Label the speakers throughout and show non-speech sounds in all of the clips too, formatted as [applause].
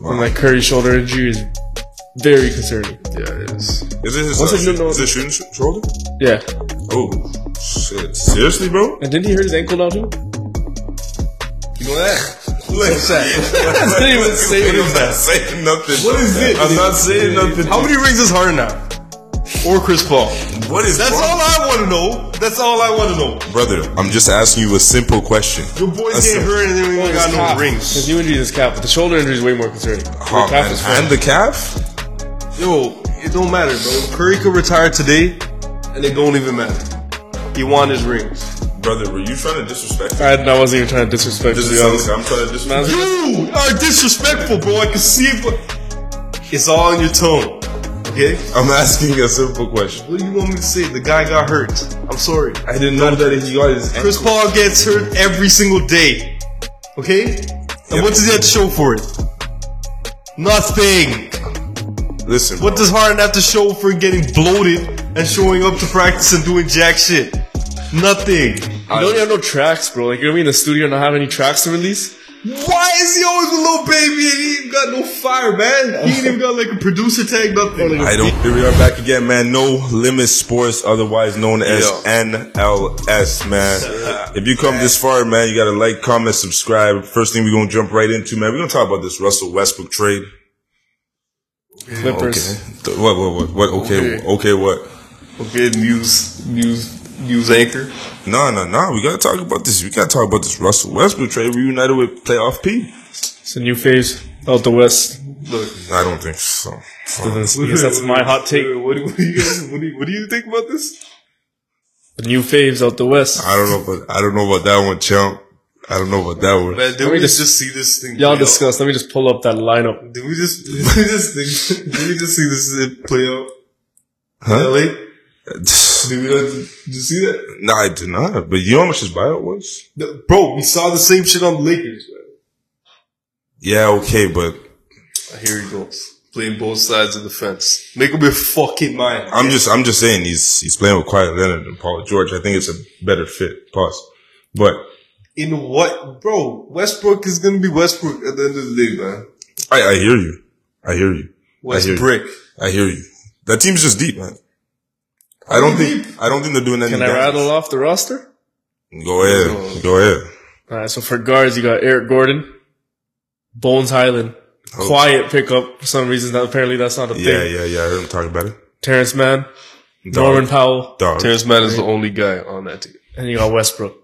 Speaker 1: And like Curry's shoulder injury is very concerning.
Speaker 2: Yeah, it is.
Speaker 3: Is this his
Speaker 1: Once
Speaker 3: uh,
Speaker 1: I knew no-
Speaker 3: is this shooting sh- shoulder?
Speaker 1: Yeah.
Speaker 3: Oh shit! Seriously, bro?
Speaker 1: And didn't he hurt his ankle now too?
Speaker 3: You know that? Look, [laughs] I'm
Speaker 1: not even saying
Speaker 3: not saying nothing.
Speaker 2: What is it?
Speaker 3: I'm not saying nothing.
Speaker 2: How many rings is Harden now? Or Chris Paul?
Speaker 3: What is
Speaker 2: That's all I want to know. That's all I want to know.
Speaker 3: brother? I'm just asking you a simple question.
Speaker 2: Your boys
Speaker 3: That's
Speaker 2: get
Speaker 3: it.
Speaker 2: hurt and then we ain't got no
Speaker 1: His
Speaker 2: rings.
Speaker 1: knee injury is cap, but the shoulder injury is way more concerning. The
Speaker 3: Huh,
Speaker 1: calf
Speaker 3: man.
Speaker 1: is fine.
Speaker 3: And the calf?
Speaker 2: Yo, it don't matter, bro. Curry could retire today, and it don't even matter. He won his rings.
Speaker 3: Brother, were you trying to disrespect me?
Speaker 1: I, I wasn't even trying to disrespect.
Speaker 3: Does
Speaker 1: to
Speaker 3: it
Speaker 1: be
Speaker 3: sound
Speaker 1: honest.
Speaker 3: like I'm trying to disrespect you?
Speaker 2: You are disrespectful, bro. I can see it. But it's all in your tone. Okay.
Speaker 3: I'm asking a simple question.
Speaker 2: What do you want me to say? The guy got hurt. I'm sorry.
Speaker 3: I didn't know that he got his
Speaker 2: Chris Paul gets hurt every single day. Okay? And what does he have to show for it? Nothing.
Speaker 3: Listen,
Speaker 2: What
Speaker 3: bro.
Speaker 2: does Harden have to show for getting bloated and showing up to practice and doing jack shit? Nothing.
Speaker 1: You don't have no tracks, bro. Like you're gonna be in the studio and not have any tracks to release.
Speaker 2: Why is he always a little baby and he ain't got no fire, man? He ain't even got like a producer tag, nothing.
Speaker 3: I don't. Here we are back again, man. No Limit Sports, otherwise known as NLS, man. If you come this far, man, you gotta like, comment, subscribe. First thing we're gonna jump right into, man, we're gonna talk about this Russell Westbrook trade.
Speaker 1: Clippers.
Speaker 3: Th- What, what, what, what, okay, okay, what?
Speaker 2: Okay, news, news, news anchor.
Speaker 3: No, no, no, we gotta talk about this. We gotta talk about this Russell Westbrook trade reunited with Playoff P.
Speaker 1: It's a new phase out the west.
Speaker 2: Look,
Speaker 3: I don't think so.
Speaker 1: Yes, that's my hot take.
Speaker 2: What, what, do you [laughs] guys, what, do you, what do you think about this?
Speaker 1: The new faves out the west.
Speaker 3: I don't know, but I don't know about that one, chump. I don't know about that one.
Speaker 2: Man, did
Speaker 1: me
Speaker 2: we
Speaker 1: just-
Speaker 2: just, see this thing?
Speaker 1: Y'all
Speaker 2: play out?
Speaker 1: discuss. Let me just pull up that lineup.
Speaker 2: Did we just [laughs] did we just think, did we just see this shit play out?
Speaker 3: Huh? [laughs]
Speaker 2: LA? Did we not, did you see that?
Speaker 3: no, I do not. But you know how much his buyout was?
Speaker 2: No, bro, we saw the same shit on the Lakers. Man.
Speaker 3: Yeah, okay, but
Speaker 2: Ah, Here he goes, playing both sides of the fence. Make up your fucking mind.
Speaker 3: I'm just I'm just saying he's he's playing with Kawhi Leonard and Paul George. I think it's a better fit. Pause. But
Speaker 2: in what, bro? Westbrook is gonna be Westbrook at the end of the day, man.
Speaker 3: I, I hear you. I hear you. I hear you.
Speaker 2: Westbrook.
Speaker 3: I hear you. That team's just deep, man. I don't think I don't think they're doing anything.
Speaker 1: Can I rattle Oh. off the roster?
Speaker 3: Go ahead. Go ahead.
Speaker 1: All right, so for guards, you got Eric Gordon, Bones Highland. Quiet pickup for some reason. That, apparently, that's not a
Speaker 3: Oh. Yeah,
Speaker 1: thing.
Speaker 3: yeah, yeah. I heard him talking about it.
Speaker 1: Terrence Mann,
Speaker 3: Dog.
Speaker 1: Norman Powell,
Speaker 3: Dog.
Speaker 2: Terrence Mann is the only guy on that team.
Speaker 1: and you got Westbrook.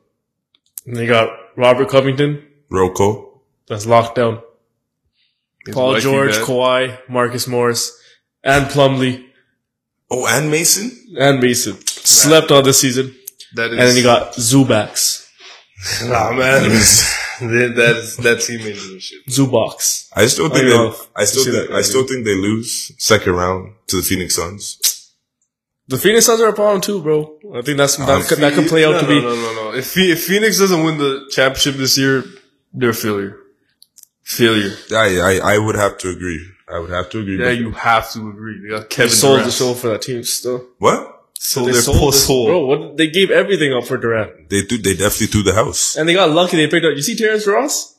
Speaker 1: And you got Robert Covington.
Speaker 3: Rocco.
Speaker 1: That's locked down.
Speaker 2: His
Speaker 1: Paul
Speaker 2: lucky
Speaker 1: George,
Speaker 2: man.
Speaker 1: Kawhi, Marcus Morris, and Plumlee,
Speaker 3: Oh, and Mason?
Speaker 1: and Mason. Slept all this season.
Speaker 2: that is,
Speaker 1: And then you got Zubax.
Speaker 2: nah, man. that [laughs] that is that team ain't doing shit.
Speaker 1: Zubox.
Speaker 3: I still think
Speaker 1: you
Speaker 3: they,
Speaker 1: know,
Speaker 3: I still
Speaker 1: you see
Speaker 3: think,
Speaker 1: that,
Speaker 3: I still think they lose second round to the Phoenix Suns.
Speaker 1: The Phoenix Suns are a problem too, bro. I think that's, that, could, that
Speaker 2: Phoenix-
Speaker 1: could play out
Speaker 2: no,
Speaker 1: to
Speaker 2: no,
Speaker 1: be.
Speaker 2: No, no, no. If, Phe- if Phoenix doesn't win the championship this year, they're a failure. Failure.
Speaker 3: I, I I would have to agree. I would have to agree.
Speaker 2: Yeah,
Speaker 3: with
Speaker 2: you have to agree. They got Kevin
Speaker 1: They sold
Speaker 2: Durant.
Speaker 1: the soul for that team still.
Speaker 3: What?
Speaker 2: Sold
Speaker 1: They
Speaker 2: their
Speaker 1: sold
Speaker 2: poor
Speaker 1: this-
Speaker 2: soul.
Speaker 1: Bro, what, they gave everything up for Durant.
Speaker 3: They threw, they definitely threw the house.
Speaker 1: And they got lucky they picked up. You see Terrence Ross?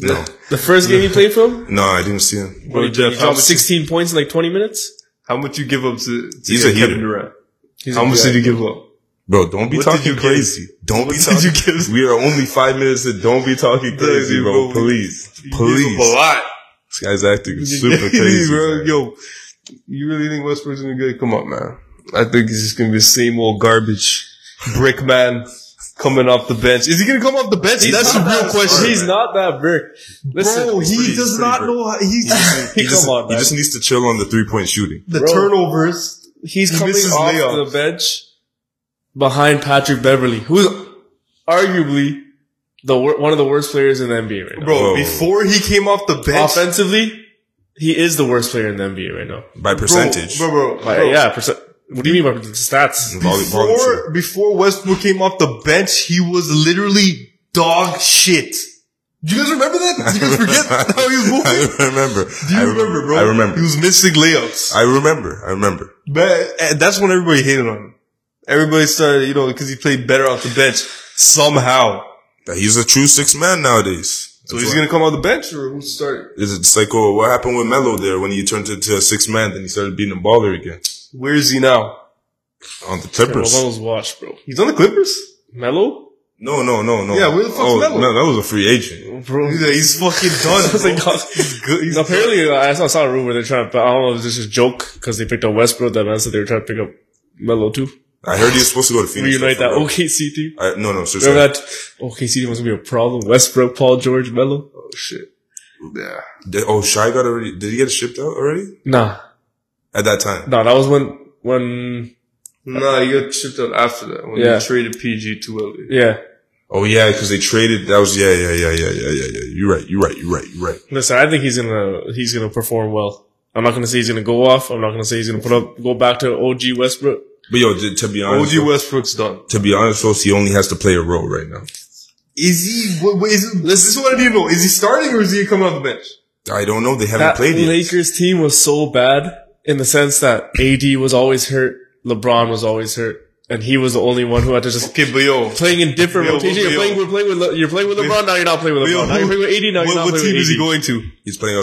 Speaker 3: No.
Speaker 1: The first game he played for him?
Speaker 3: No, I didn't see him.
Speaker 2: Bro,
Speaker 1: He-
Speaker 2: Jeff,
Speaker 1: he
Speaker 2: how,
Speaker 1: dropped
Speaker 2: much,
Speaker 1: 16 points in like 20 minutes?
Speaker 2: how much you give up to, to
Speaker 3: He's
Speaker 2: get
Speaker 3: a heater.
Speaker 2: Kevin Durant?
Speaker 1: He's
Speaker 2: How
Speaker 1: a
Speaker 2: much
Speaker 1: guy.
Speaker 2: did you give up?
Speaker 3: Bro, don't be
Speaker 2: What did
Speaker 3: talking
Speaker 2: you
Speaker 3: crazy. Don't be
Speaker 2: did
Speaker 3: talking
Speaker 2: you give?
Speaker 3: [laughs] We are only five minutes in. Don't be talking crazy,
Speaker 2: you
Speaker 3: bro.
Speaker 2: go-
Speaker 3: Please.
Speaker 2: You
Speaker 3: Please.
Speaker 2: Give up a
Speaker 3: This
Speaker 2: lot.
Speaker 3: guy's acting super crazy.
Speaker 2: bro.
Speaker 3: man.
Speaker 2: Yo, you really think Westbrook's gonna be good? Come on, man. I think he's just gonna be the same old garbage brick man coming off the bench. Is he gonna come off the bench? That's the
Speaker 1: not
Speaker 2: real
Speaker 1: that
Speaker 2: question.
Speaker 1: smart, He's not that brick. Listen,
Speaker 2: Bro, he
Speaker 3: pretty-
Speaker 2: does
Speaker 3: pretty
Speaker 2: not
Speaker 3: brick.
Speaker 2: know how he's
Speaker 3: He just,
Speaker 1: Come on,
Speaker 3: he
Speaker 1: man.
Speaker 3: just needs to chill on [laughs] the three point shooting.
Speaker 2: the
Speaker 1: Bro.
Speaker 2: turnovers.
Speaker 1: he's
Speaker 2: he
Speaker 1: coming
Speaker 2: misses
Speaker 1: off
Speaker 2: layups.
Speaker 1: the bench behind Patrick Beverly, who's arguably the wor- one of the worst players in the NBA right now.
Speaker 2: Bro,
Speaker 3: Whoa.
Speaker 2: before he came off the bench,
Speaker 1: Offensively, he is the worst player in the NBA right now.
Speaker 3: By percentage.
Speaker 2: Bro, bro, bro,
Speaker 1: By-
Speaker 2: bro.
Speaker 1: yeah, percent. What do you mean by the stats?
Speaker 3: Volley- volley shooting.
Speaker 2: Before, before Westbrook came off the bench, he was literally dog shit. Do you guys remember that?
Speaker 3: [laughs]
Speaker 2: Did you guys forget how he was moving?
Speaker 3: I remember.
Speaker 2: Do you
Speaker 3: I
Speaker 2: remember, bro?
Speaker 3: I remember.
Speaker 2: He was missing layups.
Speaker 3: I remember. I remember.
Speaker 2: But and that's when everybody hated on him. Everybody started, you know, because he played better off the bench somehow.
Speaker 3: He's a true six man nowadays.
Speaker 2: So he's going to come on the bench or who's starting?
Speaker 3: Is it psycho? What happened with Melo there when he turned into a six man and he started being a baller again
Speaker 2: Where is he now?
Speaker 3: on the
Speaker 1: Bro,
Speaker 3: Clippers?
Speaker 1: Melo's washed, bro.
Speaker 2: He's on the Clippers?
Speaker 1: Melo?
Speaker 3: No, no, no, no. Oh,
Speaker 2: Yeah, where the fuck's Melo?
Speaker 3: No, that was a free
Speaker 1: [laughs]
Speaker 3: agent.
Speaker 1: Bro.
Speaker 2: He's, he's fucking
Speaker 3: [laughs]
Speaker 2: done.
Speaker 1: Thank [laughs]
Speaker 2: bro.
Speaker 1: God.
Speaker 2: He's good. He's
Speaker 1: Apparently, uh, I saw, I saw a rumor they're trying to, I don't know if this is a joke because they picked up Westbrook. That man said they were trying to pick up Melo too.
Speaker 3: I heard he was supposed to go to Phoenix.
Speaker 1: Reunite that
Speaker 3: Bro.
Speaker 1: OKC team.
Speaker 3: I, no, no, seriously.
Speaker 1: Remember that OKC team was going to be a problem? Westbrook, Paul George, Melo?
Speaker 2: Oh, shit. Yeah.
Speaker 3: Did- oh, Shy got already. Did he get shipped out already
Speaker 1: Nah.
Speaker 3: at that time?
Speaker 1: Nah, that was when, when,
Speaker 2: Nah, he got shipped out after that when
Speaker 1: Yeah.
Speaker 2: they traded PG to LA.
Speaker 1: yeah.
Speaker 3: Oh yeah, because they traded. That was yeah, yeah, yeah, yeah, yeah, yeah, yeah. You're right. You're right. You're right. You're right.
Speaker 1: Listen, I think he's gonna he's gonna perform well. I'm not gonna say he's gonna go off. I'm not gonna say he's gonna put up go back to OG Westbrook.
Speaker 3: But yo, to, to be honest,
Speaker 2: OG Westbrook's done.
Speaker 3: to be honest, folks, he only has to play a role right now.
Speaker 2: Is he? What, what is, this is what I need to know. Is he starting or is he coming off the bench?
Speaker 3: I don't know. They haven't
Speaker 1: That
Speaker 3: played yet.
Speaker 1: Lakers team was so bad in the sense that AD was always hurt, LeBron was always hurt, and he was the only one who had to just
Speaker 2: Okay, but yo,
Speaker 1: playing in different
Speaker 2: Yo,
Speaker 1: rotations. You're
Speaker 2: yo.
Speaker 1: playing, we're playing with Le- you're playing with LeBron now. You're not playing with LeBron.
Speaker 2: yo,
Speaker 1: now you're playing with AD. Now you're
Speaker 2: what,
Speaker 1: not
Speaker 2: what team
Speaker 1: playing
Speaker 2: is he
Speaker 1: with AD.
Speaker 2: going to?
Speaker 3: He's playing a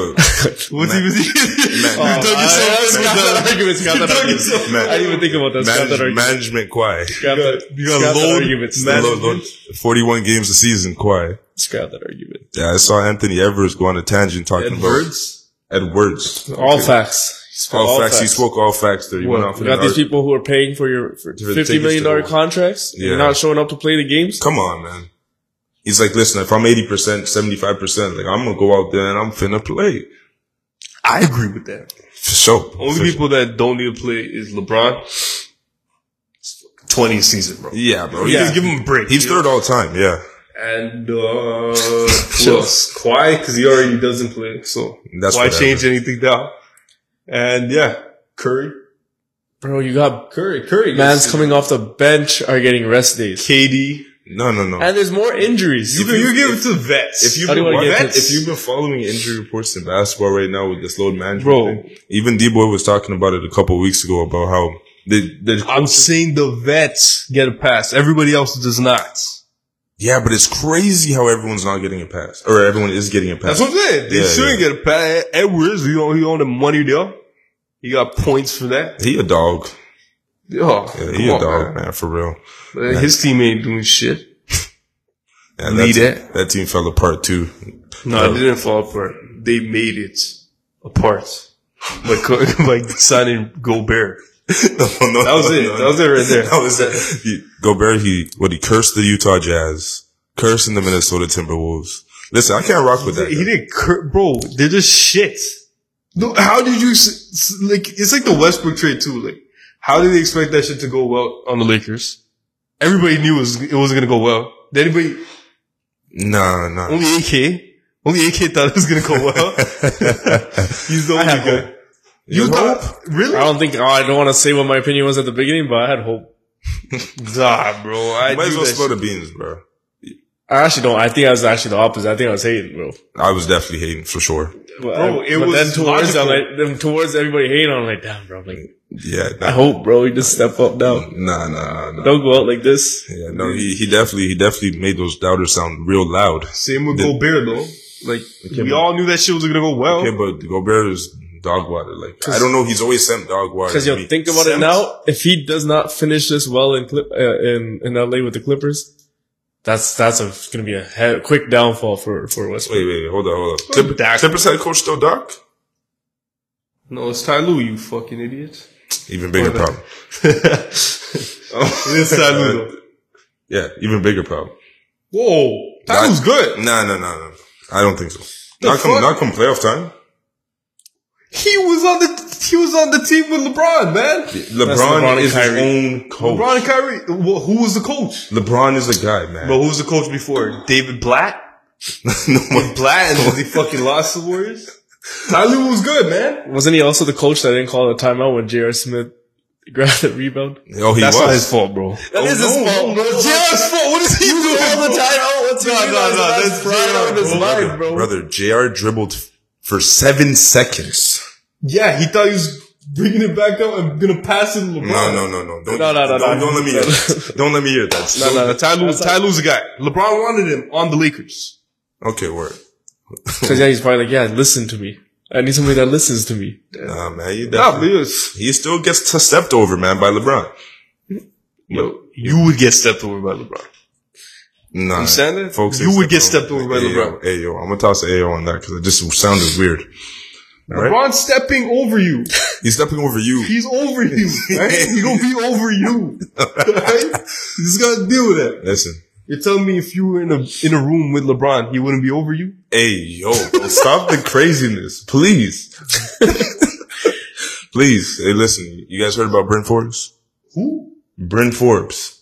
Speaker 2: What
Speaker 3: Man.
Speaker 2: team
Speaker 3: [laughs]
Speaker 2: is [laughs] he?
Speaker 3: Man.
Speaker 2: You've done
Speaker 1: I-
Speaker 2: yourself-
Speaker 1: I- I-
Speaker 2: you've
Speaker 1: Scott,
Speaker 2: done-
Speaker 1: that argument, Scott, that
Speaker 2: you've didn't
Speaker 1: argument. I didn't even think about that. Scott, that
Speaker 3: manage,
Speaker 1: argument.
Speaker 3: management quiet.
Speaker 1: Scrap that.
Speaker 2: You got
Speaker 1: scrap that
Speaker 2: load
Speaker 1: argument.
Speaker 2: man-
Speaker 1: Scrap-
Speaker 3: Lord, Lord, Forty-one games a season quiet.
Speaker 1: Scrap that argument.
Speaker 3: Yeah, I saw Anthony Evers go on a tangent talking about
Speaker 2: Edwards?
Speaker 3: Edwards.
Speaker 1: All facts. He spoke
Speaker 3: All, facts. He spoke all facts. There, he went
Speaker 1: Well,
Speaker 3: off
Speaker 1: you
Speaker 3: in an
Speaker 1: got these
Speaker 3: ar-
Speaker 1: people who are paying for your for
Speaker 3: To the
Speaker 1: fifty million
Speaker 3: tickets to
Speaker 1: dollar
Speaker 3: the-
Speaker 1: contracts. and You're
Speaker 3: Yeah.
Speaker 1: not showing up to play the games.
Speaker 3: Come on, man. He's like, listen, if I'm 80%, 75%, like, I'm gonna go out there and I'm finna play.
Speaker 2: I agree with that.
Speaker 3: For sure.
Speaker 2: Only
Speaker 3: For sure.
Speaker 2: people that don't need to play is LeBron. 20 season, bro.
Speaker 3: Yeah, bro.
Speaker 1: Yeah.
Speaker 3: He's,
Speaker 2: Give him a break.
Speaker 3: he's
Speaker 2: you know?
Speaker 3: third all time. Yeah.
Speaker 2: And, uh, who else? Kawhi, cause he already doesn't play, so.
Speaker 3: That's
Speaker 2: why
Speaker 3: what I
Speaker 2: change anything now? And yeah, Curry.
Speaker 1: Bro, you got
Speaker 2: Curry, Curry.
Speaker 1: man's coming off the bench are getting rest days.
Speaker 2: KD.
Speaker 3: No, no, no.
Speaker 1: And there's more injuries.
Speaker 2: You, can, you give it to vets.
Speaker 3: If you've,
Speaker 1: How do
Speaker 3: been,
Speaker 1: you wanna
Speaker 3: watching-
Speaker 1: get to-
Speaker 3: if you've been following injury reports in basketball right now with this load management,
Speaker 1: Bro.
Speaker 3: thing, even D Boy was talking about it a couple weeks ago about how they, they
Speaker 2: I'm saying the vets get a pass. Everybody else does not.
Speaker 3: yeah, but it's crazy how everyone's not getting a pass or everyone is getting a pass.
Speaker 2: That's what I'm saying. They
Speaker 3: Yeah,
Speaker 2: shouldn't get a pass. Edwards, you know, he owned the money there. He got points for that.
Speaker 3: he a dog.
Speaker 2: Oh,
Speaker 3: Yeah, he a dog, man. for real.
Speaker 2: Uh, His team ain't doing shit.
Speaker 3: Yeah,
Speaker 2: Need
Speaker 3: that,
Speaker 2: it.
Speaker 3: team, that team fell apart too. [laughs]
Speaker 2: No, it didn't fall apart. They made it apart. [laughs] Like, like signing Gobert. That was it. That was it right there.
Speaker 3: That was it. He, Gobert, he what he cursed the Utah Jazz, cursing the Minnesota Timberwolves. Listen, I can't rock with that.
Speaker 2: He
Speaker 3: guy.
Speaker 2: didn't, cur- bro. They're just shit. No, how did you s- s- like? It's like the Westbrook trade too. Like, how did they expect that shit to go well on the Lakers? Everybody knew it was it wasn't gonna go well. Did anybody?
Speaker 3: Nah,
Speaker 2: [laughs]
Speaker 3: nah.
Speaker 2: Only AK. Only AK thought it was gonna go [laughs] well. He's the only
Speaker 1: have
Speaker 2: guy.
Speaker 1: hope.
Speaker 2: You,
Speaker 3: You
Speaker 2: thought really?
Speaker 1: I don't think oh, I don't want to say what my opinion was at the beginning, but I had hope.
Speaker 2: Nah, bro. I
Speaker 3: Might as
Speaker 2: do
Speaker 3: well
Speaker 2: that
Speaker 3: spill
Speaker 2: shit.
Speaker 3: the beans, bro.
Speaker 1: I actually don't. I think I was actually the opposite. I think I was hating, bro.
Speaker 3: I was definitely hating for sure.
Speaker 1: But,
Speaker 2: Bro, it
Speaker 1: but
Speaker 2: was
Speaker 1: then towards I'm
Speaker 2: logical.
Speaker 1: like, then towards everybody hating, I'm like, damn, bro. I'm like,
Speaker 3: Yeah,
Speaker 1: I
Speaker 3: nah,
Speaker 1: hope, bro. You just step up now.
Speaker 3: nah, nah. nah.
Speaker 1: Don't go out like this.
Speaker 3: Yeah, no, he, he definitely he definitely made those doubters sound real loud.
Speaker 2: Same with
Speaker 3: The-
Speaker 2: Gobert though. Like we all knew that shit was gonna go well.
Speaker 3: Okay, but Gobert is dog water. Like I don't know, he's always sent dog water.
Speaker 1: Because
Speaker 3: to
Speaker 1: yo,
Speaker 3: me.
Speaker 1: think about it
Speaker 3: Sent-
Speaker 1: now. If he does not finish this well in Clip uh, in in LA with the Clippers, that's that's a, gonna be a he- quick downfall for for Westbrook.
Speaker 3: Wait, wait, wait, hold on, hold on. Clip, Clippers head coach still Doc?
Speaker 2: No, it's Ty Lue, you fucking [laughs] idiot.
Speaker 3: Even bigger
Speaker 2: Hold on. Oh.
Speaker 3: problem.
Speaker 2: it's Ty Lue though.
Speaker 3: Yeah, even bigger problem.
Speaker 2: Whoa, Ty
Speaker 3: That-
Speaker 2: Lue's good.
Speaker 3: No, no, no, no. I don't think so.
Speaker 2: The
Speaker 3: not come,
Speaker 2: fuck?
Speaker 3: not come playoff time.
Speaker 2: He was on the he was on the team with LeBron, man.
Speaker 3: LeBron,
Speaker 1: LeBron and
Speaker 3: is his
Speaker 1: Kyrie.
Speaker 3: own coach.
Speaker 2: LeBron
Speaker 3: LeBron,
Speaker 2: and Kyrie. Well, who was the
Speaker 3: is
Speaker 2: coach?
Speaker 3: the guy, man.
Speaker 2: Bro, who was the coach before? David Blatt. [laughs]
Speaker 3: no one-
Speaker 2: Blatt, and then he fucking lost the Warriors. Ty Lue was good, man.
Speaker 1: Wasn't he also the coach that didn't call a timeout when J.R. Smith [laughs] grabbed the rebound?
Speaker 3: oh, he was. [laughs]
Speaker 2: fault, bro.
Speaker 1: That is his fault.
Speaker 2: It's JR's fault. What is he doing? bro?
Speaker 1: timeout.
Speaker 2: No, no, no, that's JR,
Speaker 1: his
Speaker 2: bro.
Speaker 1: life,
Speaker 3: brother,
Speaker 1: bro.
Speaker 3: brother, JR dribbled f- for seven seconds.
Speaker 2: Yeah, he thought he was bringing it back up and gonna pass it to LeBron.
Speaker 3: No, no, no, no. Don't,
Speaker 1: No, no, no,
Speaker 3: don't,
Speaker 1: no.
Speaker 3: don't let me hear
Speaker 2: [laughs]
Speaker 3: that. Don't let me hear that.
Speaker 1: No, no,
Speaker 2: Ty Lue's,
Speaker 1: That's
Speaker 2: Ty Lue's a guy. LeBron wanted him on the Lakers.
Speaker 3: Okay, word.
Speaker 1: Because yeah, he's probably like, yeah, listen to me. I need somebody that listens to me.
Speaker 3: Nah, man, you
Speaker 2: Nah,
Speaker 3: definitely.
Speaker 2: Leo's.
Speaker 3: He still gets t- stepped over, man, by LeBron.
Speaker 2: Yo, you would get stepped over by LeBron.
Speaker 3: Nah,
Speaker 2: You stand there?
Speaker 3: folks.
Speaker 2: You would get stepped over by
Speaker 3: Ayo,
Speaker 2: LeBron.
Speaker 3: Ayo, I'm gonna toss an Ayo on that because it just sounded weird. All right,
Speaker 2: LeBron's stepping over you.
Speaker 3: he's stepping over you.
Speaker 2: He's over [laughs] you. Right? He gonna be over you. [laughs] Right? You just gotta deal with that.
Speaker 3: Listen,
Speaker 2: You're telling me if you were in a in a room with LeBron, he wouldn't be over you?
Speaker 3: hey yo, bro, stop the
Speaker 2: [laughs]
Speaker 3: craziness, please, please. Hey, listen, you guys heard about Brent Forbes?
Speaker 2: Who?
Speaker 3: Brent Forbes.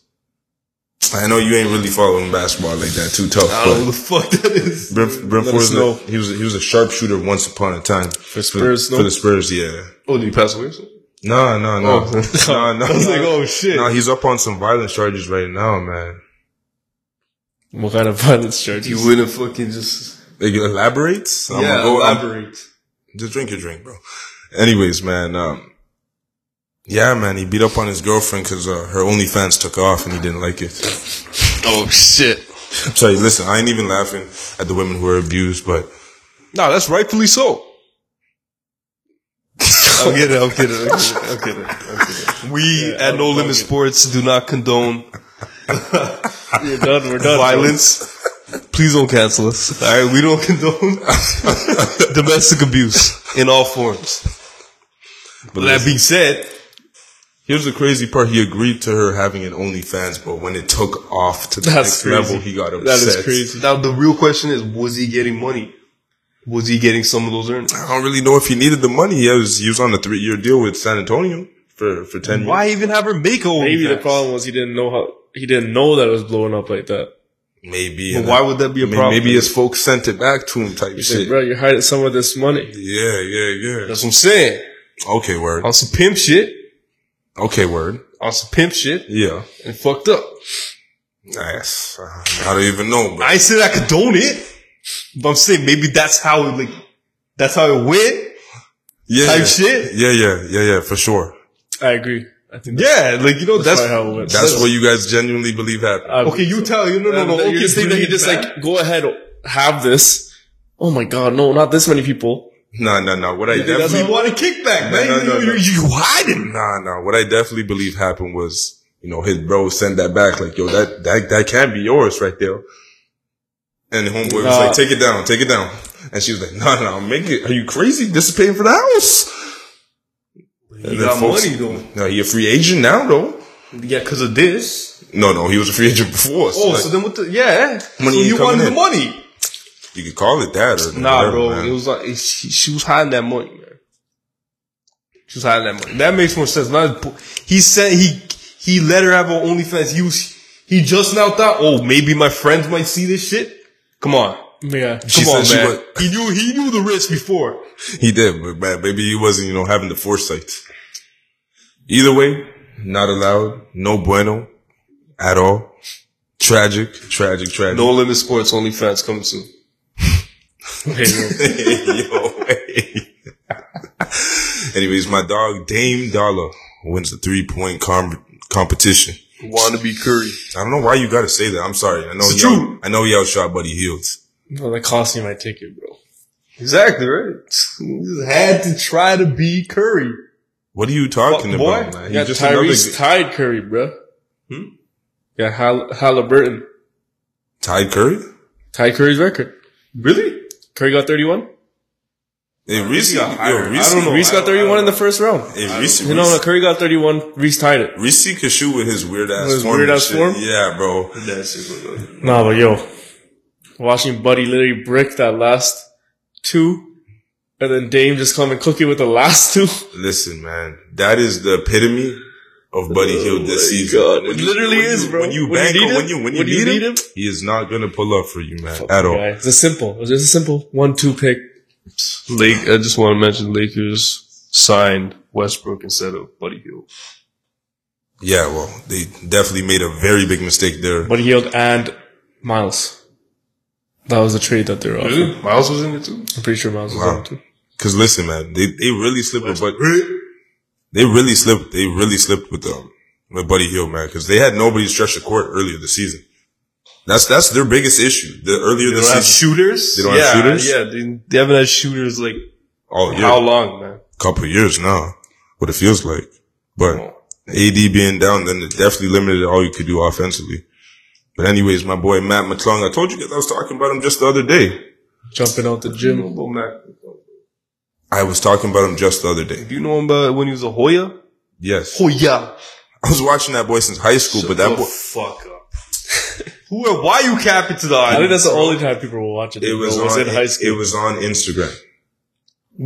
Speaker 3: I know you ain't really following basketball like that, too tough. but-
Speaker 2: I don't know who the fuck that is.
Speaker 3: Brent, Brent
Speaker 2: Let
Speaker 3: Forbes,
Speaker 2: us know.
Speaker 3: he was he was a sharpshooter once upon a time for
Speaker 1: Spurs,
Speaker 3: For,
Speaker 1: no?
Speaker 3: the Spurs, yeah.
Speaker 2: Oh, did he pass away? or something?
Speaker 3: No, no, no, [laughs]
Speaker 2: Oh.
Speaker 3: no, no.
Speaker 2: [laughs] I was like, oh shit.
Speaker 3: no, he's up on some violence charges right now, man.
Speaker 1: What kind of violence charges?
Speaker 2: you wouldn't fucking just
Speaker 3: Like, elaborate? I'm
Speaker 2: yeah,
Speaker 3: gonna go- I'm-
Speaker 2: elaborate.
Speaker 3: just drink your drink, bro. Anyways, man. Um, yeah, man. He beat up on his girlfriend because uh, her OnlyFans took off and he didn't like it. [laughs]
Speaker 2: Oh shit.
Speaker 3: I'm sorry. Listen, I ain't even laughing at the women who are abused, but
Speaker 2: No, that's rightfully so. I'm kidding. I'm kidding. I'm kidding. I'm kidding. I'm kidding. [laughs] We at No Limit Sports do not condone
Speaker 1: We're done. We're [laughs] done.
Speaker 3: [laughs]
Speaker 2: [laughs] violence. Please don't cancel us. All right, we don't [laughs] condone domestic abuse in all forms.
Speaker 3: but
Speaker 2: That
Speaker 3: listen,
Speaker 2: being said,
Speaker 3: here's the crazy part. He agreed to her having an OnlyFans, but when it took off to the
Speaker 1: That's
Speaker 3: next
Speaker 1: crazy.
Speaker 3: level, he got upset.
Speaker 1: That is crazy.
Speaker 2: now the real question is: Was he getting money? Was he getting some of those earnings?
Speaker 3: I don't really know if he needed the money. He was he was on a three year deal with San Antonio for for ten
Speaker 2: Why even have her make a
Speaker 1: Maybe the
Speaker 2: OnlyFans?
Speaker 1: problem was he didn't know how he didn't know that it was blowing up like that.
Speaker 3: years. Maybe
Speaker 2: But
Speaker 3: and
Speaker 2: why would that be a
Speaker 3: then- may-
Speaker 2: problem?
Speaker 3: maybe his folks sent it back to him type
Speaker 1: He said,
Speaker 3: shit.
Speaker 1: bro, you're hiding some of this money.
Speaker 3: Yeah, yeah, yeah.
Speaker 2: that's what I'm saying.
Speaker 3: Okay, word.
Speaker 2: On some pimp shit.
Speaker 3: Okay, word.
Speaker 2: On some pimp shit
Speaker 3: Yeah.
Speaker 2: and fucked up.
Speaker 3: Nice. Uh, I don't even know, but
Speaker 2: I ain't saying I condone it, but I'm saying maybe that's how it, like that's how it went.
Speaker 3: yeah,
Speaker 2: Type
Speaker 3: yeah.
Speaker 2: shit?
Speaker 3: Yeah, yeah, yeah, yeah, for sure.
Speaker 1: I agree. I think
Speaker 2: Yeah, like you know
Speaker 1: that's,
Speaker 2: that's,
Speaker 1: Uh, probably how it went.
Speaker 3: That's what you guys genuinely believe happened.
Speaker 1: I-
Speaker 2: okay. You tell you no no
Speaker 1: And
Speaker 2: no.
Speaker 1: that
Speaker 2: Okay,
Speaker 1: you're saying that he
Speaker 2: believe
Speaker 1: just
Speaker 2: that.
Speaker 1: like go ahead, have this. Oh my god, no, not this many people.
Speaker 3: no, no, no. What I
Speaker 1: that's
Speaker 3: definitely
Speaker 2: you want a kickback, man.
Speaker 3: no,
Speaker 2: You-
Speaker 3: no,
Speaker 2: you,
Speaker 3: no.
Speaker 2: you hiding.
Speaker 3: [clears throat] Nah, nah. What I definitely believe happened was, you know, his bro sent that back. Like, yo, that that that can't be yours right there. And the homeboy was
Speaker 1: Nah.
Speaker 3: like, take it down, take it down. And she was like, no, no, make it. Are you crazy? This is paying for the house.
Speaker 2: He
Speaker 3: And then
Speaker 2: got
Speaker 3: folks-
Speaker 2: money though.
Speaker 3: No, he a free agent now though.
Speaker 2: Yeah, because of this.
Speaker 3: No, no, he was a free agent before. So
Speaker 2: Oh,
Speaker 3: like,
Speaker 2: so then what? The, yeah,
Speaker 3: Money
Speaker 2: so
Speaker 3: ain't
Speaker 2: you
Speaker 3: coming
Speaker 2: wanted the
Speaker 3: in.
Speaker 2: money?
Speaker 3: you could call it that or
Speaker 2: Nah,
Speaker 3: whatever,
Speaker 2: bro.
Speaker 3: man.
Speaker 2: It was like it- she, she was hiding that money, man. She was hiding that money. That makes more sense. Now, he said he he let her have her OnlyFans. He was he just now thought, oh, maybe my friends might see this shit. Come on, come
Speaker 1: Yeah.
Speaker 3: She
Speaker 2: on,
Speaker 3: said she
Speaker 2: man.
Speaker 3: was-
Speaker 2: he knew he knew the risk before.
Speaker 3: He did, but man, maybe he wasn't, you know, having the foresight. Either way, not allowed. No bueno at all. Tragic, tragic, tragic.
Speaker 2: No limit sports OnlyFans coming soon.
Speaker 3: [laughs] Yo, hey. Anyways, my dog Dame Dollar wins the three point com- competition.
Speaker 2: Wannabe Curry.
Speaker 3: I don't know why you gotta say that. I'm sorry. I know
Speaker 2: It's
Speaker 3: he out-
Speaker 2: true.
Speaker 3: I know he outshot Buddy Heels.
Speaker 1: Well, that cost me my ticket, bro.
Speaker 2: Exactly right. He just had to try to be Curry.
Speaker 3: What are you talking
Speaker 2: Fuck,
Speaker 3: about,
Speaker 2: boy.
Speaker 3: man?
Speaker 1: You
Speaker 3: He's
Speaker 1: got
Speaker 3: just another
Speaker 1: Tyrese
Speaker 3: g-
Speaker 1: tied Curry, bro.
Speaker 2: Hmm?
Speaker 1: Yeah, Hall- Halliburton
Speaker 3: Ty Curry?
Speaker 1: tied Curry's record.
Speaker 2: Really?
Speaker 1: Curry got 31.
Speaker 3: Hey, Reese,
Speaker 2: got
Speaker 3: yo,
Speaker 2: higher. I
Speaker 3: Reese-
Speaker 2: don't know.
Speaker 1: Reese
Speaker 2: I
Speaker 1: got
Speaker 2: don't- I
Speaker 1: 31 in
Speaker 2: don't-
Speaker 1: the first round.
Speaker 3: Hey, Reese-
Speaker 1: You know,
Speaker 3: Reese-
Speaker 1: no, Curry got 31. Reese tied it.
Speaker 3: Reese could shoot with his weird ass
Speaker 1: With his
Speaker 3: form.
Speaker 1: weird
Speaker 3: and
Speaker 1: ass
Speaker 3: shit.
Speaker 1: form?
Speaker 3: Yeah, bro.
Speaker 2: That's it.
Speaker 1: Nah, but yo, watching Buddy literally brick that last two, and then Dame just come and cook it with the last
Speaker 3: [laughs]
Speaker 1: two.
Speaker 3: Listen, man, that is the epitome of Buddy Hill
Speaker 1: Oh
Speaker 3: this
Speaker 2: my
Speaker 3: season.
Speaker 2: God.
Speaker 3: When
Speaker 2: It
Speaker 3: you-
Speaker 1: literally
Speaker 3: when
Speaker 1: is,
Speaker 3: you-
Speaker 1: bro.
Speaker 3: When you
Speaker 1: When you
Speaker 3: bank
Speaker 1: need
Speaker 3: him,
Speaker 1: him,
Speaker 3: when you when you need, him, he is not gonna pull up for you, man, at all.
Speaker 1: Yeah, It's a simple. It's just a simple one-two pick.
Speaker 2: Lake. I just want to mention Lakers signed Westbrook instead of Buddy Hill.
Speaker 3: Yeah, well, they definitely made a very big mistake there.
Speaker 1: Buddy Hield and Miles. That was the trade that they were offering.
Speaker 2: Really? Miles was in it too.
Speaker 1: I'm pretty sure Miles was
Speaker 3: Wow.
Speaker 1: on it too.
Speaker 3: Because listen, man, they they really slipped with Buddy. They really slipped. They really slipped with um with Buddy Hill, man, because they had nobody to stretch the court earlier this season. That's that's their biggest issue. The earlier
Speaker 2: They
Speaker 3: the
Speaker 2: don't have
Speaker 3: season,
Speaker 2: shooters.
Speaker 3: They don't
Speaker 2: yeah,
Speaker 3: have shooters?
Speaker 2: Yeah, they, they haven't had shooters like
Speaker 3: oh
Speaker 2: how
Speaker 3: yeah,
Speaker 2: long, man?
Speaker 3: couple of years now. What it feels like, but AD being down, then it definitely limited all you could do offensively. But anyways, my boy Matt Matlung, I told you guys I was talking about him just the other day.
Speaker 1: Jumping out the
Speaker 2: Jim
Speaker 1: gym.
Speaker 2: Little Mac.
Speaker 3: I was talking about him just the other day.
Speaker 2: You know him by when he was a Hoya.
Speaker 3: Yes,
Speaker 2: Hoya.
Speaker 3: I was watching that boy since high school, but that boy,
Speaker 2: fuck up. [laughs] Who? are- Why you cap it to the
Speaker 1: I think that's
Speaker 2: audience?
Speaker 1: the only time people were watching.
Speaker 3: it was,
Speaker 1: though,
Speaker 3: on,
Speaker 1: in high school.
Speaker 3: It was on Instagram.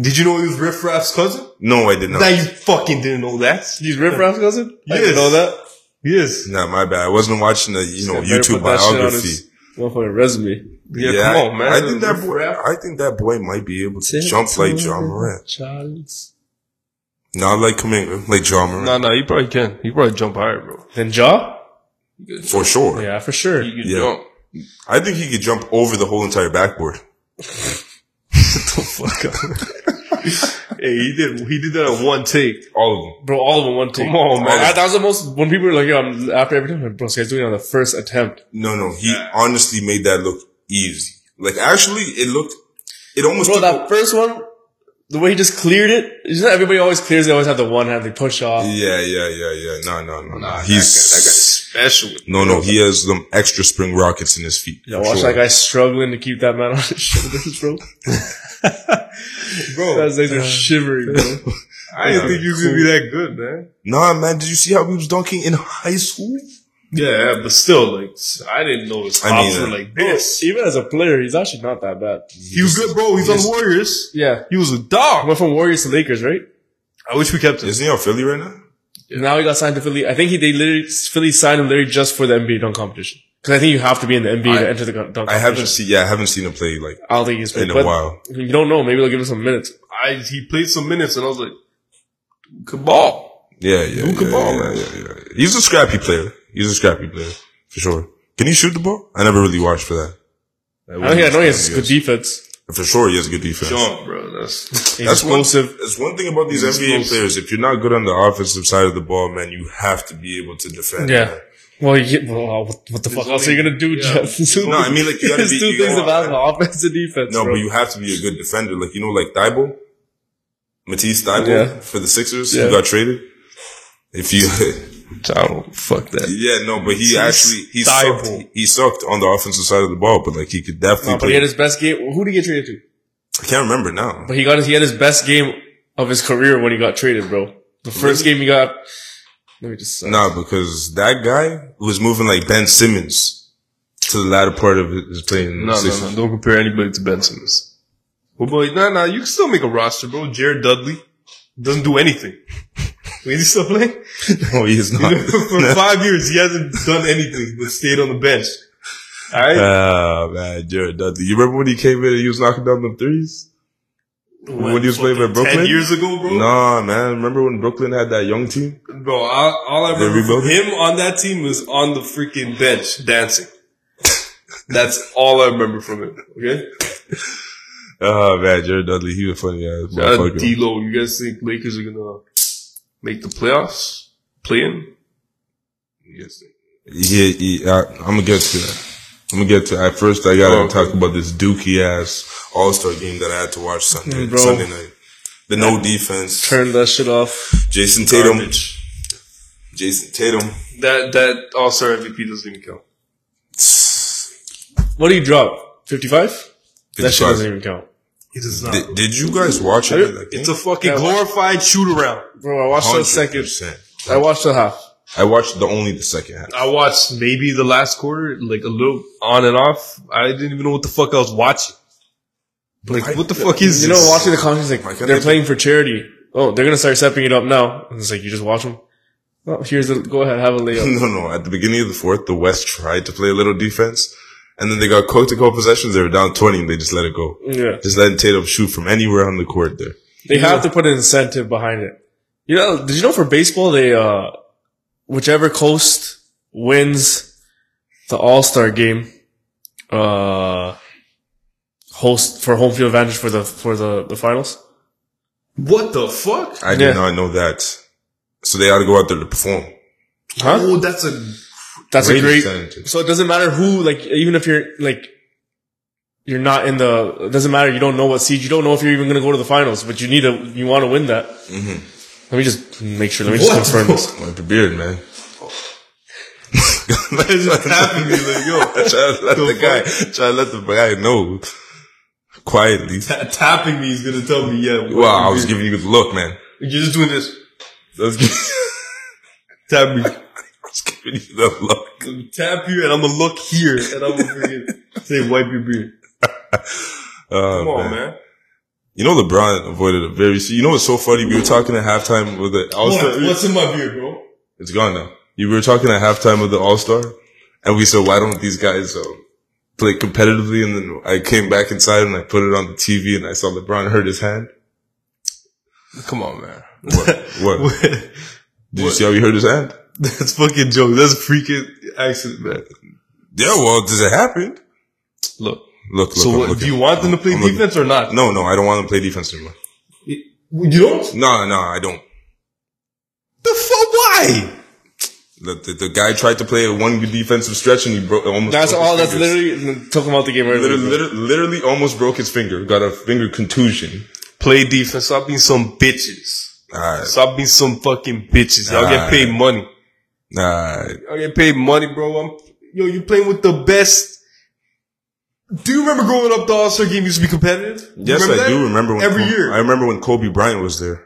Speaker 2: Did you know he was Riff Raff's cousin?
Speaker 3: No, I did not.
Speaker 2: Now you fucking didn't know that.
Speaker 1: He's Riff Raff's cousin. I
Speaker 2: Yes.
Speaker 1: didn't know that.
Speaker 2: Yes.
Speaker 3: Nah, my bad. I wasn't watching the you know
Speaker 1: I better
Speaker 3: YouTube
Speaker 1: put that shit on
Speaker 3: biography.
Speaker 1: his Motherfucking resume.
Speaker 2: Yeah, come on, man.
Speaker 3: I think that boy. I think that boy might be able to jump like John Morant.
Speaker 1: Charles.
Speaker 3: Not like Kaminga, like John Morant
Speaker 2: No, no, you probably can. You probably jump higher, bro.
Speaker 1: Then Jaw.
Speaker 3: for sure.
Speaker 1: Yeah, for sure.
Speaker 2: You can
Speaker 3: Yeah.
Speaker 2: jump.
Speaker 3: I think he could jump over the whole entire backboard.
Speaker 2: the fuck up. [laughs] hey, he did. He did that in one take.
Speaker 3: All of them.
Speaker 1: Bro, all of them one take.
Speaker 2: Come on, man.
Speaker 1: I- that was the most when people were like, "Yo, I'm after every time." I'm Like, bro, this guy's doing it on the first attempt.
Speaker 3: No, no. He honestly made that look easy. Like actually, it looked. It almost.
Speaker 1: Bro,
Speaker 3: took-
Speaker 1: that first one, the way he just cleared it. Isn't that everybody always clears? They always have the one hand. They push off.
Speaker 3: yeah, yeah, yeah, yeah. No, no, no. no.
Speaker 2: Nah,
Speaker 3: He's.
Speaker 2: special.
Speaker 3: No, no. He has them extra spring rockets in his feet.
Speaker 1: I watched that guy struggling to keep that man [laughs] on his shoulders, [laughs] bro.
Speaker 2: bro.
Speaker 1: That's like they're shivering, bro.
Speaker 2: I didn't think you was gonna be that good, man.
Speaker 3: Nah, man. Did you see how he was dunking in high school?
Speaker 2: Yeah, but still, like, I didn't know his
Speaker 3: I mean,
Speaker 2: tops were
Speaker 3: uh,
Speaker 1: [laughs]
Speaker 2: like
Speaker 1: Bro,
Speaker 2: this.
Speaker 1: Even as a player, he's actually not that bad.
Speaker 2: He was good, bro. He's on the Warriors.
Speaker 1: Yeah.
Speaker 2: He was a dog.
Speaker 1: Went from Warriors to Lakers, right?
Speaker 2: I wish we kept him.
Speaker 3: Isn't he on Philly right now?
Speaker 1: And now he got signed to Philly. I think he they literally Philly signed him literally just for the NBA dunk competition. Because I think you have to be in the NBA
Speaker 2: I-
Speaker 1: to enter the gun- dunk
Speaker 3: I
Speaker 1: competition.
Speaker 3: haven't seen. Yeah, I haven't seen him play like
Speaker 1: I don't think he's played.
Speaker 3: in a
Speaker 1: but
Speaker 3: while.
Speaker 1: You don't know. Maybe they'll give him some minutes.
Speaker 2: I he played some minutes, and I was like, Cabal.
Speaker 3: Yeah, yeah,
Speaker 2: Luka
Speaker 3: yeah,
Speaker 2: Ball,
Speaker 3: yeah,
Speaker 2: man.
Speaker 3: yeah, yeah, yeah. He's a scrappy player. He's a scrappy player for sure. Can he shoot the ball? I never really watched for that.
Speaker 1: I don't think I know he has good defense.
Speaker 3: For sure, he has good defense.
Speaker 2: Jump, bro. That's
Speaker 1: He's
Speaker 3: That's one,
Speaker 1: explosive.
Speaker 3: that's one thing about these
Speaker 2: He's
Speaker 3: NBA
Speaker 2: explosive.
Speaker 3: players. If you're not good on the offensive side of the ball, man, you have to be able to defend.
Speaker 1: Yeah.
Speaker 3: man.
Speaker 1: Well, you get, well, what what the fuck
Speaker 2: There's
Speaker 1: else are you
Speaker 2: only-
Speaker 1: gonna do,
Speaker 2: yeah.
Speaker 1: [laughs] Jeff?
Speaker 3: No, I mean, like, you
Speaker 2: [laughs]
Speaker 3: gotta
Speaker 1: there's
Speaker 3: be-
Speaker 1: two
Speaker 3: you
Speaker 1: things
Speaker 3: gotta-
Speaker 1: about him: offense and defense.
Speaker 3: No,
Speaker 1: bro.
Speaker 3: but you have to be a good defender. Like, you know, like Thibault, Matisse Thibault
Speaker 1: Yeah.
Speaker 3: for the Sixers
Speaker 1: Yeah.
Speaker 3: who got traded. If
Speaker 1: [laughs]
Speaker 3: you,
Speaker 2: [laughs] I don't fuck that.
Speaker 3: yeah, no, but he
Speaker 2: Matisse
Speaker 3: actually, he sucked,
Speaker 2: Thybulle.
Speaker 3: he sucked on the offensive side of the ball, but like he could definitely
Speaker 1: No, but
Speaker 3: play.
Speaker 1: he had his best game. Who did he get traded to?
Speaker 3: I can't remember now.
Speaker 1: But he got his, he had his best game of his career when he got traded, bro. The first game he got. Let me just. uh,
Speaker 3: Nah, because that guy was moving like Ben Simmons to the latter part of his playing. in the
Speaker 2: No,
Speaker 3: Sixers.
Speaker 2: no, no. Don't compare anybody to Ben Simmons. Well, boy, nah, nah. You can still make a roster, bro. Jared Dudley doesn't do anything. [laughs] Wait, he's still playing?
Speaker 3: [laughs] No, he
Speaker 1: [laughs]
Speaker 3: is not. [laughs]
Speaker 2: For five years, he hasn't done anything but stayed on the bench. All
Speaker 3: [laughs]
Speaker 2: right.
Speaker 3: Ah, man, Jared Dudley. You remember when he came in and he was knocking down them threes? when he was playing with
Speaker 2: fucking
Speaker 3: Brooklyn?
Speaker 2: Ten years ago, bro.
Speaker 3: Nah, man. Remember when Brooklyn had that young team?
Speaker 2: Bro, I, all I
Speaker 3: They
Speaker 2: remember from
Speaker 3: rebuilt it?
Speaker 2: him on that team was on the freaking bench dancing. That's all I remember from him. Okay,
Speaker 3: Oh man, Jared Dudley. He was a funny ass
Speaker 2: uh,
Speaker 3: motherfucker.
Speaker 2: D'Lo, you guys think Lakers are gonna make the playoffs? Play in? You guys think?
Speaker 3: Yeah, yeah, I, I'm gonna get to that. I'm gonna get to. At first, I gotta
Speaker 2: Oh.
Speaker 3: talk about this dookie ass All Star game that I had to watch Sunday,
Speaker 1: Mm, bro.
Speaker 3: Sunday night. The no defense.
Speaker 1: Turn that shit off.
Speaker 3: Jason Tatum.
Speaker 2: Garbage.
Speaker 3: Jason Tatum.
Speaker 2: That that All Star MVP doesn't even count.
Speaker 1: What do you drop? 55? That
Speaker 3: 55.
Speaker 1: shit doesn't even count.
Speaker 2: It does not.
Speaker 3: Did, did you guys watch it? Like,
Speaker 2: it's a fucking glorified shoot around.
Speaker 1: Bro, I watched the second.
Speaker 3: 100%.
Speaker 1: I watched the half.
Speaker 3: I watched the only the second half.
Speaker 2: I watched maybe the last quarter, like a little on and off. I didn't even know what the fuck I was watching. Like, what the fuck is
Speaker 1: You
Speaker 2: this?
Speaker 1: know, watching the comments, like,
Speaker 3: can't
Speaker 1: they're
Speaker 3: they-
Speaker 1: playing for charity. Oh, they're gonna start stepping it up now. And it's like, you just watch them. Oh, here's the, go ahead, have a layup.
Speaker 3: [laughs] No, no. At the beginning of the fourth, the West tried to play a little defense, and then they got cooked to co possessions. They were down twenty, and they just let it go.
Speaker 1: yeah.
Speaker 3: Just letting Tatum shoot from anywhere on the court. There,
Speaker 1: They have to put an incentive behind it. You know, did you know for baseball, they, uh, whichever coast wins the All-Star game, uh, host for home field advantage for the, for the, the finals?
Speaker 2: What the fuck?
Speaker 3: I did
Speaker 1: Yeah.
Speaker 3: not know that. So they ought to go out there to perform.
Speaker 1: Huh?
Speaker 2: Oh, that's a
Speaker 1: That's a
Speaker 3: Rating
Speaker 1: great.
Speaker 3: percentages.
Speaker 1: So it doesn't matter who, like, even if you're like, you're not in the. It doesn't matter. You don't know what seed. You don't know if you're even going to go to the finals. But you need to. You want to win that. Let me just make sure. Let me just confirm
Speaker 2: [laughs]
Speaker 1: this.
Speaker 3: Wipe your beard, man. [laughs]
Speaker 2: It's just tapping me like, yo,
Speaker 3: Try to let the,
Speaker 2: The
Speaker 3: guy, try to let the guy know quietly.
Speaker 2: ta- tapping me is gonna tell me, yeah. what
Speaker 3: Wow, I
Speaker 2: you
Speaker 3: was
Speaker 2: did.
Speaker 3: giving you the look, man.
Speaker 2: You're just doing this.
Speaker 3: I was [laughs] giving,
Speaker 2: Tap me.
Speaker 3: I was giving you the look.
Speaker 2: Tap you, and I'm gonna look here, and I'm gonna freaking say, wipe your beard.
Speaker 3: Oh,
Speaker 2: Come on, man.
Speaker 3: You know, LeBron avoided a very. You know what's so funny? We were talking at halftime with the All
Speaker 2: What-
Speaker 3: Star.
Speaker 2: what's in my beard, bro? [laughs]
Speaker 3: It's gone now. You were talking at halftime with the All Star, and we said, "Why don't these guys uh, play competitively?" And then I came back inside and I put it on the TV, and I saw LeBron hurt his hand.
Speaker 2: Come on, man.
Speaker 3: What? Did you see how he hurt his hand?
Speaker 2: That's fucking joke. That's freaking accident, man.
Speaker 3: Yeah, well, does it happen?
Speaker 2: Look.
Speaker 3: Look, look.
Speaker 2: So,
Speaker 3: I'm
Speaker 2: what, do
Speaker 3: looking.
Speaker 2: you want them to play
Speaker 3: I'm looking.
Speaker 2: defense or not?
Speaker 3: No, no, I don't want to play defense anymore.
Speaker 2: You don't.
Speaker 3: No, no, I don't.
Speaker 2: The fuck? Why?
Speaker 3: The, the, the guy tried to play a one good defensive stretch and he broke almost.
Speaker 1: That's
Speaker 3: broke his
Speaker 1: all. That's
Speaker 3: fingers.
Speaker 1: literally took him out the game early.
Speaker 3: Literally,
Speaker 1: bro.
Speaker 3: literally, literally almost broke his finger. Got a finger contusion.
Speaker 2: Play defense. Stop being some bitches.
Speaker 3: Alright,
Speaker 2: Stop being some fucking bitches. Y'all
Speaker 3: Nah.
Speaker 2: get paid money.
Speaker 3: alright.
Speaker 2: Y'all get paid money, bro. I'm, yo, you playing with the best. Do you remember growing up? The All Star game used to be competitive. You
Speaker 3: Yes,
Speaker 2: remember
Speaker 3: I
Speaker 2: that?
Speaker 3: do remember when
Speaker 2: every
Speaker 3: Kobe-
Speaker 2: year.
Speaker 3: I remember when Kobe Bryant was there.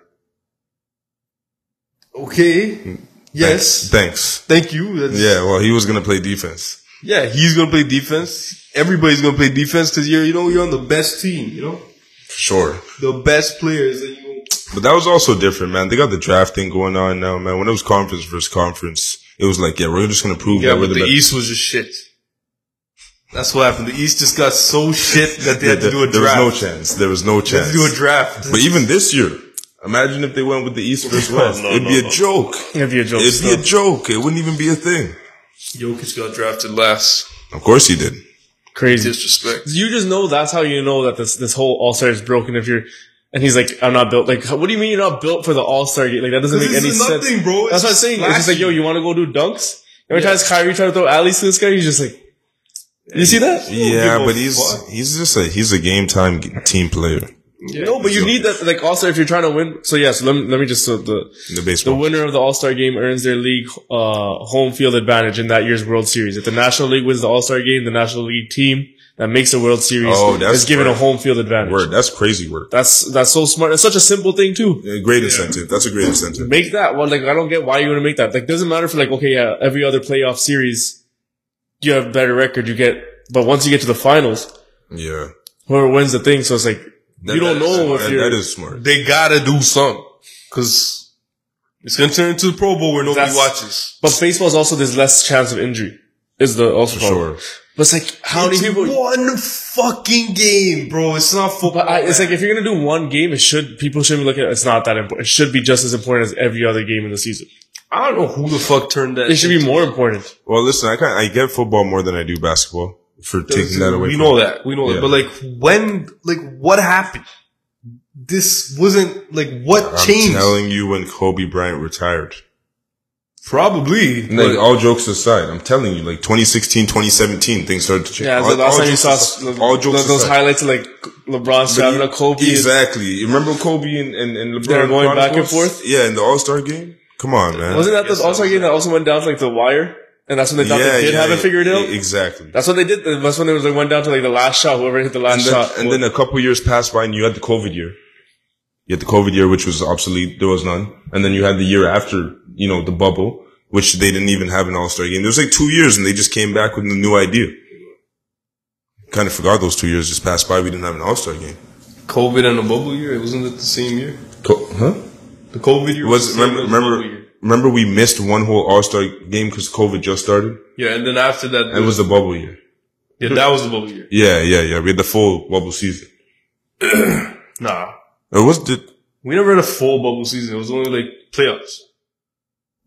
Speaker 2: okay. Yes.
Speaker 3: Thanks.
Speaker 2: Thank you. That's,
Speaker 3: Yeah, well, he was gonna play defense.
Speaker 2: Yeah, he's gonna play defense. Everybody's gonna play defense because you're, you know, you're on the best team. You know,
Speaker 3: For sure.
Speaker 2: the best players, and you.
Speaker 3: But that was also different, man. They got the draft thing going on now, man. When it was conference versus conference, it was like, yeah, we're just gonna prove
Speaker 2: Yeah,
Speaker 3: that we're
Speaker 2: but
Speaker 3: the,
Speaker 2: the
Speaker 3: best.
Speaker 2: East was just shit. That's what happened. The East just got so shit that they
Speaker 3: Yeah,
Speaker 2: had to
Speaker 3: there-
Speaker 2: do a
Speaker 3: there
Speaker 2: draft.
Speaker 3: was no chance. There was no
Speaker 2: They had
Speaker 3: chance.
Speaker 2: to do a draft.
Speaker 3: But even this year, imagine if they went with the East versus West.
Speaker 2: [laughs] no,
Speaker 3: It'd
Speaker 2: no,
Speaker 3: be a
Speaker 2: no.
Speaker 3: joke.
Speaker 1: It'd be a joke.
Speaker 3: It'd be
Speaker 1: still.
Speaker 3: a joke. It wouldn't even be a thing.
Speaker 2: Jokic got drafted last.
Speaker 3: Of course he did.
Speaker 1: crazy.
Speaker 2: Disrespect.
Speaker 1: you just know that's how you know that this this whole All Star is broken. If you're and he's like, I'm not built. Like, what do you mean you're not built for the All Star game? Like, that doesn't make
Speaker 2: This
Speaker 1: any
Speaker 2: is
Speaker 1: sense.
Speaker 2: nothing, bro.
Speaker 1: That's what I'm saying. It's just like, yo, you want to go do dunks? Every time Kyrie tried to throw alleys to this guy, he's just like, you see that?
Speaker 3: Yeah,
Speaker 2: give a
Speaker 3: but he's
Speaker 2: fuck.
Speaker 3: he's just a he's a game time g- team player
Speaker 1: No, but you need that. Like, also, if you're trying to win, so yes, let me, let me just so the
Speaker 3: in the
Speaker 1: the
Speaker 3: baseball.
Speaker 1: winner of the All Star game earns their league uh, home field advantage in that year's World Series. If the National League wins the All Star game, the National League team that makes the World Series
Speaker 3: Oh, that's
Speaker 1: is given
Speaker 3: word.
Speaker 1: a home field advantage.
Speaker 3: Word, that's crazy work.
Speaker 1: That's that's so smart. It's such a simple thing too.
Speaker 3: A great incentive. That's a great incentive.
Speaker 1: Make that one. Like I don't get why you want to make that. Like doesn't matter for like okay yeah every other playoff series you have better record you get, but once you get to the finals,
Speaker 3: Yeah,
Speaker 1: whoever wins the thing. So it's like you don't
Speaker 3: That-
Speaker 1: know if
Speaker 3: that-
Speaker 1: you're.
Speaker 3: that is smart.
Speaker 2: They gotta do something because it's gonna turn into the Pro Bowl where nobody
Speaker 1: That's-
Speaker 2: watches.
Speaker 1: but baseball's also there's less chance of injury. Is the also problem.
Speaker 3: Sure.
Speaker 1: But it's like how many
Speaker 2: It's
Speaker 1: people?
Speaker 2: One fucking game, bro. It's not football.
Speaker 1: But I, it's like if you're gonna do one game, it should people should be looking. at It's not that important. It should be just as important as every other game in the season.
Speaker 2: I don't know who the fuck turned that.
Speaker 1: It should be more important.
Speaker 3: Well, listen, I kind I get football more than I do basketball for taking that away.
Speaker 2: We
Speaker 3: from
Speaker 2: know
Speaker 3: me.
Speaker 2: that. We know
Speaker 3: Yeah.
Speaker 2: that. But like, when, like, what happened? This wasn't like what
Speaker 3: I'm
Speaker 2: changed.
Speaker 3: telling you when Kobe Bryant retired.
Speaker 2: Probably.
Speaker 3: And, Like
Speaker 2: but-
Speaker 3: all jokes aside, I'm telling you, like 2016, 2017, things started to change.
Speaker 1: Yeah,
Speaker 3: all,
Speaker 1: the last
Speaker 3: all
Speaker 1: time you
Speaker 3: jokes
Speaker 1: saw
Speaker 3: aside- all jokes
Speaker 1: those
Speaker 3: aside.
Speaker 1: highlights of like LeBron
Speaker 3: But
Speaker 1: shouting
Speaker 3: you-
Speaker 1: at Kobe.
Speaker 3: Exactly. You remember Kobe and, and, and LeBron
Speaker 1: They were going
Speaker 3: LeBron
Speaker 1: back and
Speaker 3: was-
Speaker 1: forth?
Speaker 3: Yeah, in the All Star game. Come on, man.
Speaker 1: Wasn't that
Speaker 2: guess
Speaker 1: the All Star
Speaker 2: so.
Speaker 1: game that also went down to like the wire? And that's when they thought they did have it figured out.
Speaker 3: e- Exactly.
Speaker 1: that's what they did. That's when it was like went down to like the last shot. Whoever hit the last
Speaker 3: and then,
Speaker 1: shot.
Speaker 3: and then a couple years passed by, and you had the COVID year. You had the COVID year, which was obsolete. There was none. And then you had the year after, you know, the bubble, which they didn't even have an All Star game. There was like two years, and they just came back with a new idea. Kind of forgot those two years just passed by. We didn't have an All Star game.
Speaker 2: COVID and the bubble year. It wasn't it the same year.
Speaker 3: Co- huh?
Speaker 2: The COVID year was,
Speaker 3: Was
Speaker 2: the same
Speaker 3: remember
Speaker 2: as the bubble year.
Speaker 3: remember remember we missed one whole All Star game because COVID just started.
Speaker 2: Yeah, and then after that,
Speaker 3: It was the bubble year.
Speaker 2: yeah, that was the bubble year.
Speaker 3: Yeah, yeah, yeah. We had the full bubble season.
Speaker 2: [clears throat] Nah,
Speaker 3: It was the,
Speaker 2: we never had a full bubble season. It was only like playoffs.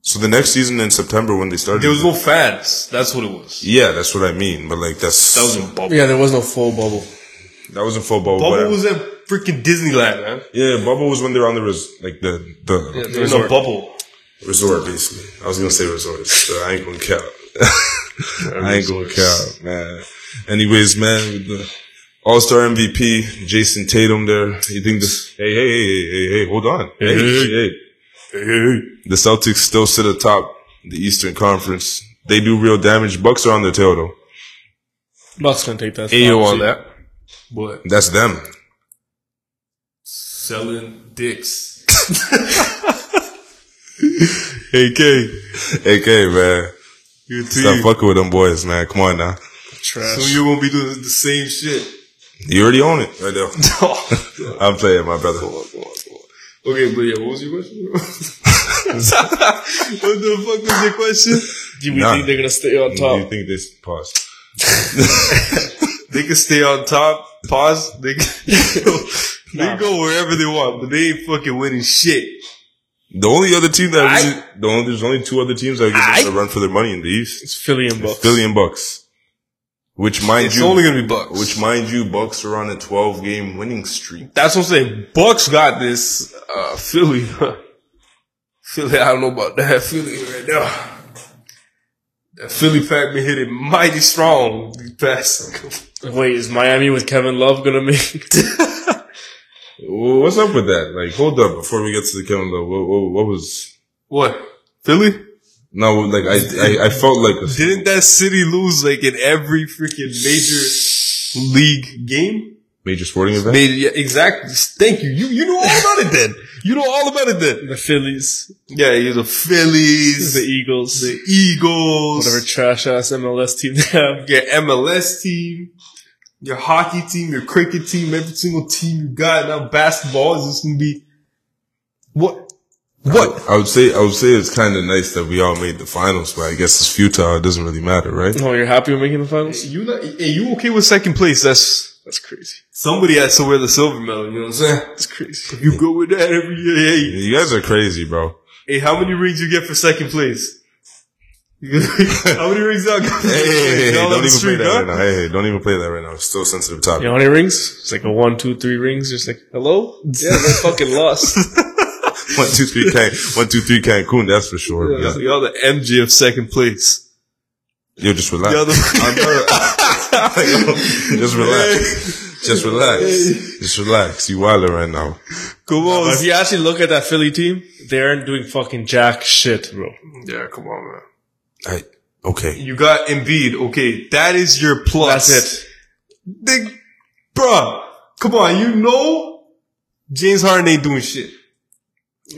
Speaker 3: so the next season in September when they started.
Speaker 2: There was no fans. That's what it was.
Speaker 3: yeah, that's what I mean. But like that's
Speaker 2: That was a bubble.
Speaker 1: yeah, there was no full bubble.
Speaker 3: that wasn't full bubble.
Speaker 2: Bubble
Speaker 3: but-
Speaker 2: was at freaking Disneyland, man.
Speaker 3: yeah, bubble was when they were on the res, like the the
Speaker 2: There was no bubble.
Speaker 3: resort basically. I was gonna say resort, so I ain't gonna count. I ain't gonna count, man. Anyways, man, with the All Star MVP Jason Tatum, there. You think this? Hey, hey, hey, hey, hey, hold on. Hey, hey, hey, hey. The Celtics still sit atop the Eastern Conference. They do real damage. Bucks are on their tail though.
Speaker 1: Bucks gonna take that.
Speaker 2: Ayo
Speaker 1: spot,
Speaker 2: on
Speaker 1: see?
Speaker 2: that.
Speaker 4: But
Speaker 3: That's them.
Speaker 4: selling dicks.
Speaker 3: AK, AK, man.
Speaker 2: You too.
Speaker 3: Stop fucking with them boys, man. Come on now.
Speaker 1: Trash.
Speaker 2: So Oh, you won't be doing the same shit. [laughs]
Speaker 3: You already own it right [laughs] there. I'm playing, my brother.
Speaker 2: Okay, but yeah, what was your question? [laughs] what the fuck was your question?
Speaker 1: Do we
Speaker 3: Nah.
Speaker 1: think they're gonna stay on
Speaker 3: Do you
Speaker 1: top?
Speaker 3: think this pause?
Speaker 2: They can stay on top, pause, they can, [laughs] they can go wherever they want, but they ain't fucking winning shit.
Speaker 3: The only other team that really- the only there's only two other teams that give them a run for their money in the East.
Speaker 1: It's Philly and Bucks.
Speaker 3: Philly and Bucks. Which mind
Speaker 2: It's
Speaker 3: you
Speaker 2: only gonna be Bucks.
Speaker 3: which mind you, Bucks are on a twelve game winning streak.
Speaker 2: That's what I'm saying. Bucks got this. Uh, Philly, [laughs] huh. Philly. I don't know about that Philly right now. That Philly pack been hitting mighty strong these past. [laughs]
Speaker 1: Wait, is Miami with Kevin Love gonna make? [laughs]
Speaker 3: Wh- What's up with that? Like, hold up before we get to the Kevin Love. What, what, what was
Speaker 2: What Philly?
Speaker 3: no? Like, I, I I felt like a,
Speaker 2: Didn't that city lose like in every freaking major league game?
Speaker 3: major sporting event.
Speaker 2: Major, yeah, exactly. Thank you. You you know all about it then. You know all about it then.
Speaker 1: the Phillies,
Speaker 2: Yeah, you the Phillies,
Speaker 1: the
Speaker 2: the,
Speaker 1: Eagles,
Speaker 2: Eagles,
Speaker 1: whatever trash ass MLS team they have.
Speaker 2: your MLS team, your hockey team, your cricket team, every single team you got. Now basketball is just gonna be what? What?
Speaker 3: I would say I would say it's kind of nice that we all made the finals, but I guess it's futile. It doesn't really matter, right?
Speaker 1: Oh, you're happy with making the finals?
Speaker 2: You not? Hey, you okay with second place? That's
Speaker 1: That's crazy.
Speaker 2: somebody has to wear the silver medal. You know what I'm saying? It's crazy. You go with that every year. Hey,
Speaker 3: You guys are crazy, bro.
Speaker 2: hey how many rings you get for second place? [laughs] how many rings I got?
Speaker 3: Hey, hey, hey, hey,
Speaker 2: Y'all
Speaker 3: don't
Speaker 2: on the
Speaker 3: even play
Speaker 2: street,
Speaker 3: that
Speaker 2: huh?
Speaker 3: right now. Hey, hey, don't even play that right now. It's still a sensitive topic.
Speaker 1: You know how many rings? It's like a one, two, three rings. Just like hello. Yeah, they
Speaker 2: [laughs]
Speaker 1: fucking lost.
Speaker 3: One, two, three, Can- one, two, three, Cancun. That's for sure. man.
Speaker 2: Y'all, y'all the MG of second place.
Speaker 3: Yo, just relax.
Speaker 2: Y'all the
Speaker 3: I'm not- Yo, [laughs] just relax. Just relax. Just relax. You wildin' right now.
Speaker 2: come on.
Speaker 1: if you actually look at that Philly team, they aren't doing fucking jack shit, bro.
Speaker 2: Yeah, come on, man.
Speaker 3: I, okay.
Speaker 2: You got Embiid. Okay, that is your plus.
Speaker 1: That's it.
Speaker 2: They, bruh, come on. You know James Harden ain't doing shit.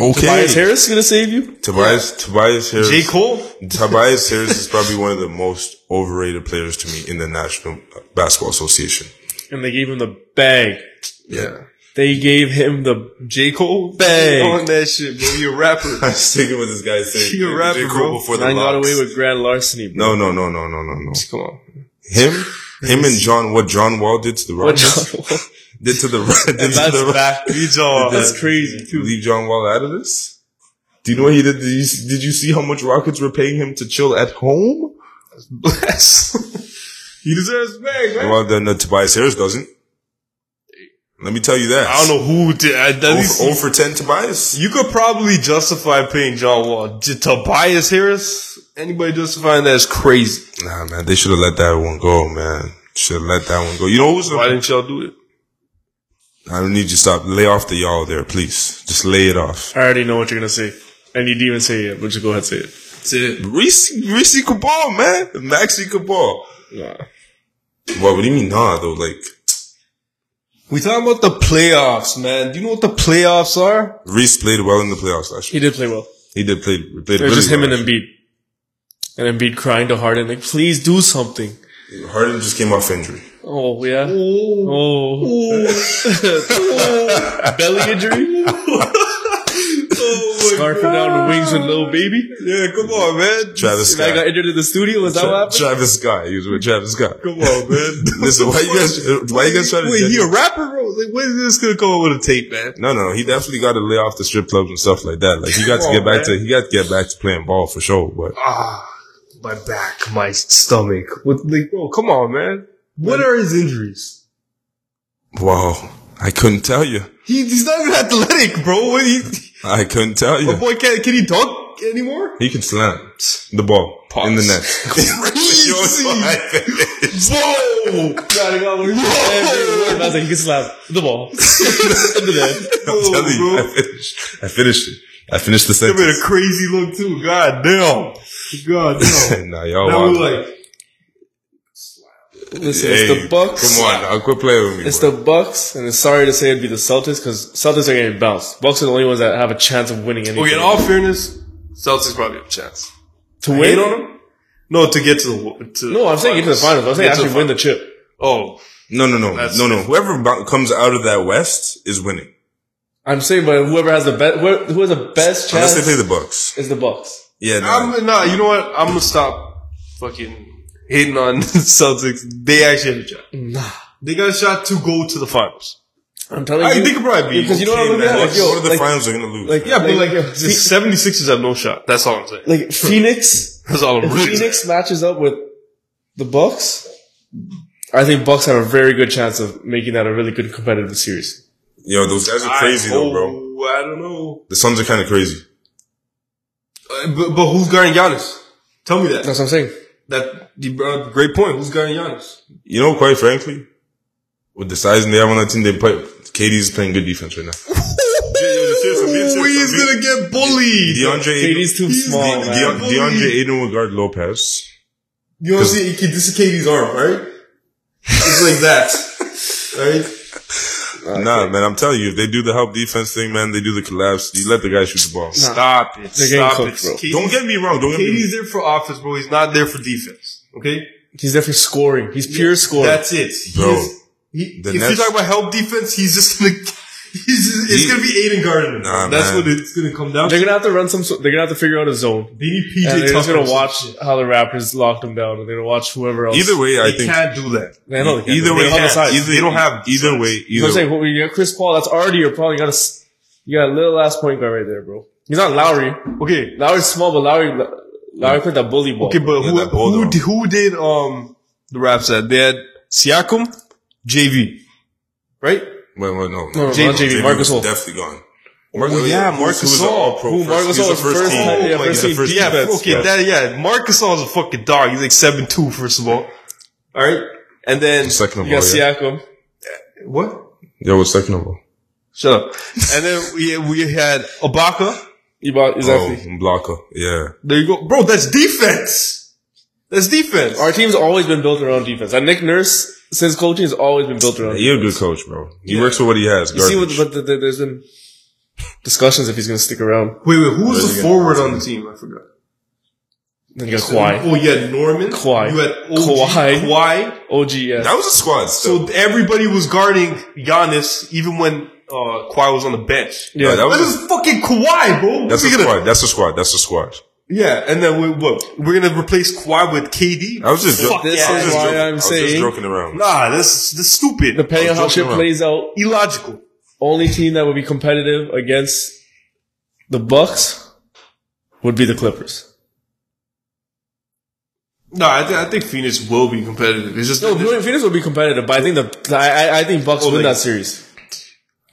Speaker 3: Okay.
Speaker 1: Tobias Harris is gonna save you.
Speaker 3: Tobias, Tobias Harris.
Speaker 2: J. Cole?
Speaker 3: [laughs] Tobias Harris is probably one of the most overrated players to me in the National Basketball Association.
Speaker 1: and they gave him the bag.
Speaker 2: Yeah.
Speaker 1: They gave him the
Speaker 2: J. Cole?
Speaker 1: Bang.
Speaker 2: On that shit, bro. You a [laughs] rapper.
Speaker 3: I'm sticking with this guy saying
Speaker 2: He a rapper,
Speaker 3: J. Cole
Speaker 2: bro.
Speaker 3: before the
Speaker 1: nine got
Speaker 3: locks.
Speaker 1: away with grand larceny. Bro.
Speaker 3: No, no, no, no, no, no, [laughs] no.
Speaker 2: come on.
Speaker 3: Him, him, and John. What John Wall did to the
Speaker 1: [laughs] What
Speaker 3: Rockets?
Speaker 1: [laughs]
Speaker 3: did to the [laughs] did to
Speaker 1: that's
Speaker 3: the
Speaker 1: back. That's crazy
Speaker 3: to
Speaker 1: too.
Speaker 3: leave John Wall out of this? Do you know what he did? Did you, did you see how much Rockets were paying him to chill at home?
Speaker 2: Bless. [laughs] he deserves bang, man.
Speaker 3: Well, then uh, Tobias Harris doesn't. Let me tell you that.
Speaker 2: I don't know who did. At least
Speaker 3: 0 for 10 Tobias?
Speaker 2: you could probably justify paying John Wall. J- Tobias Harris? Anybody justifying that is crazy.
Speaker 3: Nah, man. They should have let that one go, man. Should have let that one go. You know who's
Speaker 2: Why didn't y'all do it?
Speaker 3: I don't need you to stop. Lay off the y'all there, please. Just lay it off.
Speaker 1: I already know what you're gonna say, and you didn't even say it, but just go ahead and say it.
Speaker 2: That's it.
Speaker 3: Reese, Reese Cabal, man. Maxi Cabal.
Speaker 1: Nah.
Speaker 3: What, what do you mean, nah, though? Like,
Speaker 2: We talking about the playoffs, man. Do you know what the playoffs are?
Speaker 3: Reese played well in the playoffs last
Speaker 1: He
Speaker 3: year.
Speaker 1: did play well.
Speaker 3: He did play, played
Speaker 1: It was
Speaker 3: really
Speaker 1: just him
Speaker 3: well.
Speaker 1: and Embiid, and Embiid crying to Harden like, "Please do something."
Speaker 3: Harden just came off injury.
Speaker 1: Oh yeah. Oh. [laughs]
Speaker 2: Oh.
Speaker 1: Belly
Speaker 2: [laughs]
Speaker 1: injury. Scarfing down the wings with little baby.
Speaker 3: Yeah, come on, man. Travis
Speaker 1: And I got
Speaker 3: Scott.
Speaker 1: injured in the studio. Is that what
Speaker 3: Tra-
Speaker 1: happened?
Speaker 3: Travis Scott. He was with Travis Scott.
Speaker 2: Come on, man.
Speaker 3: [laughs] Listen, why you guys? Why you guys trying to?
Speaker 2: Wait,
Speaker 3: judge
Speaker 2: he a
Speaker 3: him?
Speaker 2: rapper, bro? Like, when is this gonna come up with a tape, man?
Speaker 3: No, no, he definitely got to lay off the strip clubs and stuff like that. Like he got to
Speaker 2: Come
Speaker 3: get
Speaker 2: on,
Speaker 3: back to
Speaker 2: man.
Speaker 3: he got to get back to playing ball for sure. But
Speaker 2: Ah, my back, my stomach. What, like, bro, come on, man. What are his injuries?
Speaker 3: wow, I couldn't tell you.
Speaker 2: He, he's not even athletic, bro. What he,
Speaker 3: I couldn't tell
Speaker 2: my
Speaker 3: you.
Speaker 2: boy, can, can he dunk anymore?
Speaker 3: He can slam the ball. in the net. [laughs]
Speaker 2: Crazy. Whoa!
Speaker 1: I was like, you can slap the ball.
Speaker 2: [laughs]
Speaker 3: I'm
Speaker 2: Whoa,
Speaker 3: telling you,
Speaker 2: bro.
Speaker 3: I finished, I finished it. I finished the
Speaker 2: Give it
Speaker 3: sentence.
Speaker 2: a crazy look too. God damn. God [laughs] damn.
Speaker 3: nah, y'all
Speaker 2: now
Speaker 3: wild.
Speaker 2: we're like,
Speaker 1: Listen,
Speaker 3: Hey,
Speaker 1: it's the Bucks.
Speaker 3: Come on, now quit playing with me.
Speaker 1: It's
Speaker 3: bro.
Speaker 1: the Bucks, and it's sorry to say it'd be the Celtics because Celtics are getting bounced. Bucks are the only ones that have a chance of winning anything.
Speaker 4: Okay, in all fairness, Celtics probably have a chance.
Speaker 1: to win?
Speaker 4: on them?
Speaker 2: no, to get to the to
Speaker 1: No, I'm saying get to the finals. I'm saying
Speaker 4: Get to
Speaker 1: actually
Speaker 4: the
Speaker 1: win the chip.
Speaker 4: Oh,
Speaker 3: no, no, no,
Speaker 4: That's-
Speaker 3: no, no. Whoever bo- comes out of that West is winning,
Speaker 1: I'm saying, but whoever has the best, who has the best
Speaker 3: unless
Speaker 1: chance
Speaker 3: they play the Bucks.
Speaker 1: is the Bucks.
Speaker 3: Yeah, nah.
Speaker 2: I'm nah. You know what? I'm gonna stop fucking hating on [laughs] the Celtics. They actually have a shot.
Speaker 1: Nah,
Speaker 2: They got a shot to go to the finals.
Speaker 1: I'm telling
Speaker 2: I
Speaker 1: you,
Speaker 2: think it probably be
Speaker 1: because you know what I'm
Speaker 2: okay,
Speaker 1: looking at.
Speaker 2: man.
Speaker 1: Like, yo,
Speaker 3: one of the
Speaker 1: like,
Speaker 3: finals are gonna lose.
Speaker 1: like-
Speaker 3: man.
Speaker 2: Yeah, but like,
Speaker 1: yo,
Speaker 2: the 76ers have no shot.
Speaker 4: that's all I'm saying.
Speaker 1: like Phoenix,
Speaker 4: That's all I'm
Speaker 1: if
Speaker 4: really saying.
Speaker 1: Phoenix matches up with the Bucks. I think Bucks have a very good chance of making that a really good competitive series.
Speaker 3: yo, those guys are crazy
Speaker 2: I,
Speaker 3: though, bro.
Speaker 2: oh, I don't know.
Speaker 3: The Suns are kind of crazy.
Speaker 2: Uh, but, but who's guarding Giannis? Tell me that.
Speaker 1: That's what I'm saying.
Speaker 2: That the- bro, great point. Who's guarding Giannis?
Speaker 3: You know, quite frankly, with the size and they have on that team, they play. KD's playing good
Speaker 1: [laughs]
Speaker 3: defense right now.
Speaker 2: Ooh, he's gonna get bullied.
Speaker 3: DeAndre Ayton,
Speaker 1: KD's too small,
Speaker 3: De-
Speaker 1: man.
Speaker 3: DeAndre Ayton will guard Lopez.
Speaker 2: You don't see it, this is Katie's arm, right? It's like that, [laughs] right?
Speaker 3: Nah, man, I'm telling you, if they do the help defense thing, man, they do the collapse. You let the guy shoot the ball.
Speaker 2: Stop it!
Speaker 1: They're getting cooked, bro.
Speaker 2: Katie-
Speaker 3: Don't get me wrong. Don't get me
Speaker 2: Katie's there for offense, bro. He's not there for defense. Okay,
Speaker 1: He's definitely scoring. He's pure scoring.
Speaker 2: that's it, He
Speaker 3: Bro,
Speaker 2: is- he-
Speaker 3: the
Speaker 2: if you're
Speaker 3: Nets-
Speaker 2: talking about help defense, he's just gonna. [laughs] He's just, it's
Speaker 3: He-
Speaker 2: gonna be Aiden Gardner. bro.
Speaker 3: Nah,
Speaker 2: That's
Speaker 3: man.
Speaker 2: what it's gonna come down.
Speaker 1: They're
Speaker 2: to.
Speaker 1: gonna have to run some. so- They're gonna have to figure out a zone.
Speaker 2: They need PJ.
Speaker 1: And they're just
Speaker 2: Tucker
Speaker 1: gonna
Speaker 2: or some
Speaker 1: watch
Speaker 2: shit.
Speaker 1: how the Raptors lock them down, and they're gonna watch whoever else.
Speaker 3: Either way, I
Speaker 2: They
Speaker 3: think.
Speaker 2: can't do that.
Speaker 1: Man, no, they can't.
Speaker 3: Either
Speaker 1: They
Speaker 3: way,
Speaker 1: don't have the size.
Speaker 3: either,
Speaker 2: They don't have the
Speaker 3: Either
Speaker 2: size.
Speaker 3: way,
Speaker 1: You know what I'm
Speaker 3: either
Speaker 1: saying? When you got Chris Paul, that's already your problem. You got a, you got a little ass point guard right there, bro. He's not Lowry.
Speaker 2: Okay,
Speaker 1: Lowry's small, but Lowry, Lowry played that bully ball.
Speaker 2: okay, but
Speaker 3: Yeah,
Speaker 2: who
Speaker 3: that ball
Speaker 2: who,
Speaker 3: down.
Speaker 2: di- who did um the raps at? They had Siakam, JV, right?
Speaker 3: Wait, wait, no.
Speaker 1: no, no,
Speaker 2: JV,
Speaker 1: not JV, Marcus Hall.
Speaker 3: definitely gone. Marcus,
Speaker 2: yeah, Marc Gasol.
Speaker 1: Who, Marc
Speaker 3: Marcus
Speaker 1: Gasol
Speaker 3: All
Speaker 1: was first
Speaker 3: team.
Speaker 2: Oh
Speaker 1: time- yeah,
Speaker 3: He's
Speaker 1: first
Speaker 3: a
Speaker 1: team.
Speaker 3: first
Speaker 2: Yeah,
Speaker 3: team.
Speaker 2: okay,
Speaker 3: Yeah.
Speaker 2: that yeah. Marcus All is a fucking dog. He's like seven two, first of all. All right, and then
Speaker 3: Second of
Speaker 1: You got
Speaker 3: all, yeah.
Speaker 1: Siakam.
Speaker 2: what?
Speaker 3: Yeah, what's second of all?
Speaker 2: Shut up. and then we we had Ibaka.
Speaker 1: Ibaka, exactly.
Speaker 3: Oh, blocker. Yeah.
Speaker 2: There you go, bro. That's defense. That's
Speaker 3: Oh.
Speaker 2: defense.
Speaker 1: Our team's always been built around defense. And Nick Nurse, since coaching, has always been built around.
Speaker 3: You're a good coach, bro. He works with what he has.
Speaker 1: You see, what,
Speaker 3: Garbage.
Speaker 1: but the, the, there's been discussions if he's gonna stick around.
Speaker 2: Wait, wait. Who was
Speaker 3: Where's he
Speaker 2: the forward on the team? I forgot.
Speaker 1: Then you got Kawhi,
Speaker 2: Oh, you had Norman.
Speaker 1: Kawhi.
Speaker 2: You had OG,
Speaker 1: Kawhi.
Speaker 2: Kawhi.
Speaker 1: OG, yes.
Speaker 3: that was a squad. So
Speaker 2: So everybody was guarding Giannis, even when uh, Kawhi was on the bench.
Speaker 1: Yeah,
Speaker 3: that
Speaker 2: That
Speaker 3: was.
Speaker 2: is fucking Kawhi, bro.
Speaker 3: That's a
Speaker 2: We gonna-
Speaker 3: squad. That's a squad. That's a squad.
Speaker 2: Yeah, and then we, what? We're gonna replace Kawhi with KD.
Speaker 3: I was just joking.
Speaker 2: Fuck
Speaker 1: This
Speaker 2: yeah.
Speaker 3: I was
Speaker 1: is
Speaker 3: just
Speaker 1: why
Speaker 3: joking.
Speaker 1: I'm
Speaker 3: I was just
Speaker 1: saying-
Speaker 3: joking around.
Speaker 2: Nah, this this is stupid.
Speaker 1: Depending on how shit
Speaker 3: joking Oh, around.
Speaker 1: plays out,
Speaker 2: Illogical.
Speaker 1: only team that would be competitive against the Bucks would be the Clippers.
Speaker 2: Nah, I, th- I think Phoenix will be competitive. It's just
Speaker 1: No, Phoenix would be competitive, but I think the I, I- I think Bucks
Speaker 2: Oh,
Speaker 1: win
Speaker 2: like-
Speaker 1: that series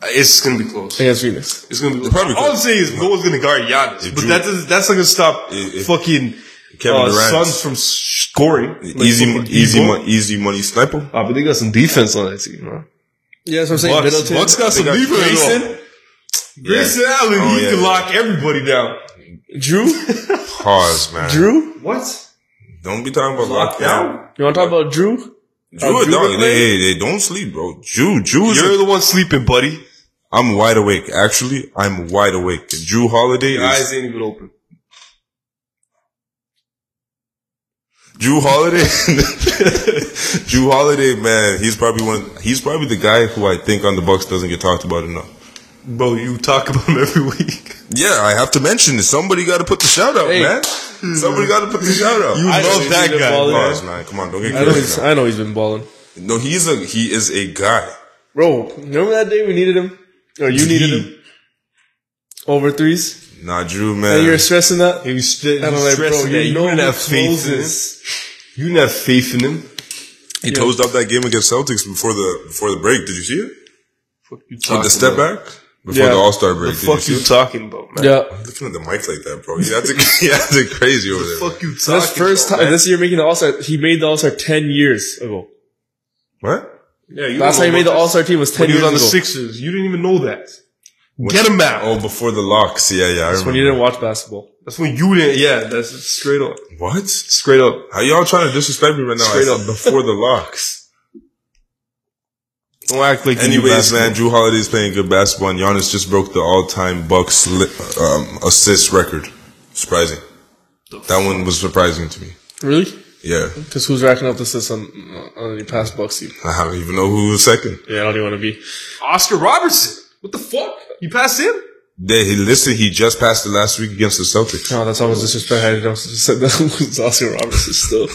Speaker 2: it's gonna be close.
Speaker 1: against Phoenix.
Speaker 2: It's gonna be
Speaker 3: probably
Speaker 2: close. All I'm
Speaker 3: close.
Speaker 2: saying is no one's gonna guard Giannis,
Speaker 3: If
Speaker 2: but
Speaker 3: Drew-
Speaker 2: that does, that's not gonna stop
Speaker 3: If- if
Speaker 2: fucking
Speaker 3: Kevin
Speaker 2: uh,
Speaker 3: Durant.
Speaker 2: Suns from scoring. Like,
Speaker 3: easy,
Speaker 2: fucking
Speaker 3: easy,
Speaker 2: people.
Speaker 3: mo- easy money sniper.
Speaker 2: Ah, but they got some defense on that team, man.
Speaker 1: Yeah, that's what I'm saying.
Speaker 2: Bucks,
Speaker 1: Middleton.
Speaker 2: Bucks got
Speaker 3: They
Speaker 2: some
Speaker 3: got
Speaker 2: defense.
Speaker 3: Grayson.
Speaker 2: Grayson, Grayson Allen,
Speaker 3: Oh,
Speaker 2: he
Speaker 3: yeah,
Speaker 2: can
Speaker 3: yeah.
Speaker 2: lock everybody down.
Speaker 1: Drew,
Speaker 3: Pause, man.
Speaker 1: Drew.
Speaker 2: What?
Speaker 3: Don't be talking about lockdown.
Speaker 2: Lockdown?
Speaker 1: You want to talk about Drew?
Speaker 3: Drew,
Speaker 1: Oh,
Speaker 3: a
Speaker 1: Drew
Speaker 3: dog.
Speaker 1: gonna play?
Speaker 3: Hey, hey, hey, don't sleep, bro. Drew, Drew is.
Speaker 2: You're
Speaker 3: A,
Speaker 2: the one sleeping, buddy.
Speaker 3: [laughs] I'm wide awake. Actually, I'm wide awake. Drew Holiday
Speaker 2: Your eyes
Speaker 3: is.
Speaker 2: ain't even open.
Speaker 3: Drew Holiday. [laughs] Drew Holiday, man. He's probably one. He's probably the guy who I think on the Bucks doesn't get talked about enough.
Speaker 2: Bro, you talk about him every [laughs] week.
Speaker 3: Yeah, I have to mention this. Somebody got to put the shout out,
Speaker 1: Hey.
Speaker 3: man. Somebody got to put the shout out.
Speaker 2: You
Speaker 1: I
Speaker 2: love
Speaker 1: know
Speaker 2: that
Speaker 1: he's a
Speaker 2: guy.
Speaker 1: baller.
Speaker 3: Pause, man. Come on, don't get
Speaker 1: I know,
Speaker 3: crazy.
Speaker 1: he's,
Speaker 3: now.
Speaker 1: I know he's been balling,
Speaker 3: No, he's a he is a guy.
Speaker 1: bro. Remember that day we needed him, or you needed him over threes,
Speaker 3: Nah, Drew,
Speaker 1: and
Speaker 3: man.
Speaker 1: you were stressing that.
Speaker 2: He was stre-
Speaker 1: And
Speaker 2: he
Speaker 1: I'm
Speaker 2: was
Speaker 1: like, bro,
Speaker 2: stressing
Speaker 1: you
Speaker 2: that. You
Speaker 1: know
Speaker 2: didn't
Speaker 1: who
Speaker 2: have faith in him.
Speaker 1: closes.
Speaker 2: You didn't have faith in him.
Speaker 3: He closed up that game against Celtics before the before the break. Did you see it?
Speaker 2: Fuck you
Speaker 3: With the step back. before
Speaker 1: Yeah.
Speaker 3: the All Star
Speaker 2: The
Speaker 3: break.
Speaker 2: fuck you talking about, man?
Speaker 1: Yeah.
Speaker 3: looking at the mic like that, bro? You have to, [laughs] you have to crazy over there.
Speaker 2: Fuck you talking.
Speaker 1: That's first
Speaker 2: about,
Speaker 1: time this year making the All Star. He made the All Star ten years ago.
Speaker 3: What?
Speaker 2: Yeah, you
Speaker 1: Last
Speaker 2: know
Speaker 1: time he made the
Speaker 2: about
Speaker 1: All Star team was
Speaker 2: this. When
Speaker 1: ten
Speaker 2: he
Speaker 1: years
Speaker 2: was on
Speaker 1: ago.
Speaker 2: the Sixers, you didn't even know that.
Speaker 3: What-
Speaker 2: Get him back.
Speaker 3: Oh, before the locks. Yeah, yeah. I
Speaker 1: That's
Speaker 3: remember.
Speaker 1: when you didn't watch basketball.
Speaker 2: That's when you didn't. Yeah, that's straight up.
Speaker 3: What?
Speaker 2: Straight up.
Speaker 3: How y'all trying to disrespect me right now?
Speaker 2: Straight
Speaker 3: I said before the locks.
Speaker 2: Don't act like. you knew
Speaker 3: Anyways,
Speaker 2: basketball.
Speaker 3: man, Drew Holiday's playing good basketball, and Giannis just broke the all-time Bucks li- um, assist record. Surprising. That one was surprising to me.
Speaker 1: Really?
Speaker 3: Yeah,
Speaker 1: Because who's racking up the assists on on your past Bucks team?
Speaker 3: I don't even know who was second.
Speaker 1: Yeah, I don't even want to be.
Speaker 2: Oscar Robertson. What the fuck? You passed him?
Speaker 3: They, he listen, he just passed it last week against the Celtics.
Speaker 1: No, that's almost disrespect. I just said that [laughs] was Oscar Robertson still.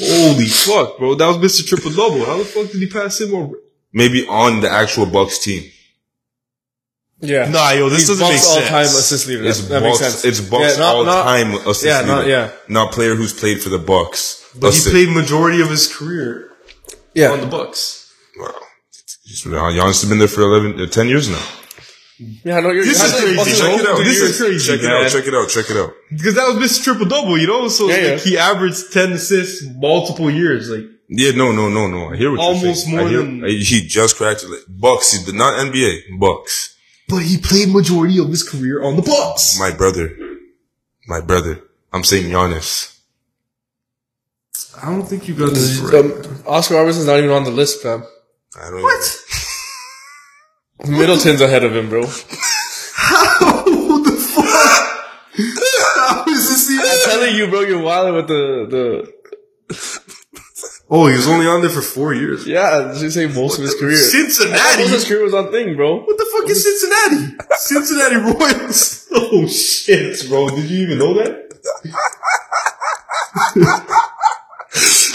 Speaker 2: Holy fuck, bro. That was Mr. Triple Double. How the fuck did he pass him over?
Speaker 3: Maybe on the actual Bucks team.
Speaker 1: Yeah.
Speaker 2: Nah, yo, this
Speaker 1: He's
Speaker 2: doesn't
Speaker 1: Bucks
Speaker 2: make sense.
Speaker 1: all-time assist leader.
Speaker 3: It's
Speaker 1: That, that
Speaker 3: Bucks.
Speaker 1: makes sense.
Speaker 3: It's Bucks
Speaker 1: Yeah, not-
Speaker 3: all
Speaker 1: not-
Speaker 3: time assist
Speaker 1: yeah,
Speaker 3: leader.
Speaker 1: not- yeah.
Speaker 3: not player who's played for the Bucks.
Speaker 2: But
Speaker 3: Assist.
Speaker 2: he played majority of his career
Speaker 1: Yeah.
Speaker 2: on the Bucks.
Speaker 3: Wow. Giannis has been there for 11, uh, 10 years now.
Speaker 1: yeah, I know you're.
Speaker 2: This
Speaker 1: I
Speaker 2: is
Speaker 1: know
Speaker 2: crazy.
Speaker 1: you're
Speaker 2: Bucks
Speaker 3: check
Speaker 1: Bucks
Speaker 2: are
Speaker 3: it out.
Speaker 2: old.
Speaker 3: This
Speaker 2: You're
Speaker 3: is
Speaker 2: crazy,
Speaker 3: Check it
Speaker 2: man.
Speaker 3: out. Check it out. Check it out.
Speaker 2: Because that was Mr. Triple Double, you know? So
Speaker 1: Yeah,
Speaker 2: like,
Speaker 1: yeah.
Speaker 2: he averaged 10 assists multiple years. Like,
Speaker 3: Yeah, no, no, no, no. I hear what you're
Speaker 2: Almost
Speaker 3: saying.
Speaker 2: more
Speaker 3: I hear,
Speaker 2: than-
Speaker 3: I- he just cracked it. Like, Bucks. He's been, not NBA. Bucks.
Speaker 2: but he played majority of his career on the Bucks.
Speaker 3: My brother. My brother. I'm saying Giannis.
Speaker 2: I don't think you got this
Speaker 1: This- um, Oscar Robertson's not even on the list, fam.
Speaker 3: I don't what?
Speaker 1: Middleton's ahead of him, bro. [laughs]
Speaker 2: [laughs] Who the fuck? [laughs] How is this even?
Speaker 1: telling you, bro, you're wild with the the.
Speaker 2: Oh, he was only on there for four years.
Speaker 1: Yeah, as you say most of his career.
Speaker 2: Cincinnati.
Speaker 1: Most of his career was on thing, bro.
Speaker 2: What the fuck is Cincinnati? Cincinnati Royals. [laughs] Oh shit, bro. Did you even know that?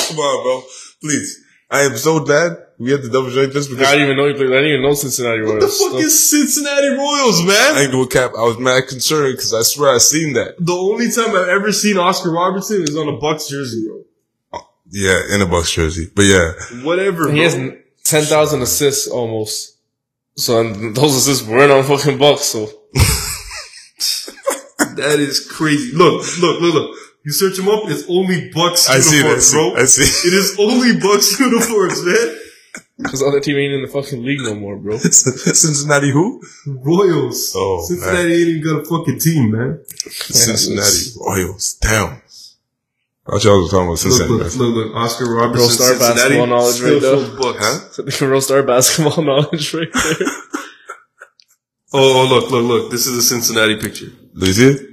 Speaker 3: Come on, bro. Please. I am so glad we had to double check this because
Speaker 1: I didn't even know he played. I didn't even know Cincinnati Royals.
Speaker 2: What the fuck is Cincinnati Royals,
Speaker 3: [laughs] I
Speaker 2: man?
Speaker 3: ain't gonna cap. I was mad concerned because I swear I seen that.
Speaker 2: The only time I've ever seen Oscar Robertson is on a Bucks jersey, bro.
Speaker 3: Yeah, in a Bucks jersey. But yeah,
Speaker 2: Whatever, bro.
Speaker 1: He has ten thousand assists almost. So and those assists weren't on fucking Bucks. So
Speaker 2: that is crazy. Look, look, look, look. You search him up, it's only Bucks
Speaker 3: I see that. I
Speaker 2: uniforms,
Speaker 3: see,
Speaker 2: bro.
Speaker 3: I see. [laughs]
Speaker 2: It is only Bucks [laughs] uniforms, man.
Speaker 1: because other team ain't in the fucking league no more, [laughs] bro.
Speaker 3: Cincinnati who?
Speaker 2: Royals.
Speaker 3: Oh,
Speaker 2: Cincinnati ain't even got a fucking team, man.
Speaker 3: Cincinnati Royals. Damn. I thought y'all was talking about
Speaker 2: Look,
Speaker 3: Cincinnati.
Speaker 2: look, look, look. Oscar Robertson,
Speaker 1: Roll star
Speaker 2: Cincinnati,
Speaker 1: basketball knowledge
Speaker 2: still
Speaker 1: right there.
Speaker 2: shows Bucks.
Speaker 3: Huh?
Speaker 1: So they can roast our basketball knowledge right there.
Speaker 2: Oh, oh, look, look, look. This is a Cincinnati picture.
Speaker 3: Lucy?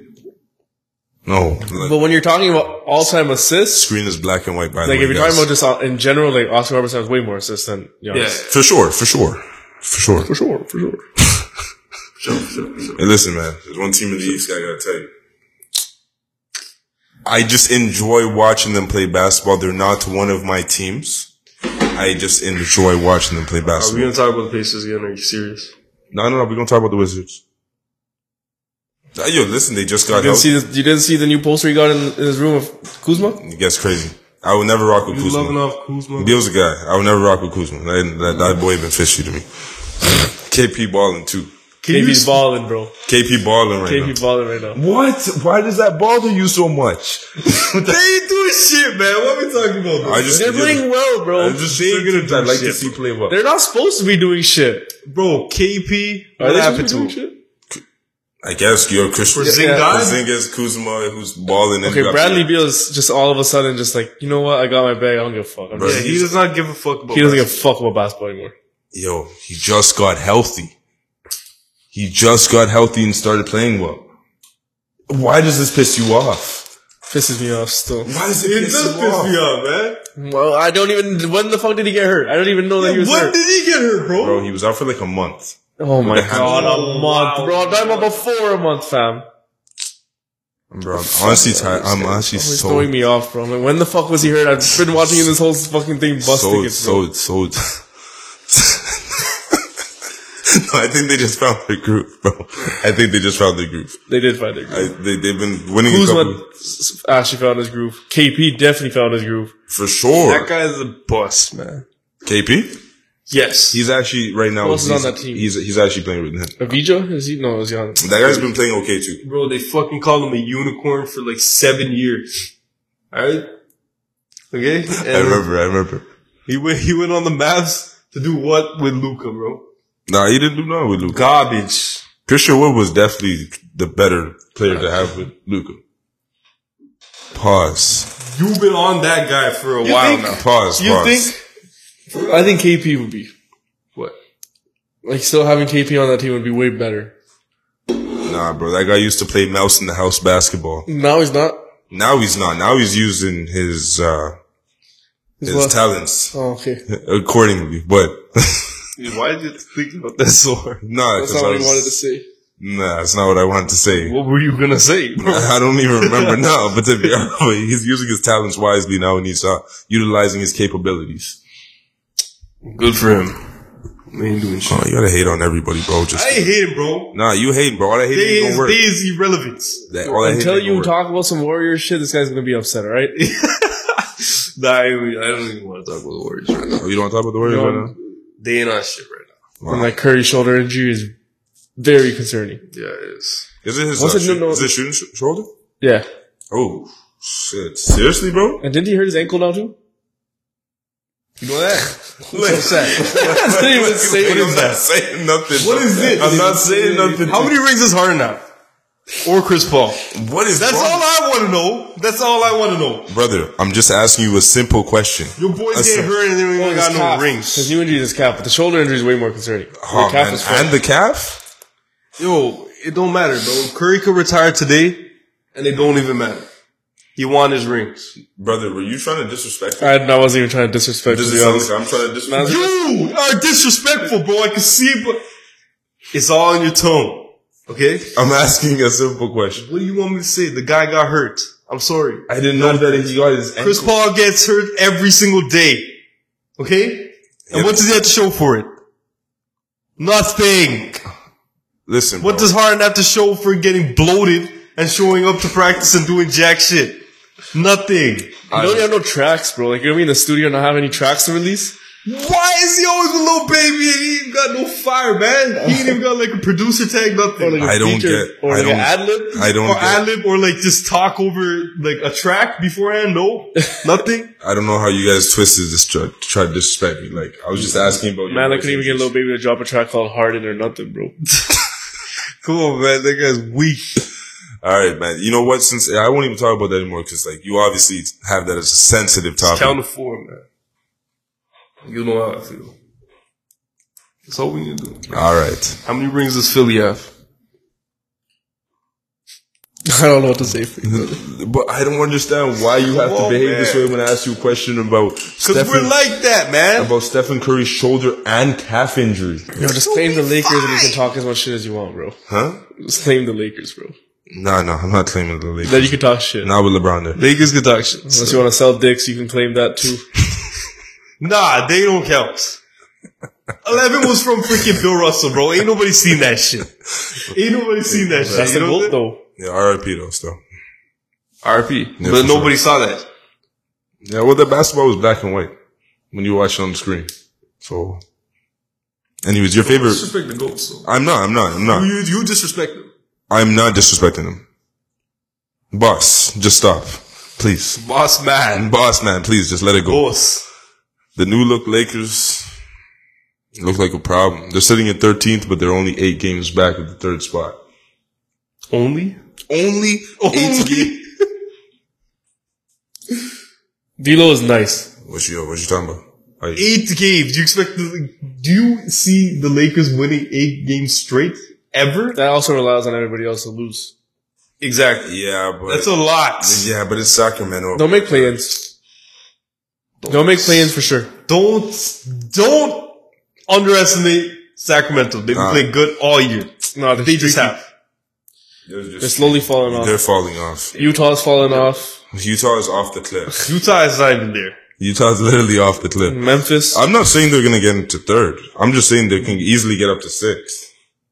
Speaker 3: No. Like,
Speaker 1: but when you're talking about all-time assists,
Speaker 3: screen is black and white by
Speaker 1: like
Speaker 3: the way.
Speaker 1: if you're
Speaker 3: guys.
Speaker 1: talking about just all- in general, like Oscar Robertson has way more assists than
Speaker 2: Yeah.
Speaker 1: Giannis.
Speaker 3: for sure, for sure. For sure.
Speaker 1: For sure, for sure.
Speaker 2: Sure, sure, sure.
Speaker 3: Hey, listen, man. There's one team in the East I gotta tell you. I just enjoy watching them play basketball. They're not one of my teams. I just enjoy watching them play
Speaker 2: Are we
Speaker 3: basketball.
Speaker 2: gonna talk about the Pacers again? Are you serious?
Speaker 3: No, no, no. We're gonna talk about the Wizards. Uh, Yo, listen, they just
Speaker 1: You
Speaker 3: got
Speaker 1: didn't
Speaker 3: out.
Speaker 1: see the, you didn't see the new poster he got in, in his room of Kuzma.
Speaker 3: That's crazy. I would never rock with
Speaker 2: You
Speaker 3: Kuzma.
Speaker 2: loving off Kuzma?
Speaker 3: Deal's a guy. I would never rock with Kuzma. That, that, that boy been fishy to me. KP balling too.
Speaker 2: Can you
Speaker 1: KP's
Speaker 2: s-
Speaker 1: balling, bro.
Speaker 3: KP balling right
Speaker 1: KP balling right now.
Speaker 3: now. What? Why does that bother you so much?
Speaker 2: [laughs] They ain't doing shit, man. What are we talking about? bro?
Speaker 3: I
Speaker 1: [laughs]
Speaker 3: just
Speaker 1: They're playing well, bro. [laughs]
Speaker 3: I'm just saying
Speaker 2: They're gonna do
Speaker 3: I'd like to
Speaker 2: shit.
Speaker 3: see play well.
Speaker 1: They're not supposed to be doing shit.
Speaker 2: bro, KP.
Speaker 1: Are
Speaker 2: What
Speaker 1: they supposed to
Speaker 2: happened to
Speaker 1: be doing
Speaker 2: him?
Speaker 1: shit?
Speaker 3: I guess you're Christian.
Speaker 2: Porzingis?
Speaker 3: Porzingis, Kuzma, who's balling. and
Speaker 1: Okay,
Speaker 3: got-
Speaker 1: Bradley Beal is just all of a sudden just like, you know what? I got my bag. I don't give a fuck. I'm
Speaker 3: Bro,
Speaker 2: Yeah,
Speaker 1: just,
Speaker 2: he does not give a fuck about.
Speaker 1: he doesn't give a
Speaker 2: basketball.
Speaker 1: fuck about basketball anymore.
Speaker 3: Yo, he just got healthy. He just got healthy and started playing well. Why does this piss you off?
Speaker 1: Pisses me off still.
Speaker 3: Why does
Speaker 2: It does piss me off, man.
Speaker 1: Well, I don't even. When the fuck did he get hurt? I don't even know that he was
Speaker 2: When
Speaker 1: hurt.
Speaker 2: did he get hurt, bro?
Speaker 3: Bro, he was out for like a month.
Speaker 1: oh my
Speaker 3: hell?
Speaker 1: god, a
Speaker 2: Oh,
Speaker 1: month,
Speaker 2: wow.
Speaker 1: bro. I'm talking about before a month, fam.
Speaker 3: Bro, I'm honestly tired. I'm honestly
Speaker 1: He's
Speaker 3: so
Speaker 1: throwing me off, bro. I'm like, when the fuck was he hurt? I've been watching this whole fucking thing bust
Speaker 3: so
Speaker 1: tickets. bro.
Speaker 3: so so. [laughs] no, I think they just found their groove, bro. I think they just found their groove.
Speaker 1: They did find their groove.
Speaker 3: I, they they've been winning a
Speaker 1: Kuzma
Speaker 3: couple,
Speaker 1: s- actually found his groove. KP definitely found his groove.
Speaker 3: for sure.
Speaker 2: that guy is a bust, man.
Speaker 3: KP,
Speaker 1: Yes.
Speaker 3: He's actually right now.
Speaker 1: Who else is
Speaker 3: he's-
Speaker 1: on that team?
Speaker 3: He's he's actually playing with him.
Speaker 1: Avija? Is he? No, is he on?
Speaker 3: That guy's been playing okay too.
Speaker 2: Bro, they fucking called him a unicorn for like seven years. Alright? Okay? And
Speaker 3: I remember. I remember.
Speaker 2: He went, he went on the Mavs to do what with Luca, bro?
Speaker 3: Nah, he didn't do nothing with Luca.
Speaker 2: Garbage.
Speaker 3: Christian Wood was definitely the better player to have with Luca. Pause.
Speaker 2: You've been on that guy for a while
Speaker 1: think-
Speaker 2: now.
Speaker 3: Pause.
Speaker 1: You
Speaker 3: pause.
Speaker 1: think? I think KP would be.
Speaker 2: What?
Speaker 1: Like, still having KP on that team would be way better.
Speaker 3: Nah, bro. That guy used to play mouse in the house basketball.
Speaker 1: Now he's not.
Speaker 3: Now he's not. Now he's using his uh
Speaker 1: He's
Speaker 3: his
Speaker 1: left.
Speaker 3: talents
Speaker 1: oh,
Speaker 3: [laughs]
Speaker 1: okay.
Speaker 3: accordingly. But [laughs]
Speaker 2: Dude, Why did you think about that so hard?
Speaker 3: nah,
Speaker 1: That's
Speaker 3: 'cause
Speaker 1: not
Speaker 3: I
Speaker 1: what he
Speaker 3: was-
Speaker 1: wanted to say.
Speaker 3: Nah, that's not what I wanted to say.
Speaker 2: What were you gonna say, bro?
Speaker 3: I don't even remember
Speaker 2: [laughs]
Speaker 3: now, but to be honest, he's using his talents wisely now and he's uh, utilizing his capabilities.
Speaker 2: Good for him. He ain't doing shit.
Speaker 3: Oh, you gotta hate on everybody, bro. Just
Speaker 2: I ain't hate him, bro.
Speaker 3: nah, you hating, bro. All that hating
Speaker 2: They
Speaker 3: ain't
Speaker 2: is,
Speaker 3: gonna work.
Speaker 2: they is irrelevance.
Speaker 3: That- all that hating
Speaker 1: Until
Speaker 3: ain't gonna
Speaker 1: you
Speaker 3: work.
Speaker 1: talk about some warrior shit, this guy's gonna be upset, all
Speaker 2: [laughs]
Speaker 1: right?
Speaker 2: Nah, I, don't even- I don't even want to talk about the Warriors right now.
Speaker 3: Oh, you don't talk about the Warriors
Speaker 1: No.
Speaker 3: right now.
Speaker 2: They ain't on shit right now.
Speaker 1: And that Curry shoulder injury is very concerning.
Speaker 2: Yeah, it is.
Speaker 3: Is it his?
Speaker 1: What's
Speaker 3: uh,
Speaker 1: it- no,
Speaker 3: shoot-
Speaker 1: no.
Speaker 3: Is it shooting sh- shoulder?
Speaker 1: Yeah.
Speaker 3: Oh shit! Seriously, bro?
Speaker 1: And didn't he hurt his ankle now
Speaker 3: [laughs]
Speaker 1: too? [laughs]
Speaker 2: You know that?
Speaker 3: What's
Speaker 1: That's not even
Speaker 3: What
Speaker 1: saying
Speaker 3: is that? Saying nothing.
Speaker 2: What is this?
Speaker 3: I'm not saying nothing.
Speaker 2: How many rings is Harden now? Or Chris Paul?
Speaker 3: What is
Speaker 2: That's
Speaker 3: wrong?
Speaker 2: all I want to know. That's all I want to know.
Speaker 3: brother? I'm just asking you a simple question.
Speaker 2: Your boys
Speaker 3: That's
Speaker 2: get
Speaker 3: a-
Speaker 2: hurt and they don't even got no
Speaker 1: His
Speaker 2: rings.
Speaker 1: new injury is his calf, but the shoulder injury is way more concerning.
Speaker 3: Oh,
Speaker 1: the calf
Speaker 3: man.
Speaker 1: is fine.
Speaker 3: And the calf?
Speaker 2: Yo, it don't matter, bro. Curry could retire today, and it don't even matter. He won his rings.
Speaker 3: Brother, were you trying to disrespect? me?
Speaker 1: I, I wasn't even trying to disrespect.
Speaker 3: Does
Speaker 1: to
Speaker 3: it
Speaker 1: be
Speaker 3: sound
Speaker 1: honest.
Speaker 3: like I'm trying to disrespect?
Speaker 2: You are disrespectful, bro. I can see it, but it's all in your tone. Okay?
Speaker 3: I'm asking a simple question.
Speaker 2: What do you want me to say? The guy got hurt. I'm sorry.
Speaker 3: I didn't know that he got his
Speaker 2: Chris Paul gets hurt every single day. Okay? And
Speaker 3: Yeah.
Speaker 2: what does he have to show for it? Nothing.
Speaker 3: Listen,
Speaker 2: What
Speaker 3: bro.
Speaker 2: does Harden have to show for getting bloated and showing up to practice and doing jack shit? Nothing.
Speaker 1: You don't even have no tracks, bro. Like you're gonna be in the studio and not have any tracks to release.
Speaker 2: Why is he always a little baby and he ain't got no fire, man? He ain't even got like a producer tag, nothing.
Speaker 1: like a
Speaker 3: I don't
Speaker 1: feature,
Speaker 3: get-
Speaker 1: Or
Speaker 3: I
Speaker 1: like
Speaker 3: don't-
Speaker 1: an ad lib.
Speaker 3: I don't.
Speaker 2: or
Speaker 3: Get,
Speaker 2: ad lib or like just talk over like a track beforehand? [laughs] No, nothing.
Speaker 3: I don't know how you guys twisted this to try to disrespect me. Like I was just asking about. your
Speaker 1: Man, I
Speaker 3: voice
Speaker 1: couldn't even get Lil Baby to drop a track called Harden or nothing, bro.
Speaker 2: Come on, man, that guy's weak.
Speaker 3: [laughs] All right, man. You know what? Since I won't even talk about that anymore because like you obviously have that as a sensitive topic.
Speaker 2: Count to four, man. You know how I feel. That's all we need to do.
Speaker 3: All right.
Speaker 2: How many rings does Philly have?
Speaker 1: [laughs] I don't know what to say for you.
Speaker 3: But I don't understand why you have
Speaker 2: on,
Speaker 3: to behave
Speaker 2: man.
Speaker 3: this way when I ask you a question about
Speaker 2: Because
Speaker 3: Stephen,
Speaker 2: we're like that, man.
Speaker 3: about Stephen Curry's shoulder and calf injury.
Speaker 1: Yo, just claim the Lakers and you can talk as much shit as you want, bro.
Speaker 3: Huh?
Speaker 1: Just claim the Lakers, bro.
Speaker 3: No, no, I'm not claiming the Lakers.
Speaker 1: Then you can talk shit.
Speaker 3: Not with LeBron there.
Speaker 2: Lakers conduction.
Speaker 1: Unless you want to sell dicks, you can claim that too.
Speaker 2: Nah, they don't count. Eleven was from freaking Bill Russell, bro. Ain't nobody seen that shit. Ain't nobody seen that shit.
Speaker 1: That's
Speaker 2: you
Speaker 1: the
Speaker 2: know
Speaker 1: goal,
Speaker 2: what
Speaker 1: though.
Speaker 3: Yeah, RIP though. Still.
Speaker 2: I'm saying? RP,
Speaker 3: Yeah,
Speaker 2: but
Speaker 3: for
Speaker 2: nobody saw that.
Speaker 3: Yeah, well, the basketball was black and white when you watched it on the screen. So, anyways, your favorite?
Speaker 2: Disrespect the goats, though.
Speaker 3: I'm not. I'm not. I'm not.
Speaker 2: You, you disrespect them.
Speaker 3: I'm not disrespecting him. Boss, just stop, please.
Speaker 2: Boss man.
Speaker 3: Boss man, please just let it go.
Speaker 2: Boss.
Speaker 3: The new look Lakers look like a problem. They're sitting in 13th, but they're only eight games back of the third spot.
Speaker 2: Only?
Speaker 3: Only eight games.
Speaker 2: Only?
Speaker 1: D'Lo is nice.
Speaker 3: What you What you talking about? Are you-
Speaker 2: Eight games. Do you expect the, do you see the Lakers winning eight games straight? Ever?
Speaker 1: That also relies on everybody else to lose.
Speaker 2: Exactly.
Speaker 3: yeah, but
Speaker 2: That's a lot.
Speaker 3: yeah, but it's Sacramento.
Speaker 1: Don't make play-ins. Don't make play-ins for sure.
Speaker 2: Don't, don't underestimate Sacramento. They've been
Speaker 3: Nah.
Speaker 2: playing good all year.
Speaker 1: No, they're
Speaker 2: They just
Speaker 1: streaky.
Speaker 2: have.
Speaker 3: They're, just-
Speaker 1: They're slowly falling
Speaker 3: they're
Speaker 1: off.
Speaker 3: falling off.
Speaker 1: Utah's falling off.
Speaker 3: Utah is off the cliff.
Speaker 2: Utah is not even there.
Speaker 3: Utah's literally off the cliff.
Speaker 1: Memphis.
Speaker 3: I'm not saying they're gonna get into third. I'm just saying they can easily get up to sixth.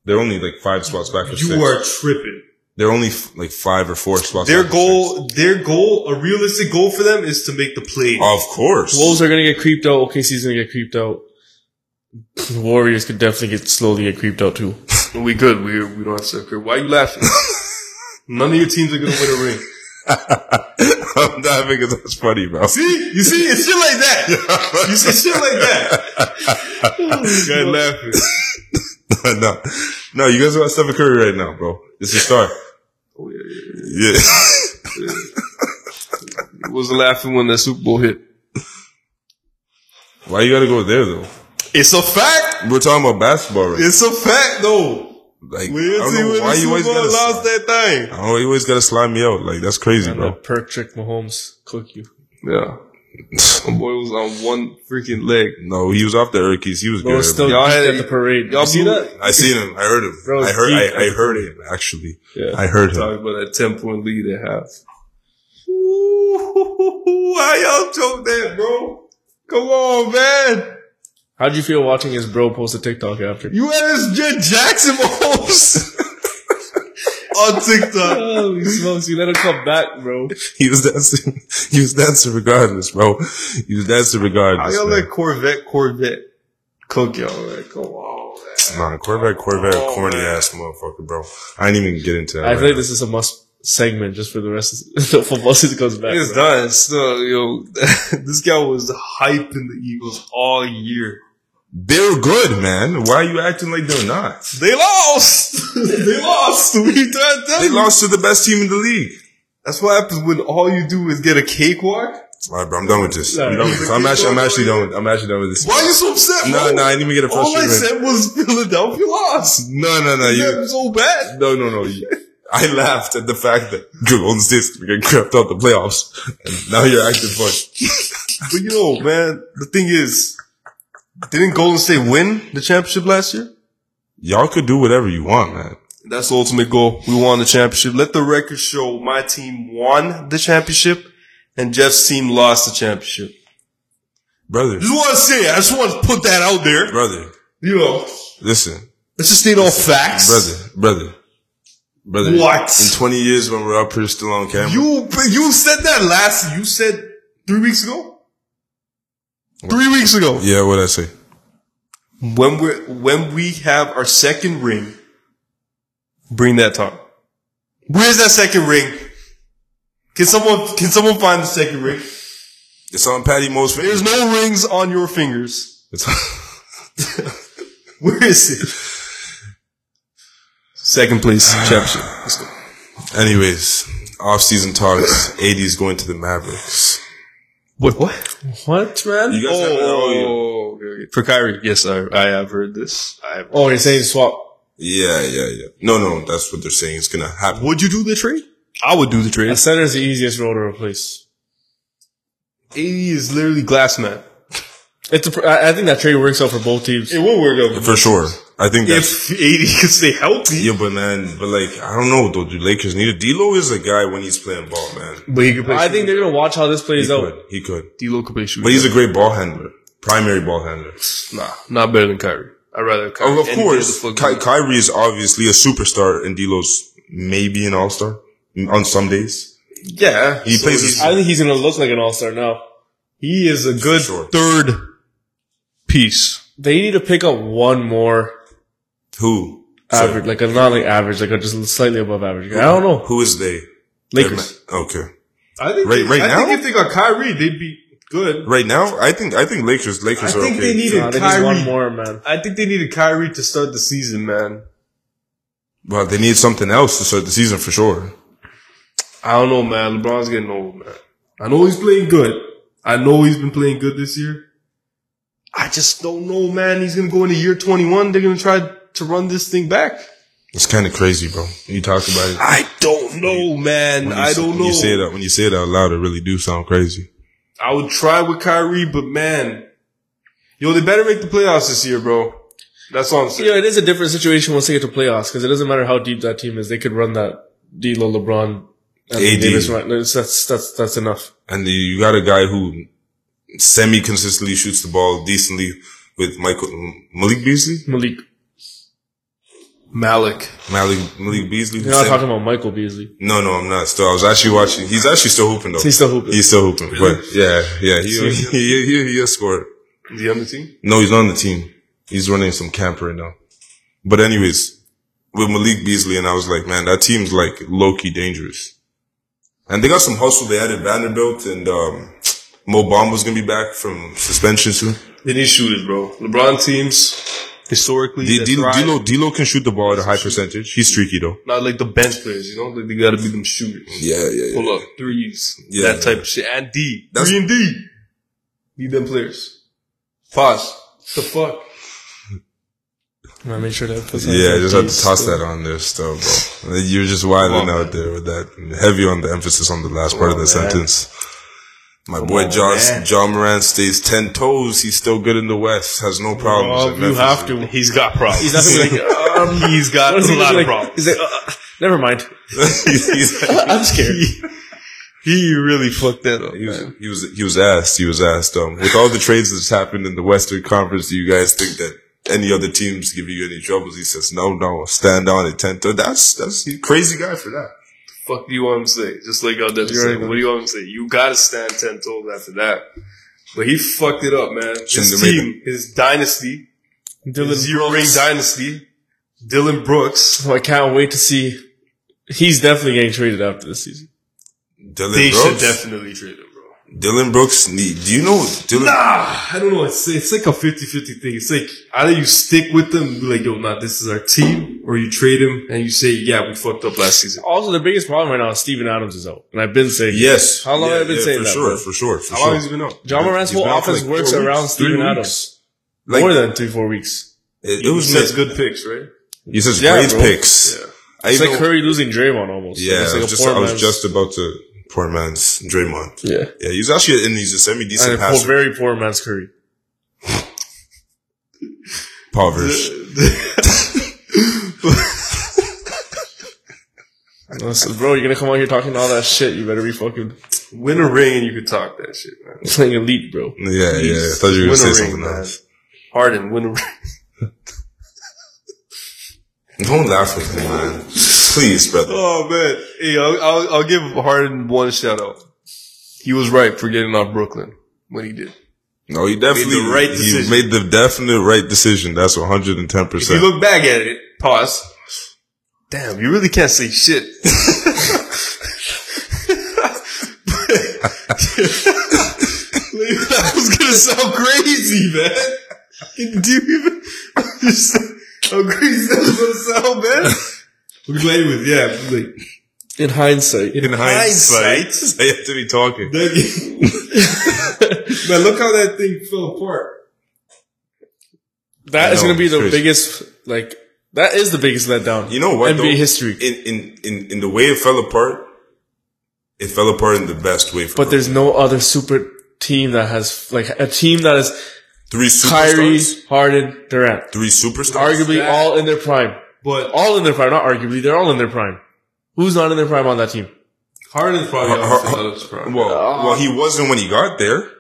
Speaker 3: They're only like five spots back for sixth.
Speaker 2: You are tripping.
Speaker 3: They're only f- like five or four spots.
Speaker 2: Their
Speaker 3: back for sixth.
Speaker 2: goal, their goal, a realistic goal
Speaker 1: Uh,
Speaker 2: for them is to make the play.
Speaker 3: of course.
Speaker 1: Wolves are gonna get creeped out. OKC's gonna get creeped out. The Warriors could definitely get slowly get creeped out too.
Speaker 4: [laughs] We good. We we don't have Steph Curry. Why are you
Speaker 1: [laughs]
Speaker 4: laughing?
Speaker 2: None of your teams are gonna win a ring.
Speaker 3: [laughs] I'm laughing because that's funny, bro.
Speaker 2: [laughs] See, you see, it's shit
Speaker 1: [laughs]
Speaker 2: like that. You see, shit like that. You guys
Speaker 3: [laughs]
Speaker 2: laughing.
Speaker 3: no, no, you guys are Stephen Curry right now, bro. It's a star.
Speaker 4: Oh, yeah, yeah, yeah.
Speaker 3: Yeah, [laughs]
Speaker 4: It was laughing when that Super Bowl hit.
Speaker 3: why you gotta go there though?
Speaker 2: It's a fact.
Speaker 3: We're talking about basketball, right?
Speaker 2: It's a fact, though.
Speaker 3: Like,
Speaker 2: We didn't
Speaker 3: I don't
Speaker 2: see
Speaker 3: know
Speaker 2: when
Speaker 3: why
Speaker 2: the
Speaker 3: you
Speaker 2: Super
Speaker 3: always
Speaker 2: Bowl
Speaker 3: gotta.
Speaker 2: lost that
Speaker 3: I don't know, why you always gotta slime me out. Like that's crazy,
Speaker 1: And
Speaker 3: bro.
Speaker 1: that perk trick Mahomes cook you.
Speaker 4: Yeah.
Speaker 3: [laughs]
Speaker 4: My boy was on one freaking leg.
Speaker 3: No, he was off the Urkies. He was
Speaker 1: Bro,
Speaker 3: good.
Speaker 1: it's still
Speaker 3: bro.
Speaker 4: Y'all
Speaker 1: geeked
Speaker 4: had-
Speaker 1: at the parade.
Speaker 4: Y'all
Speaker 1: You see
Speaker 4: blew-
Speaker 1: that?
Speaker 3: I seen him. I heard him.
Speaker 1: Bro,
Speaker 3: I heard.
Speaker 1: geek.
Speaker 3: I, I heard him actually.
Speaker 4: Yeah.
Speaker 3: I heard him.
Speaker 4: Talking about that ten point lead at half.
Speaker 2: thing. How y'all choke that, bro? Come on, man.
Speaker 1: How'd you feel watching his bro post a
Speaker 4: [laughs]
Speaker 1: TikTok after?
Speaker 2: You had this J- Jackson Mahomes [laughs] on TikTok.
Speaker 1: Holy smokes, you let him come back, bro.
Speaker 3: He was dancing. [laughs] He was dancing regardless, bro. He was dancing
Speaker 2: How
Speaker 3: regardless.
Speaker 2: y'all
Speaker 3: man.
Speaker 2: let Corvette Corvette cook y'all? man? Come on, man.
Speaker 3: Nah, Corvette, Corvette,
Speaker 2: Oh,
Speaker 3: corny
Speaker 2: man.
Speaker 3: ass motherfucker, bro. I didn't even get into that.
Speaker 1: I
Speaker 3: right
Speaker 1: feel like
Speaker 3: now.
Speaker 1: this is a must segment just for the rest of [laughs] the football season comes back.
Speaker 2: It's
Speaker 1: bro.
Speaker 2: done. So, yo, [laughs] this guy was hyping the Eagles all year.
Speaker 3: They're good, man. Why are you acting like they're not?
Speaker 2: They lost. [laughs] they lost. We tried to
Speaker 3: They lost to the best team in the league.
Speaker 2: That's what happens when all you do is get a cakewalk.
Speaker 3: All right, bro. I'm done with this. I'm done with this. I'm actually, I'm actually done. With, I'm actually done with this.
Speaker 2: Why are you so upset?
Speaker 3: No,
Speaker 2: bro?
Speaker 3: no. I didn't even get a
Speaker 2: all I
Speaker 3: frustrated.
Speaker 2: said was Philadelphia lost.
Speaker 3: No, no, no.
Speaker 2: That
Speaker 3: You,
Speaker 2: was so bad.
Speaker 3: no, no, no. You, I laughed at the fact that Golden State's getting crept out the playoffs, and now you're acting funny.
Speaker 2: [laughs] But you know, man, the thing is, didn't Golden State win the championship last year?
Speaker 3: Y'all could do whatever you want, man.
Speaker 2: That's the ultimate goal. We won the championship. Let the record show my team won the championship and Jeff's team lost the championship.
Speaker 3: Brother,
Speaker 2: just want to say, I just want to put that out there.
Speaker 3: brother,
Speaker 2: You know,
Speaker 3: listen,
Speaker 2: let's just state all facts.
Speaker 3: brother, brother, brother.
Speaker 2: What?
Speaker 3: In 20 years when we're up here still on camera,
Speaker 2: You but you said that last. You said three weeks ago. Three weeks ago,
Speaker 3: yeah, what I say?
Speaker 2: when we when we have our second ring, bring that talk. Where's that second ring? Can someone can someone find the second ring?
Speaker 3: It's on Patty Mo's
Speaker 2: There's
Speaker 3: fingers.
Speaker 2: no rings on your fingers. [laughs]
Speaker 3: It's
Speaker 2: Where is it? Second place
Speaker 4: Ah.
Speaker 2: championship. Let's go.
Speaker 3: Anyways, off-season talks. AD's going to the Mavericks.
Speaker 2: Wait, what?
Speaker 1: What, man?
Speaker 3: You guys haven't- oh,
Speaker 4: Oh, okay, okay.
Speaker 2: For Kyrie, yes, I I have heard this. I have.
Speaker 1: oh, you're saying swap.
Speaker 3: yeah, yeah, yeah. No, no, that's what they're saying. It's gonna happen.
Speaker 2: Would you do the trade? I would do the trade.
Speaker 1: A center's the easiest role to replace.
Speaker 2: 80 is literally glass man.
Speaker 1: It's a pr- I I think that trade works out for both teams.
Speaker 2: It will work out
Speaker 3: For sure. I think that's.
Speaker 2: if 80 can stay healthy.
Speaker 3: yeah, but man, but like, I don't know, though. Do Lakers need a D'Lo is a guy when he's playing ball, man.
Speaker 2: But he can play.
Speaker 1: I think they're gonna watch how this
Speaker 3: He
Speaker 1: plays out.
Speaker 3: could. He could.
Speaker 4: D'Lo could play shooting.
Speaker 3: But he's a great ball handler. Primary ball handler.
Speaker 4: nah, not better than Kyrie. I'd rather Kyrie.
Speaker 3: Oh, of
Speaker 4: any day
Speaker 3: course.
Speaker 4: the fuck
Speaker 3: Ky-
Speaker 4: than-
Speaker 3: Kyrie is obviously a superstar and D'Lo's maybe an all-star on some days.
Speaker 2: yeah.
Speaker 3: He plays
Speaker 2: he's
Speaker 3: his-
Speaker 1: I think he's gonna look like an all star now. He is a good.
Speaker 3: Sure.
Speaker 2: third piece.
Speaker 1: They need to pick up one more
Speaker 3: Who?
Speaker 1: average, like a not like average, like a just slightly above average. I don't know.
Speaker 3: Who is they?
Speaker 1: Lakers.
Speaker 3: Okay.
Speaker 2: I think
Speaker 3: Right- right
Speaker 2: I
Speaker 3: now?
Speaker 2: think if they got Kyrie, they'd be good.
Speaker 3: Right now, I think I think Lakers Lakers
Speaker 2: I
Speaker 3: are
Speaker 2: think
Speaker 3: okay.
Speaker 2: they need
Speaker 1: Nah, they need
Speaker 2: Kyrie.
Speaker 1: one more, man.
Speaker 2: I think they needed Kyrie to start the season, man.
Speaker 3: well, they need something else to start the season for sure.
Speaker 2: I don't know, man. LeBron's getting old, man. I know he's playing good. I know he's been playing good this year. I just don't know, man. He's gonna go into year 21. They're gonna try to run this thing back.
Speaker 3: It's kind of crazy, bro. When you talk about it.
Speaker 2: I don't know, man.
Speaker 3: When you
Speaker 2: I
Speaker 3: say-
Speaker 2: don't
Speaker 3: when
Speaker 2: know.
Speaker 3: You say it out, when you say it out loud, it really do sound crazy.
Speaker 2: I would try with Kyrie, but man, yo, they better make the playoffs this year, bro. That's all I'm saying.
Speaker 1: You know, it is a different situation once they get to playoffs because it doesn't matter how deep that team is. They could run that D'Lo, LeBron, Anthony
Speaker 3: AD.
Speaker 1: Davis run. That's that's that's, that's enough.
Speaker 3: And you got a guy who semi consistently shoots the ball decently with Michael Malik Beasley,
Speaker 1: Malik,
Speaker 4: Malik.
Speaker 3: Malik Malik Beasley.
Speaker 1: you're not
Speaker 3: Semi-
Speaker 1: talking about Michael Beasley.
Speaker 3: no, no, I'm not. Still, I was actually watching. He's actually still hooping though.
Speaker 1: He's still hooping.
Speaker 3: He's still hooping, but yeah, yeah, [laughs] he he he, he, he'll score.
Speaker 2: The other team?
Speaker 3: No, he's not on the team. He's running some camp right now. But anyways, with Malik Beasley, and I was like, man, that team's like low key dangerous. And they got some hustle. They added Vanderbilt and um, Mo Bamba's gonna be back from suspension soon.
Speaker 5: They need shooters, bro. LeBron teams historically,
Speaker 3: D-
Speaker 5: that
Speaker 3: D-
Speaker 5: thrive-
Speaker 3: D'Lo, D'Lo can shoot the ball at a high percentage. He's streaky though.
Speaker 5: not like the bench players. You know, like they gotta be them shooters.
Speaker 3: Yeah, yeah,
Speaker 5: Pull up threes,
Speaker 3: Yeah.
Speaker 5: that type of shit, and D,
Speaker 3: That's-
Speaker 5: three and D. Need them players. Pause. The fuck.
Speaker 1: I'm gonna make sure that puts
Speaker 3: yeah. I just had to toss that on there still, bro. You're just wilding out there with that. Heavy on the emphasis on the last part of the
Speaker 5: Oh,
Speaker 3: sentence. My boy John John Moran stays ten toes. He's still good in the West. Has no problems.
Speaker 1: Oh,
Speaker 3: at
Speaker 1: you
Speaker 3: Memphis.
Speaker 1: have to.
Speaker 5: He's got problems.
Speaker 1: [laughs] He's not gonna be like,
Speaker 5: [laughs]
Speaker 1: uh,
Speaker 5: He's got
Speaker 1: what is
Speaker 5: a
Speaker 1: he
Speaker 5: lot
Speaker 1: gonna
Speaker 5: of
Speaker 1: be like?
Speaker 5: problems.
Speaker 1: He's like, uh, uh, never mind.
Speaker 3: He's- [laughs]
Speaker 5: [laughs]
Speaker 1: I'm scared.
Speaker 5: He really fucked that up.
Speaker 3: He was, he was he was asked. He was asked. Um, with all the trades that's happened in the Western Conference, do you guys think that any other teams give you any troubles? He says, no, no, stand on it, ten. That's that's he's a crazy guy for that.
Speaker 2: fuck do you want him to say? Just like y'all did.
Speaker 1: already
Speaker 2: What do you want him to say? You gotta stand ten toes after that. But he fucked it up, man.
Speaker 3: Shouldn't
Speaker 2: His
Speaker 3: have made
Speaker 2: team, his dynasty, his
Speaker 1: Dylan,
Speaker 2: zero ring dynasty, Dylan Brooks.
Speaker 1: so I can't wait to see. He's definitely getting traded after this season.
Speaker 3: Dylan
Speaker 2: They should
Speaker 3: Brooks.
Speaker 2: definitely trade him, bro.
Speaker 3: Dylan Brooks. Need, do you know Dylan?
Speaker 2: Ah, I don't know. It's, it's like a 50-50 thing. It's like either you stick with them, and be like, yo, nah, this is our team, or you trade him and you say, yeah, we fucked up last season.
Speaker 1: Also, the biggest problem right now is Steven Adams is out, and I've been saying
Speaker 3: Yes.
Speaker 1: How long
Speaker 3: Yeah,
Speaker 1: have I been
Speaker 3: yeah,
Speaker 1: saying
Speaker 3: for
Speaker 1: that,
Speaker 3: Sure,
Speaker 1: bro?
Speaker 3: for sure, for
Speaker 2: How long
Speaker 3: sure,
Speaker 2: has he been out?
Speaker 1: John Moran's
Speaker 3: He's
Speaker 1: whole
Speaker 3: been out for
Speaker 1: offense
Speaker 3: like
Speaker 1: works
Speaker 3: four
Speaker 1: around
Speaker 3: weeks,
Speaker 1: Steven
Speaker 3: three weeks.
Speaker 1: Adams
Speaker 3: Like,
Speaker 1: more than three, four weeks.
Speaker 3: it, it
Speaker 2: He
Speaker 3: was.
Speaker 2: sets
Speaker 3: Made,
Speaker 2: good picks, right?
Speaker 3: he says
Speaker 1: Yeah,
Speaker 3: great
Speaker 1: bro.
Speaker 3: picks. I
Speaker 1: It's
Speaker 3: know,
Speaker 1: like Curry losing Draymond almost.
Speaker 3: Yeah,
Speaker 1: it's
Speaker 3: I
Speaker 1: like
Speaker 3: was, just, I was just about to poor man's Draymond.
Speaker 1: yeah,
Speaker 3: Yeah, he's actually and he's a semi
Speaker 1: and a
Speaker 3: decent
Speaker 1: poor,
Speaker 3: passer.
Speaker 1: very poor man's Curry.
Speaker 3: Povers.
Speaker 1: I said, bro, you're gonna come out here talking all that shit. You better be fucking [laughs]
Speaker 2: Win a ring and you could talk that shit, man.
Speaker 1: playing elite, bro.
Speaker 3: Yeah, yeah. I thought you were gonna
Speaker 2: Win a
Speaker 3: say
Speaker 2: ring,
Speaker 3: something
Speaker 2: man.
Speaker 3: else.
Speaker 2: Harden, win a ring.
Speaker 3: Don't laugh at me, man. Please, brother.
Speaker 2: Oh man, hey, I'll, I'll, I'll give Harden one shout out. He was right for getting off Brooklyn when he did.
Speaker 3: No, he definitely
Speaker 2: Made the right
Speaker 3: he
Speaker 2: decision.
Speaker 3: made the definite right decision. That's one hundred and ten
Speaker 2: If
Speaker 3: [laughs]
Speaker 2: you
Speaker 3: percent.
Speaker 2: look back at it, pause. Damn, you really can't say [laughs] shit. that was gonna sound crazy, man. Do you even understand how crazy that was gonna sound, man? We're playing with, yeah. Like,
Speaker 1: In hindsight,
Speaker 3: In hindsight, they have to be talking.
Speaker 2: [laughs] that- man, look how that thing fell apart.
Speaker 1: that is
Speaker 3: I know,
Speaker 1: gonna be
Speaker 3: it's
Speaker 1: the
Speaker 3: crazy.
Speaker 1: biggest. Like that is the biggest letdown.
Speaker 3: You know what?
Speaker 1: NBA
Speaker 3: though?
Speaker 1: history.
Speaker 3: In, in in in the way it fell apart, it fell apart in the best way. For
Speaker 1: But there's no other super team that has like a team that is
Speaker 3: three
Speaker 1: Kyrie,
Speaker 3: superstars,
Speaker 1: Harden, Durant,
Speaker 3: three superstars.
Speaker 1: arguably
Speaker 2: that?
Speaker 1: all in their prime.
Speaker 2: But
Speaker 1: All in their prime, not arguably. They're all in their prime. Who's not in their prime on that team?
Speaker 2: Harden's probably
Speaker 3: Har-
Speaker 2: on
Speaker 3: Har-
Speaker 2: Phillips, bro.
Speaker 3: Well, well, he wasn't when he got there.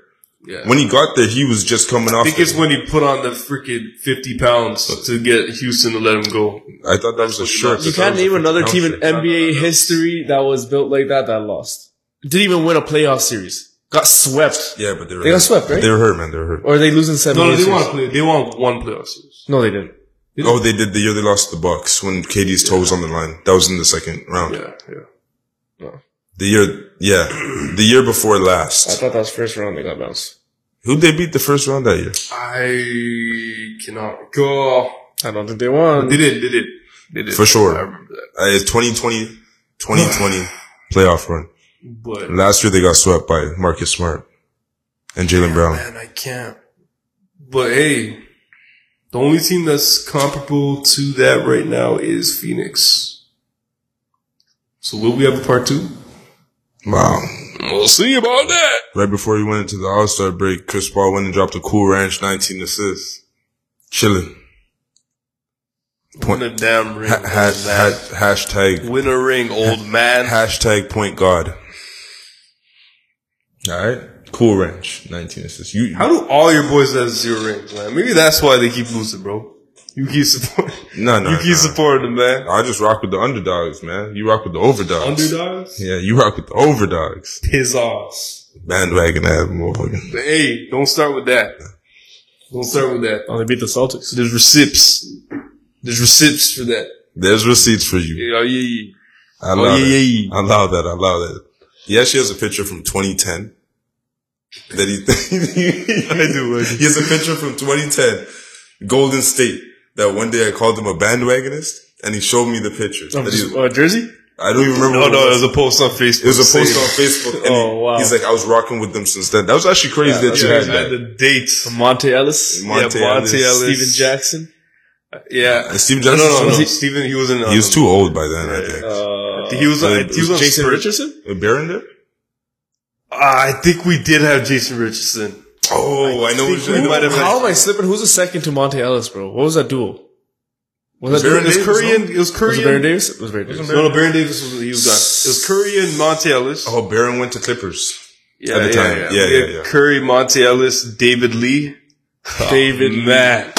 Speaker 2: Yeah.
Speaker 3: When he got there, he was just coming off.
Speaker 2: I think
Speaker 3: the-
Speaker 2: it's when he put on the freaking 50 pounds to get Houston to let him go.
Speaker 3: I thought that was a shirt.
Speaker 1: You
Speaker 3: I thought
Speaker 1: can't
Speaker 3: that was a
Speaker 1: name another
Speaker 3: freaking
Speaker 1: team in
Speaker 3: outfit.
Speaker 1: NBA history that was built like that that lost. Didn't even win a playoff series. Got swept.
Speaker 3: Yeah, but they were
Speaker 1: They got
Speaker 3: hurt.
Speaker 1: swept, right?
Speaker 3: They were hurt, man. They were hurt.
Speaker 1: Or they lose in seven
Speaker 2: No, no,
Speaker 1: games.
Speaker 2: they want to play. They want one playoff series.
Speaker 1: no, they didn't.
Speaker 3: Oh, they did the year they lost to the Bucks when KD's toe was on the line. That was in the second round.
Speaker 2: Yeah, yeah.
Speaker 3: The year, yeah, the year before
Speaker 1: I
Speaker 3: last.
Speaker 1: thought that was first round they got bounced.
Speaker 3: Who they beat the first round that year?
Speaker 2: I cannot go.
Speaker 1: I don't think they won.
Speaker 2: They did, they did, they did.
Speaker 3: For sure.
Speaker 2: I remember that.
Speaker 3: Uh, 2020,
Speaker 1: [sighs]
Speaker 3: 2020 playoff run.
Speaker 2: But
Speaker 3: Last year they got swept by Marcus Smart and Jalen Brown.
Speaker 2: man, I can't. But hey, the only team that's comparable to that right now is Phoenix. So will we have a part two?
Speaker 3: Wow.
Speaker 2: We'll see about that.
Speaker 3: Right before he went into the All Star break, Chris Paul went and dropped a cool ranch, 19 assists. Chilling.
Speaker 2: Win a damn ring.
Speaker 3: Ha- hash- ha- hashtag
Speaker 2: Win a ring, old man.
Speaker 3: Hashtag point guard. All right. Cool ranch. 19 assists. You,
Speaker 2: How do all your boys have zero rings, man? Maybe that's why they keep losing, bro. You keep supporting.
Speaker 3: no, no,
Speaker 2: you keep
Speaker 3: no.
Speaker 2: supporting them, man.
Speaker 3: I just rock with the underdogs, man. You rock with the overdogs.
Speaker 2: Underdogs,
Speaker 3: yeah, you rock with the overdogs.
Speaker 2: piss off.
Speaker 3: Bandwagon ad motherfucker.
Speaker 2: But hey, don't start with that.
Speaker 4: Don't start with that.
Speaker 1: Oh, they beat the Celtics.
Speaker 4: There's receipts. There's receipts for that.
Speaker 3: There's receipts for you.
Speaker 4: Yeah, yeah, yeah.
Speaker 3: I allow that. I allow that. I allow that. He actually has a picture from 2010 that he. [laughs]
Speaker 2: [laughs]
Speaker 3: I do. He has a picture from 2010, Golden State. That one day I called him a bandwagonist, and he showed me the picture.
Speaker 1: Oh,
Speaker 3: That he-
Speaker 1: uh, Jersey?
Speaker 3: I don't even remember.
Speaker 2: No,
Speaker 3: what it
Speaker 2: no, it
Speaker 3: was.
Speaker 2: was a post on Facebook.
Speaker 3: It was a post
Speaker 2: Same.
Speaker 3: on Facebook, and
Speaker 1: Oh,
Speaker 3: he-
Speaker 1: wow.
Speaker 3: he's like, "I was rocking with them since then." That was actually crazy that you
Speaker 2: Yeah,
Speaker 3: had
Speaker 2: I
Speaker 3: that.
Speaker 2: had the dates.
Speaker 1: Monte Ellis?
Speaker 3: Monte
Speaker 2: yeah,
Speaker 3: Ellis.
Speaker 2: Monte Ellis.
Speaker 1: Steven Jackson?
Speaker 2: Yeah.
Speaker 3: And Steve
Speaker 2: No,
Speaker 3: Jackson.
Speaker 2: no, no.
Speaker 3: was
Speaker 2: no.
Speaker 3: he,
Speaker 2: Steven, he was in. Um,
Speaker 3: he was too old by then, I think.
Speaker 1: Uh,
Speaker 2: He was. on- he was on
Speaker 1: Jason
Speaker 2: Spurs.
Speaker 1: Richardson?
Speaker 3: Uh, Barron there?
Speaker 2: Ah, I think we did have Jason Richardson.
Speaker 3: Oh, I, know.
Speaker 2: think
Speaker 3: What
Speaker 2: we
Speaker 3: you
Speaker 2: might have-
Speaker 1: How am I slipping? Who's the second to Monte Ellis, bro? What was that duel? Was that
Speaker 3: Baron
Speaker 1: duel?
Speaker 2: It was
Speaker 3: Davis,
Speaker 2: Curry
Speaker 3: no?
Speaker 2: and it was Curry.
Speaker 1: Was it Baron Davis? It was Baron Davis.
Speaker 2: and- No, no, Baron Davis was he was gone. It was Curry and Monte Ellis.
Speaker 3: Oh, Barron went to Clippers.
Speaker 2: yeah,
Speaker 3: at the time. Yeah,
Speaker 2: We had
Speaker 3: yeah, yeah.
Speaker 2: Curry, Monte Ellis, David Lee. Oh,
Speaker 1: David Matt.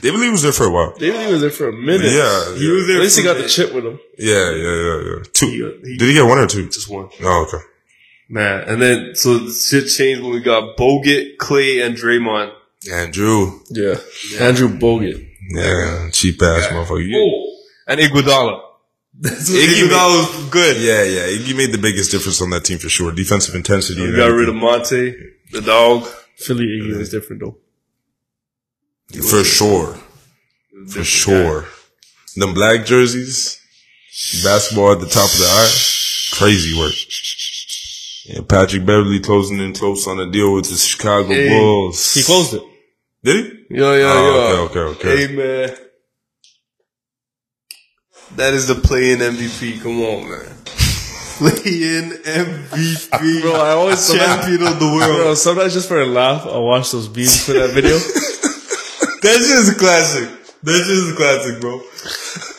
Speaker 3: David Lee was there for a while.
Speaker 1: David Lee was there for a minute.
Speaker 3: Yeah,
Speaker 2: He
Speaker 3: yeah.
Speaker 2: was there.
Speaker 1: At least he
Speaker 2: for
Speaker 1: got the chip with him.
Speaker 3: Yeah, yeah, yeah, yeah. Two.
Speaker 2: he-
Speaker 3: Did he get one or two?
Speaker 2: just one.
Speaker 3: Oh, okay.
Speaker 2: Man, and then so shit changed when we got Bogut, Clay, and Draymond.
Speaker 3: Andrew.
Speaker 1: Yeah. Andrew Bogut.
Speaker 3: Yeah, cheap ass motherfucker. You-
Speaker 2: Oh, and [laughs] Iguodala.
Speaker 3: Iggy
Speaker 2: Iguodala was good.
Speaker 3: Yeah, yeah. He made the biggest difference on that team for sure. Defensive intensity.
Speaker 2: We
Speaker 3: and
Speaker 2: got rid
Speaker 3: everything.
Speaker 2: of Monte, the dog.
Speaker 1: Philly Iggy was different though.
Speaker 3: for sure. For sure. Them black jerseys, basketball at the top of the eye. Crazy work. Yeah, Patrick Beverly closing in close on a deal with the Chicago
Speaker 2: Hey,
Speaker 3: Bulls.
Speaker 1: He closed it.
Speaker 3: Did he?
Speaker 2: Yo, yo, yo.
Speaker 3: Oh, okay, okay, okay.
Speaker 2: Hey, man. That is the play-in MVP. Come on, man. [laughs] Play-in [laughs] MVP.
Speaker 1: Bro, I [laughs] always
Speaker 2: champion of the world.
Speaker 1: Bro, sometimes just for a laugh, I'll watch those beats for that video.
Speaker 2: That's just a classic. That's just a classic, bro.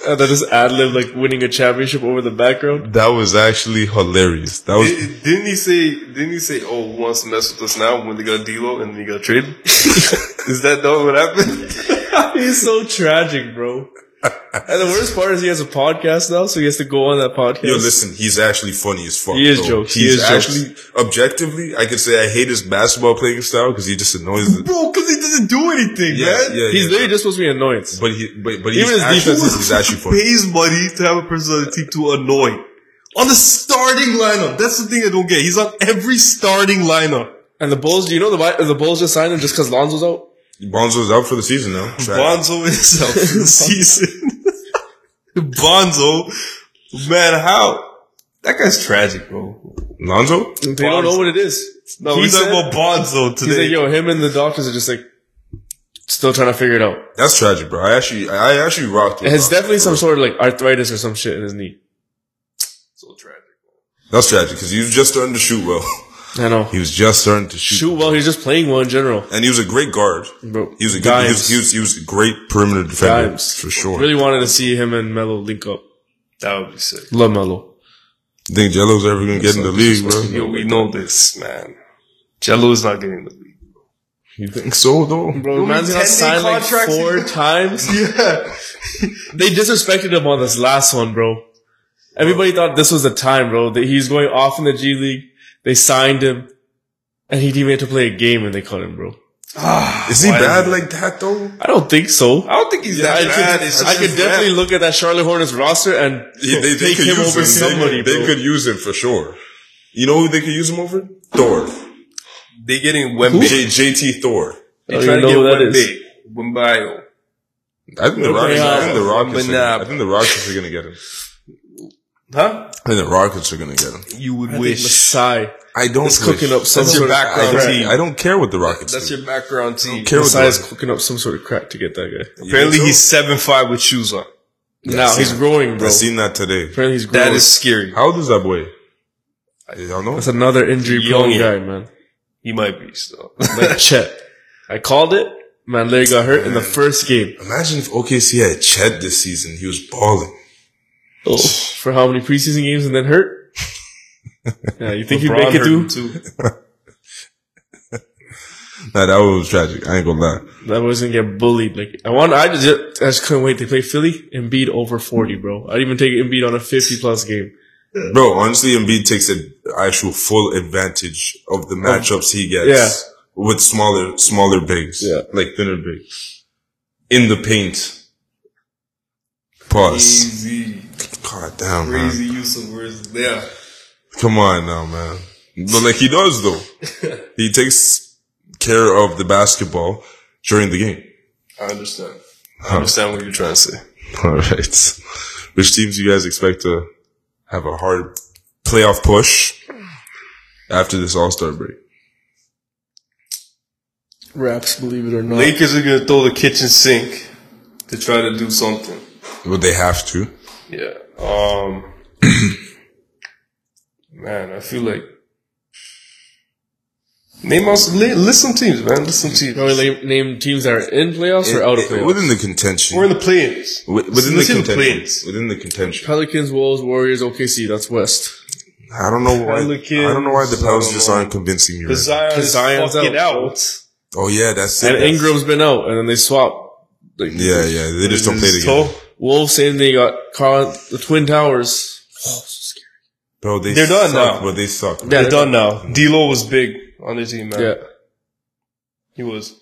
Speaker 1: and then just ad lib like winning a championship over the background.
Speaker 3: That was actually hilarious. That was
Speaker 2: Did, didn't he say? Didn't he say? Oh, who wants to mess with us now when they got D'Lo and they got traded? is that not what happened?
Speaker 1: He's so tragic, bro. And the worst part is he has a podcast now, so he has to go on that podcast.
Speaker 3: Yo, listen, he's actually funny as fuck.
Speaker 1: He is
Speaker 3: though.
Speaker 1: jokes.
Speaker 3: He's
Speaker 1: He is
Speaker 3: actually, objectively, I could say I hate his basketball playing style because he just annoys the.
Speaker 2: [laughs] bro, because he doesn't do anything,
Speaker 3: Yeah,
Speaker 2: man.
Speaker 3: yeah,
Speaker 1: He's
Speaker 3: yeah.
Speaker 1: literally just supposed to be annoyance.
Speaker 3: But he, but,
Speaker 1: Even
Speaker 3: but he's
Speaker 1: his
Speaker 3: actually,
Speaker 1: defense
Speaker 3: he's
Speaker 1: [laughs]
Speaker 3: actually funny.
Speaker 2: pays money to have a person on the team to annoy on the starting lineup. That's the thing I don't get. He's on every starting lineup.
Speaker 1: And the Bulls, do you know the Vi- the Bulls just signed him just because Lonzo's out?
Speaker 3: Bonzo's out for the season now. Trash.
Speaker 2: Bonzo is out for the [laughs] season. Bonzo, man, how that guy's tragic, bro.
Speaker 3: Lonzo?
Speaker 1: They don't know what it is.
Speaker 2: No,
Speaker 1: He
Speaker 2: we talking
Speaker 1: said-
Speaker 2: about Bonzo
Speaker 1: He's like,
Speaker 2: today.
Speaker 1: yo, him and the doctors are just like still trying to figure it out.
Speaker 3: That's tragic, bro. I actually, I actually rocked with
Speaker 1: It has
Speaker 3: Lonzo,
Speaker 1: definitely some
Speaker 3: bro.
Speaker 1: sort of like arthritis or some shit in his knee.
Speaker 2: so tragic.
Speaker 3: That's tragic because he was just starting to shoot well. [laughs]
Speaker 1: I know.
Speaker 3: He was just starting to shoot.
Speaker 1: Shoot well, he's just playing well in general.
Speaker 3: And he was a great guard.
Speaker 1: Bro,
Speaker 3: He was a good, he was,
Speaker 1: Dimes.
Speaker 3: he was, he was a great perimeter defender.
Speaker 1: Dimes.
Speaker 3: For sure.
Speaker 1: Really wanted to see him and Melo link up.
Speaker 2: That would be sick.
Speaker 1: Love Melo.
Speaker 3: Think Jello's ever going to get in the league, bro?
Speaker 2: Yo, we know this, man. Jello is not getting the league.
Speaker 3: You think so, though?
Speaker 1: Bro, man's got
Speaker 2: 10 -day
Speaker 1: signed like
Speaker 2: contracts
Speaker 1: four
Speaker 2: he-
Speaker 1: times.
Speaker 2: Yeah.
Speaker 1: They disrespected him on this last one, bro. Everybody thought this was the time, bro. That he's going off in the G League. They signed him, and he didn't even have to play a game, and they cut him, bro.
Speaker 3: Is he
Speaker 2: Why
Speaker 3: bad
Speaker 2: is it-
Speaker 3: like that,
Speaker 1: [laughs]
Speaker 3: though?
Speaker 1: I don't think so.
Speaker 2: I don't think he's that
Speaker 1: I
Speaker 2: bad.
Speaker 1: could,
Speaker 2: It's just
Speaker 1: I could
Speaker 2: his
Speaker 1: definitely
Speaker 2: rap.
Speaker 1: look at that Charlotte Hornets roster and
Speaker 3: Yeah, they, they
Speaker 1: take
Speaker 3: could
Speaker 1: him
Speaker 3: use
Speaker 1: over
Speaker 3: him.
Speaker 1: somebody,
Speaker 3: They,
Speaker 1: bro.
Speaker 3: they could use him for sure. You know who they could use him over? Thor.
Speaker 2: They getting Wemby.
Speaker 3: J, JT Thor.
Speaker 1: I
Speaker 2: They
Speaker 1: don't
Speaker 2: trying
Speaker 1: even
Speaker 2: to get
Speaker 1: know who that
Speaker 2: Wemby. Wembayo.
Speaker 3: I think the Rockets, I
Speaker 1: uh,
Speaker 3: think the Rockets, are,
Speaker 2: Wembanyama.
Speaker 3: I think the Rockets are gonna get him.
Speaker 2: Huh?
Speaker 3: I think the Rockets are gonna get him.
Speaker 2: You would
Speaker 1: I think
Speaker 2: wish.
Speaker 1: Masai.
Speaker 3: I don't.
Speaker 1: He's
Speaker 3: wish.
Speaker 1: cooking up some
Speaker 2: That's your
Speaker 1: sort of
Speaker 2: background
Speaker 3: I don't,
Speaker 2: team.
Speaker 3: I don't care what the Rockets.
Speaker 2: That's
Speaker 3: do.
Speaker 2: your background team.
Speaker 3: care what the
Speaker 1: Masai is
Speaker 3: Rockets.
Speaker 1: cooking up some sort of crack to get that guy.
Speaker 2: Apparently
Speaker 3: You think
Speaker 2: he's seven five with shoes on.
Speaker 1: now he's growing,
Speaker 3: so? I
Speaker 1: bro.
Speaker 3: seen that today.
Speaker 1: Apparently he's growing.
Speaker 2: That is scary.
Speaker 3: How old is that boy? Y'all know.
Speaker 1: That's another injury prone
Speaker 2: Young.
Speaker 1: guy, man.
Speaker 2: He might be still.
Speaker 1: [laughs] Like Chet. I called it. Man, Larry got hurt in the first game.
Speaker 3: Imagine if OKC had Chet this season. He was balling.
Speaker 1: Oh, for how many preseason games and then
Speaker 2: [laughs]
Speaker 1: hurt? Yeah, you think he'd
Speaker 2: LeBron
Speaker 1: make it
Speaker 2: hurt
Speaker 1: through?
Speaker 2: him
Speaker 1: [laughs]
Speaker 2: too.
Speaker 3: Nah, that was tragic. I ain't gonna lie.
Speaker 1: That wasn't get bullied. Like I want, I just, I just couldn't wait. They play Philly. Embiid over forty, bro. I'd even take Embiid on a fifty-plus game.
Speaker 3: Bro, honestly, Embiid takes an actual full advantage of the matchups he gets
Speaker 1: Yeah.
Speaker 3: with smaller, smaller bigs. Yeah. Like thinner bigs. In the paint. Pause.
Speaker 2: Easy.
Speaker 3: God damn, man.
Speaker 2: Crazy use of words there.
Speaker 3: Come on now, man. But like he does
Speaker 2: [laughs]
Speaker 3: though. he takes care of the basketball during the game.
Speaker 2: I understand. I understand what you're trying to say.
Speaker 3: [laughs] All right. Which teams you guys expect to have a hard playoff push after this All Star break?
Speaker 1: Raps, believe it or not.
Speaker 2: Lakers are gonna throw the kitchen sink to try to do something.
Speaker 3: Would they have to?
Speaker 2: Yeah. Um. [clears throat] man, I feel like name us. Li- list some teams, man. List [laughs] some teams.
Speaker 1: Can we la- name teams that are in playoffs or out of playoffs?
Speaker 3: Within the
Speaker 2: We're
Speaker 3: contention.
Speaker 2: in the play-ins.
Speaker 3: Wi- Within the
Speaker 2: Let's hit the
Speaker 3: contention.
Speaker 2: plates.
Speaker 3: Within the contention.
Speaker 1: Pelicans, Wolves, Warriors, OKC. That's West.
Speaker 3: I don't know why. I don't know why the
Speaker 2: Pelicans,
Speaker 3: Pelicans
Speaker 2: I
Speaker 3: just
Speaker 2: don't know.
Speaker 3: aren't convincing me.
Speaker 2: The
Speaker 3: Right now.
Speaker 2: Zion's,
Speaker 1: Zion's
Speaker 2: fucking
Speaker 1: out.
Speaker 2: out.
Speaker 3: Oh yeah, that's it.
Speaker 1: And Ingram's been out, and then they swap. Like,
Speaker 3: Yeah, yeah. They just don't play the
Speaker 2: So
Speaker 3: game.
Speaker 1: Wolves same thing. Got Carl, the Twin Towers.
Speaker 3: Bro, they
Speaker 2: They're done
Speaker 3: suck,
Speaker 2: now.
Speaker 3: But they suck. man.
Speaker 1: Yeah,
Speaker 2: they're done now. D'Lo was big on their team, man.
Speaker 1: Yeah,
Speaker 2: He was.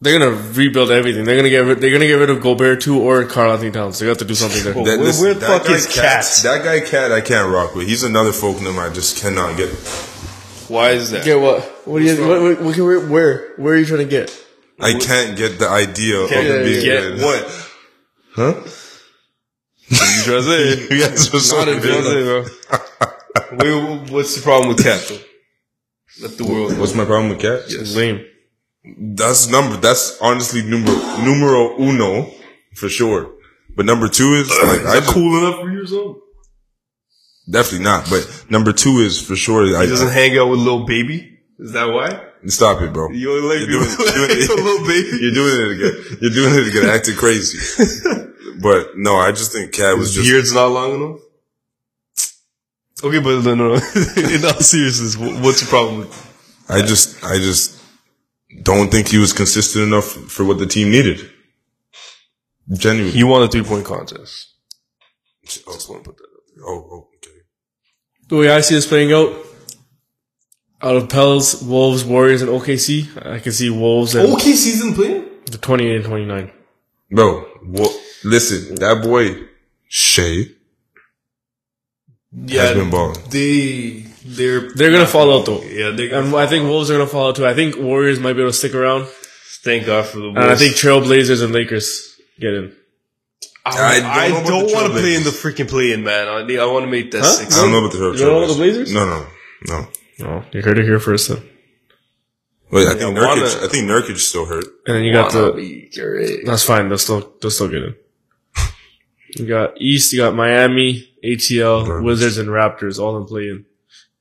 Speaker 1: they're gonna rebuild everything. They're gonna get rid, they're gonna get rid of Gobert too or Carl Anthony Towns. They got to do something there.
Speaker 2: Where- where the fuck
Speaker 3: guy
Speaker 2: is Cat?
Speaker 3: That guy Cat, I can't rock with. He's another folk name I just cannot get.
Speaker 2: Why is
Speaker 1: [laughs]
Speaker 2: that?
Speaker 1: Get what? What do you? What, what, what, where, where? Where are you trying to get?
Speaker 3: I can't get the idea of
Speaker 2: Can't
Speaker 3: him being
Speaker 2: get
Speaker 3: good.
Speaker 2: what?
Speaker 3: Huh? you trying to [laughs] say? You guys were so good.
Speaker 2: Wait, what's the problem with Cat though? Let the world.
Speaker 3: What's my problem with Cat?
Speaker 1: Lame.
Speaker 3: That's number. That's honestly numero numero uno for sure. But number two
Speaker 2: [coughs]
Speaker 3: is like I just,
Speaker 2: cool enough for years old.
Speaker 3: definitely not. But number two is for sure. I
Speaker 2: He doesn't hang out with little baby. Is that why?
Speaker 3: stop it, bro.
Speaker 2: You only like
Speaker 3: You're doing-
Speaker 2: [laughs] you're
Speaker 3: doing-
Speaker 2: little baby.
Speaker 3: You're doing it again. You're doing it again. Acting
Speaker 2: [laughs]
Speaker 3: crazy. But no, I just think Cat was
Speaker 2: His
Speaker 3: just
Speaker 2: beard's not long enough. Okay, but no, [laughs] no. In all seriousness, wh- what's your problem with?
Speaker 3: I just, I just don't think he was consistent enough for what the team needed. Genuinely.
Speaker 2: You won a three point contest.
Speaker 3: Oh,
Speaker 2: Just want to put that. out
Speaker 3: oh, okay.
Speaker 1: The way I see this playing out, out of Pels, Wolves, Warriors, and OKC, I can see Wolves and
Speaker 2: there. Okay, season playing.
Speaker 1: the 28 and 29.
Speaker 3: Bro, wha- listen, that boy Shay has
Speaker 2: Yeah,
Speaker 3: been balling.
Speaker 2: they they're
Speaker 1: They're gonna fall out though.
Speaker 2: yeah they
Speaker 1: And I think Wolves are gonna fall out too. I think Warriors might be able to stick around,
Speaker 2: thank God for the. Wolves.
Speaker 1: and I think Trailblazers and Lakers get in.
Speaker 3: I
Speaker 2: I
Speaker 3: don't know
Speaker 2: don't,
Speaker 3: about the
Speaker 2: want to play
Speaker 3: Trailblazers.
Speaker 2: in the freaking play in, man. I, need- I want to make that
Speaker 3: I
Speaker 2: six.
Speaker 3: don't know about the Trail
Speaker 1: You don't know about the Blazers?
Speaker 3: No, no, no.
Speaker 1: Oh, you heard it here first, then.
Speaker 3: Wait, I think
Speaker 2: I wanna-
Speaker 3: Nurkic, I think Nurkic still hurt.
Speaker 1: And then you got the
Speaker 2: the
Speaker 1: That's fine. They'll still they'll still get in. You got East. You got Miami, ATL,
Speaker 3: Right.
Speaker 1: Wizards, and Raptors all in play in.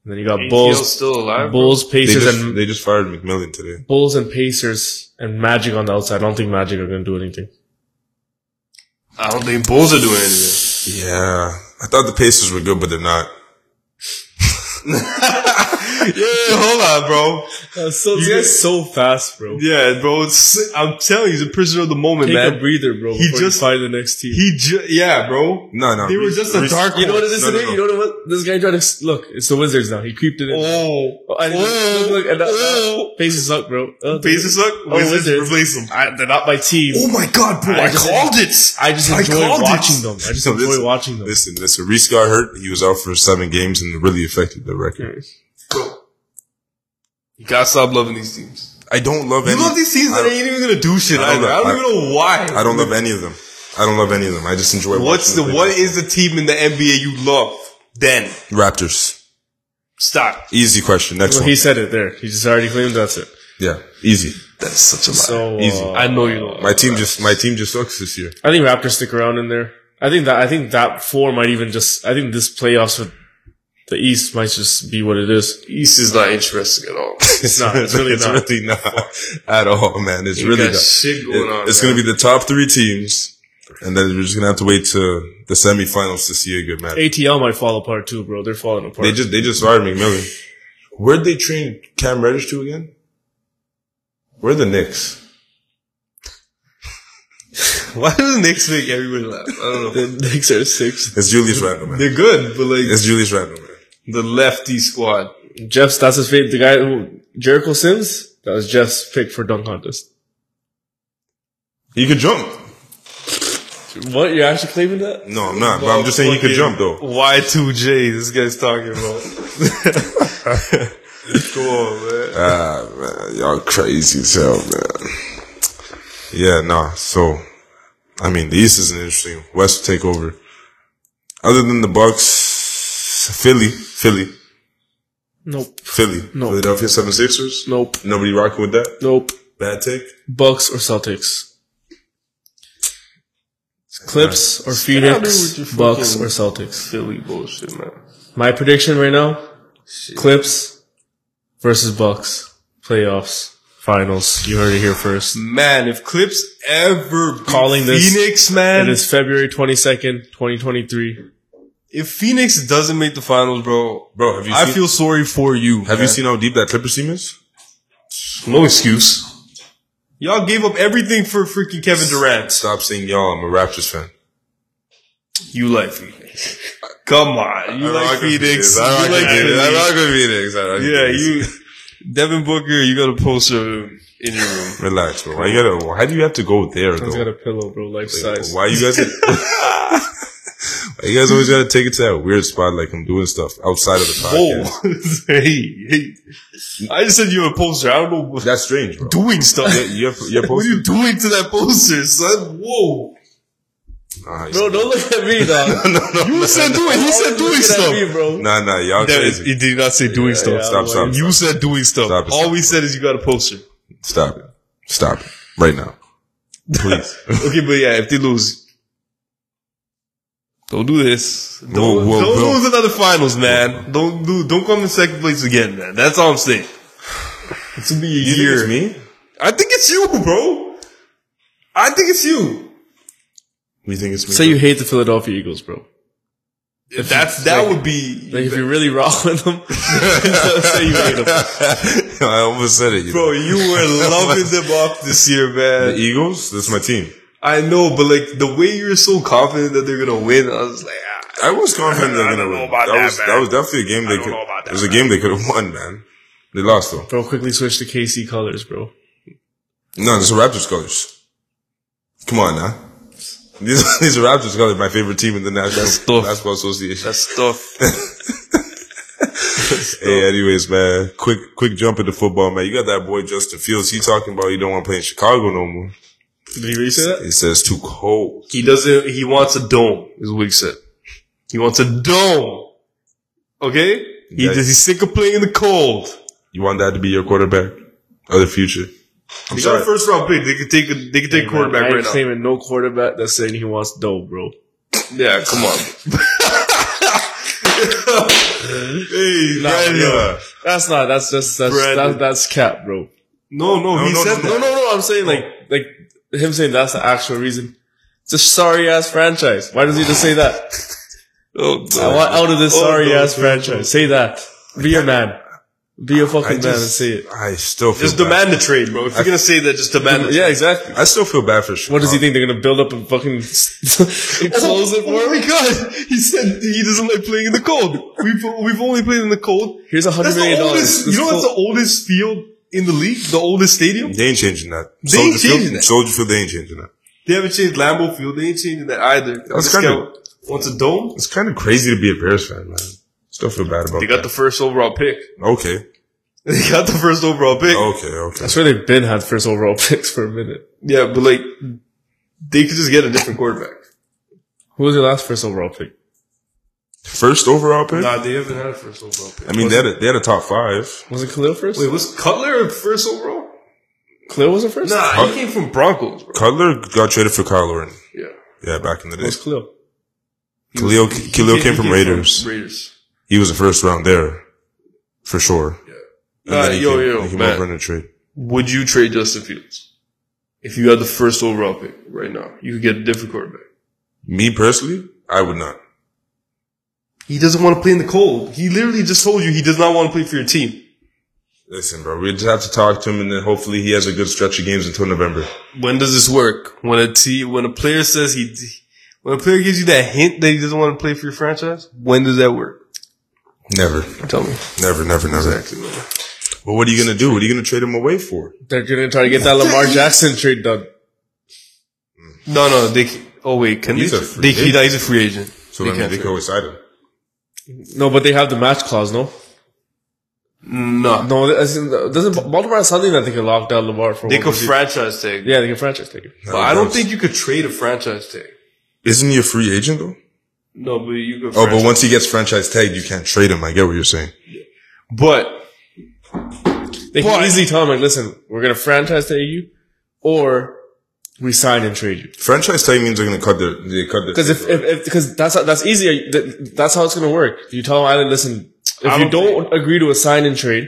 Speaker 1: And then you got Bulls,
Speaker 2: still alive. bro?
Speaker 1: Bulls,
Speaker 3: They
Speaker 1: Pacers,
Speaker 3: just,
Speaker 1: and
Speaker 3: they just fired McMillan today.
Speaker 1: Bulls and Pacers and Magic on the outside. I don't think Magic are going to do anything.
Speaker 2: I don't think Bulls are doing
Speaker 3: [laughs]
Speaker 2: anything.
Speaker 3: Yeah. I thought the Pacers were good, but they're not.
Speaker 2: yeah, hold on, bro.
Speaker 1: so
Speaker 2: You guys-
Speaker 1: so fast, bro.
Speaker 2: Yeah, bro. It's, I'm telling you, he's a prisoner of the moment,
Speaker 1: Take
Speaker 2: man.
Speaker 1: a breather, bro.
Speaker 2: He
Speaker 1: He just
Speaker 2: just-
Speaker 1: find the next team.
Speaker 2: he, ju- yeah, bro.
Speaker 3: No, no.
Speaker 2: They were just a
Speaker 3: Reece-
Speaker 2: dark.
Speaker 1: you know what it is
Speaker 3: No, no,
Speaker 1: today?
Speaker 3: no.
Speaker 1: You know what this guy tried to s- look? It's the Wizards now. He creeped it in.
Speaker 2: Oh,
Speaker 1: Oh, and
Speaker 2: oh,
Speaker 1: look, look, and that-
Speaker 2: oh.
Speaker 1: Pacers up, bro. Uh,
Speaker 2: Pacers suck.
Speaker 1: Oh,
Speaker 2: Wizards
Speaker 1: Wizards.
Speaker 2: replace them.
Speaker 1: I, they're not my team.
Speaker 2: Oh my god, bro!
Speaker 1: I
Speaker 2: I,
Speaker 1: just-
Speaker 2: called it.
Speaker 1: I just
Speaker 2: I
Speaker 1: enjoy
Speaker 2: called it.
Speaker 1: watching them. I just
Speaker 3: No,
Speaker 1: enjoy
Speaker 3: listen,
Speaker 1: watching them.
Speaker 3: Listen, listen. Reese got hurt. He was out for seven games and it really affected the record.
Speaker 2: You gotta stop loving these teams.
Speaker 3: I don't love
Speaker 2: You
Speaker 3: any.
Speaker 2: love these teams
Speaker 3: I
Speaker 2: that
Speaker 3: don't-
Speaker 2: ain't even gonna do shit
Speaker 3: I don't
Speaker 2: either. I
Speaker 3: love-
Speaker 2: don't
Speaker 3: I-
Speaker 2: even know why.
Speaker 3: I don't love any of them. I don't love any of them. I just enjoy.
Speaker 2: What's the
Speaker 3: watching them
Speaker 2: what
Speaker 3: play
Speaker 2: is the team in the NBA you love? Then
Speaker 3: basketball. Raptors?
Speaker 2: stop.
Speaker 3: Easy question. Next
Speaker 1: Well,
Speaker 3: one.
Speaker 1: he said it there. He just already claimed that's it.
Speaker 3: yeah, easy.
Speaker 2: That's such a lie.
Speaker 1: So uh,
Speaker 3: Easy.
Speaker 2: I know you don't.
Speaker 3: My team just my team just sucks this year.
Speaker 1: I think Raptors stick around in there. I think that I think that four might even just. I think this playoffs with the East might just be what it is.
Speaker 2: East is not interesting at all.
Speaker 1: It's not. It's [laughs] really
Speaker 3: [laughs] it's
Speaker 1: not.
Speaker 3: really not at all, man. It's
Speaker 2: You
Speaker 3: really
Speaker 2: got
Speaker 3: not.
Speaker 2: shit going
Speaker 3: It-
Speaker 2: on.
Speaker 3: it's
Speaker 2: man.
Speaker 3: going to be the top three teams, and then we're just going to have to wait to the semifinals to see a good match.
Speaker 1: ATL might fall apart too, bro. They're falling apart.
Speaker 3: They just they just fired McMillan. Where'd they train Cam Reddish to again? Where are the Knicks?
Speaker 2: Why does the Knicks make everybody laugh? I don't know.
Speaker 1: the Knicks are sixth.
Speaker 3: It's Julius Randle, man.
Speaker 2: They're good, but like
Speaker 3: It's Julius Randle, man.
Speaker 2: the lefty squad.
Speaker 1: Jeff's that's his favorite. The guy who Jericho Sims. That was just picked for dunk contest.
Speaker 3: He could jump.
Speaker 1: What? You're actually claiming that?
Speaker 3: No, I'm not. But I'm just saying he could jump though.
Speaker 2: Y2J, this guy's talking about. Come on, man.
Speaker 3: Ah, man, y'all crazy as hell, man. Yeah, nah. So, I mean, the East is an interesting. West will take over. Other than the Bucks, Philly, Philly,
Speaker 1: Nope.
Speaker 3: Philly,
Speaker 1: No.
Speaker 3: Philadelphia 76ers.
Speaker 1: Nope.
Speaker 3: Nobody rocking with that.
Speaker 1: Nope.
Speaker 3: Bad take.
Speaker 1: Bucks or Celtics? Clips or Phoenix?
Speaker 4: with your
Speaker 1: Bucks
Speaker 4: fucking-
Speaker 1: or Celtics?
Speaker 4: Philly bullshit, man.
Speaker 1: My prediction right now: Clips versus Bucks playoffs finals. You heard it here first.
Speaker 2: Man, if Clips ever beat
Speaker 1: Calling this-
Speaker 2: Phoenix,
Speaker 1: It
Speaker 2: man,
Speaker 1: is February twenty second, twenty twenty three.
Speaker 2: if Phoenix doesn't make the finals, bro,
Speaker 3: Bro, have you
Speaker 2: I
Speaker 3: seen,
Speaker 2: feel sorry for you.
Speaker 3: have you seen how deep that Clippers team is?
Speaker 2: No excuse. Y'all gave up everything for freaking Kevin Durant.
Speaker 3: Stop saying y'all. I'm a Raptors fan.
Speaker 2: You like Phoenix? Come on, you
Speaker 3: I
Speaker 2: like
Speaker 3: rock with the
Speaker 2: Phoenix? You
Speaker 3: Phoenix. I rock
Speaker 2: like
Speaker 3: with Phoenix. I
Speaker 2: Phoenix?
Speaker 3: rock with Phoenix. I rock with
Speaker 2: Yeah,
Speaker 3: Phoenix.
Speaker 2: you. Devin Booker, you got a poster of him in your room.
Speaker 3: Relax, bro. Why you gotta? Why do you have to go there
Speaker 1: He's got
Speaker 3: though?
Speaker 1: a pillow, bro, life size.
Speaker 3: Why [laughs] you guys? why you guys always gotta take it to that weird spot? Like I'm doing stuff outside of the podcast.
Speaker 2: Whoa! [laughs] hey, hey! I just said you were a poster. I don't know what
Speaker 3: That's strange, [laughs] bro.
Speaker 2: doing stuff.
Speaker 3: You're, you're, you're
Speaker 2: what are
Speaker 3: posting.
Speaker 2: you doing to that poster, son? Whoa!
Speaker 3: Nah, he's-
Speaker 1: Bro, don't look at me, dog.
Speaker 3: [laughs] no, no,
Speaker 2: You said doing. He said
Speaker 1: Look
Speaker 2: doing
Speaker 1: at
Speaker 2: stuff.
Speaker 1: me, bro.
Speaker 3: nah, nah, y'all
Speaker 2: That is-
Speaker 3: crazy.
Speaker 2: He did not say doing stuff.
Speaker 1: yeah,
Speaker 3: stop, stop,
Speaker 2: You said doing stuff.
Speaker 3: Stop it,
Speaker 2: All
Speaker 3: stop
Speaker 2: we said is you got a poster.
Speaker 3: stop it, stop it, right now, please.
Speaker 2: [laughs] Okay, but yeah, if they lose, don't do this. Don't,
Speaker 3: Whoa, whoa,
Speaker 2: don't
Speaker 3: whoa.
Speaker 2: lose another finals, man. Don't do. Don't come in second place again, man. That's all I'm saying. It's gonna be a
Speaker 3: you
Speaker 2: year.
Speaker 3: think it's me?
Speaker 2: I think it's you, bro. I think it's you.
Speaker 3: You think it's me?
Speaker 1: Say you hate the Philadelphia Eagles, bro.
Speaker 2: That's that would be,
Speaker 1: Like if you're really [laughs] raw with them,
Speaker 2: [laughs] say you hate them.
Speaker 3: [laughs] I almost said it, you
Speaker 2: bro.
Speaker 3: know.
Speaker 2: You were loving them up this year,
Speaker 3: The
Speaker 2: man.
Speaker 3: Eagles. That's my team.
Speaker 2: I know, but like the way you're so confident that they're gonna win, I was like, ah,
Speaker 3: I was confident they're
Speaker 2: I
Speaker 3: gonna
Speaker 2: don't know
Speaker 3: win.
Speaker 2: about
Speaker 3: That,
Speaker 2: that,
Speaker 3: was
Speaker 2: man.
Speaker 3: that was definitely a game they
Speaker 2: don't
Speaker 3: could.
Speaker 2: know about that,
Speaker 3: it was a game they could have won, man. They lost though.
Speaker 1: bro, quickly switch to KC colors, bro.
Speaker 3: No, these are Raptors colors. Come on now. These, [laughs] these are Raptors colors. My favorite team in the National
Speaker 2: tough.
Speaker 3: Basketball Association.
Speaker 2: that's tough.
Speaker 3: Hey, anyways, man. Quick, quick jump into football, man. You got that boy Justin Fields. He talking about he don't want to play in Chicago no more.
Speaker 1: Did he really say that?
Speaker 3: He says too cold.
Speaker 2: He doesn't. He wants a dome. Is what he said. He wants a dome. Okay. He
Speaker 3: Yeah.
Speaker 2: just, he's sick of playing in the cold.
Speaker 3: You want that to be your quarterback or the future? I'm
Speaker 2: They got
Speaker 3: sorry.
Speaker 2: a first round pick. They could take. A, they could take
Speaker 1: I
Speaker 2: quarterback
Speaker 1: ain't
Speaker 2: right now.
Speaker 1: claiming no quarterback that's saying he wants dough, bro.
Speaker 2: Yeah, come on. hey,
Speaker 1: Nah,
Speaker 2: Brandon.
Speaker 1: yo. That's not. That's just that's that's,
Speaker 2: Brandon.
Speaker 1: that's cap, bro.
Speaker 2: No, no, he
Speaker 3: no, no,
Speaker 2: said that.
Speaker 1: No, no, no. I'm saying like like him saying that's the actual reason. It's a sorry ass franchise. Why does he just say that?
Speaker 2: Oh,
Speaker 1: I want out of this
Speaker 2: Oh,
Speaker 1: sorry ass
Speaker 2: no, no,
Speaker 1: franchise. Say that. Be a man. Be a
Speaker 3: I
Speaker 1: fucking man and
Speaker 3: just,
Speaker 1: say it.
Speaker 3: I still feel
Speaker 2: just
Speaker 3: bad.
Speaker 2: demand the trade, bro. If you're gonna say that, just demand it.
Speaker 1: Yeah, exactly.
Speaker 3: I still feel bad for Chicago.
Speaker 1: What does he think they're gonna build up and
Speaker 2: [laughs]
Speaker 1: fucking enclose [laughs] it for?
Speaker 2: Oh my god! He said he doesn't like playing in the cold. We've we've only played in the cold.
Speaker 1: Here's a hundred
Speaker 2: That's the
Speaker 1: million dollars.
Speaker 2: oldest. You know what's the oldest field in the league? The oldest stadium.
Speaker 3: They ain't changing that.
Speaker 2: They ain't
Speaker 3: Soldier Field-
Speaker 2: changing that.
Speaker 3: Soldier Field, they ain't changing that.
Speaker 2: They haven't changed Lambeau Field. They ain't changing that either. This
Speaker 3: kinda-
Speaker 2: guy wants a dome.
Speaker 3: It's kind of crazy to be a Bears fan, man. Still feel bad about
Speaker 2: They got the first overall pick. Oh.
Speaker 3: that. Okay.
Speaker 2: [laughs] They got the first overall pick.
Speaker 3: Okay, okay.
Speaker 1: That's where they've been had first overall [laughs] picks for a minute.
Speaker 2: Yeah, but like they could just get a different quarterback.
Speaker 1: Who was your last first overall pick?
Speaker 3: First overall pick?
Speaker 2: Nah, they haven't had a first overall pick.
Speaker 3: I mean, they had, a, they had a top five.
Speaker 1: Was it Khalil first?
Speaker 2: Wait, was Cutler a first overall?
Speaker 1: Khalil wasn't first?
Speaker 2: Nah, he came from Broncos, bro.
Speaker 3: Cutler got traded for Kyle Orton.
Speaker 2: Yeah.
Speaker 3: Yeah, back in the
Speaker 1: It
Speaker 3: day.
Speaker 1: was Khalil.
Speaker 3: Khalil, Khalil came from Raiders.
Speaker 2: Raiders.
Speaker 3: He was the first round there, for sure. And
Speaker 2: Nah,
Speaker 3: then he
Speaker 2: yo,
Speaker 3: came-
Speaker 2: yo,
Speaker 3: he went
Speaker 2: man.
Speaker 3: over in a trade.
Speaker 2: Would you trade Justin Fields if you had the first overall pick right now? You could get a different quarterback.
Speaker 3: Me personally, I would not.
Speaker 2: He doesn't want to play in the cold. He literally just told you he does not want to play for your team.
Speaker 3: Listen, bro, we just have to talk to him, and then hopefully he has a good stretch of games until November.
Speaker 2: When does this work? When a te- when a player says he, when a player gives you that hint that he doesn't want to play for your franchise, when does that work?
Speaker 3: Never,
Speaker 2: Tell me
Speaker 3: never, never, never.
Speaker 2: exactly.
Speaker 3: But what are you gonna do? What are you gonna trade him away for?
Speaker 1: They're gonna try to get that Lamar Jackson trade done.
Speaker 2: No, no. They. c- Oh wait, can
Speaker 3: He's
Speaker 2: they?
Speaker 3: a free
Speaker 2: they
Speaker 3: agent.
Speaker 2: he- he's a free agent.
Speaker 3: So
Speaker 2: They
Speaker 3: I mean,
Speaker 2: can't
Speaker 3: they could
Speaker 2: trade.
Speaker 3: always side him.
Speaker 1: No, but they have the match clause, no?
Speaker 2: No,
Speaker 1: No, as in, doesn't Baltimore has something that they can lock down Lamar for?
Speaker 2: they
Speaker 1: one
Speaker 2: could
Speaker 1: more year?
Speaker 2: franchise tag.
Speaker 1: yeah, they can franchise take him.
Speaker 2: but I don't think you could trade a franchise tag.
Speaker 3: Isn't he a free agent though?
Speaker 2: No, but you could.
Speaker 3: Oh,
Speaker 2: franchise-
Speaker 3: but once he gets franchise tagged, you can't trade him. I get what you're saying.
Speaker 2: but
Speaker 1: They can easily tell him like, listen, we're gonna franchise tag you, or we sign and trade you.
Speaker 3: Franchise tag means they're gonna cut their they cut their
Speaker 1: Because if if because that's how, that's easy. that- That's how it's gonna work. You tell Island, listen, if you
Speaker 2: don't
Speaker 1: don't agree to a sign and trade,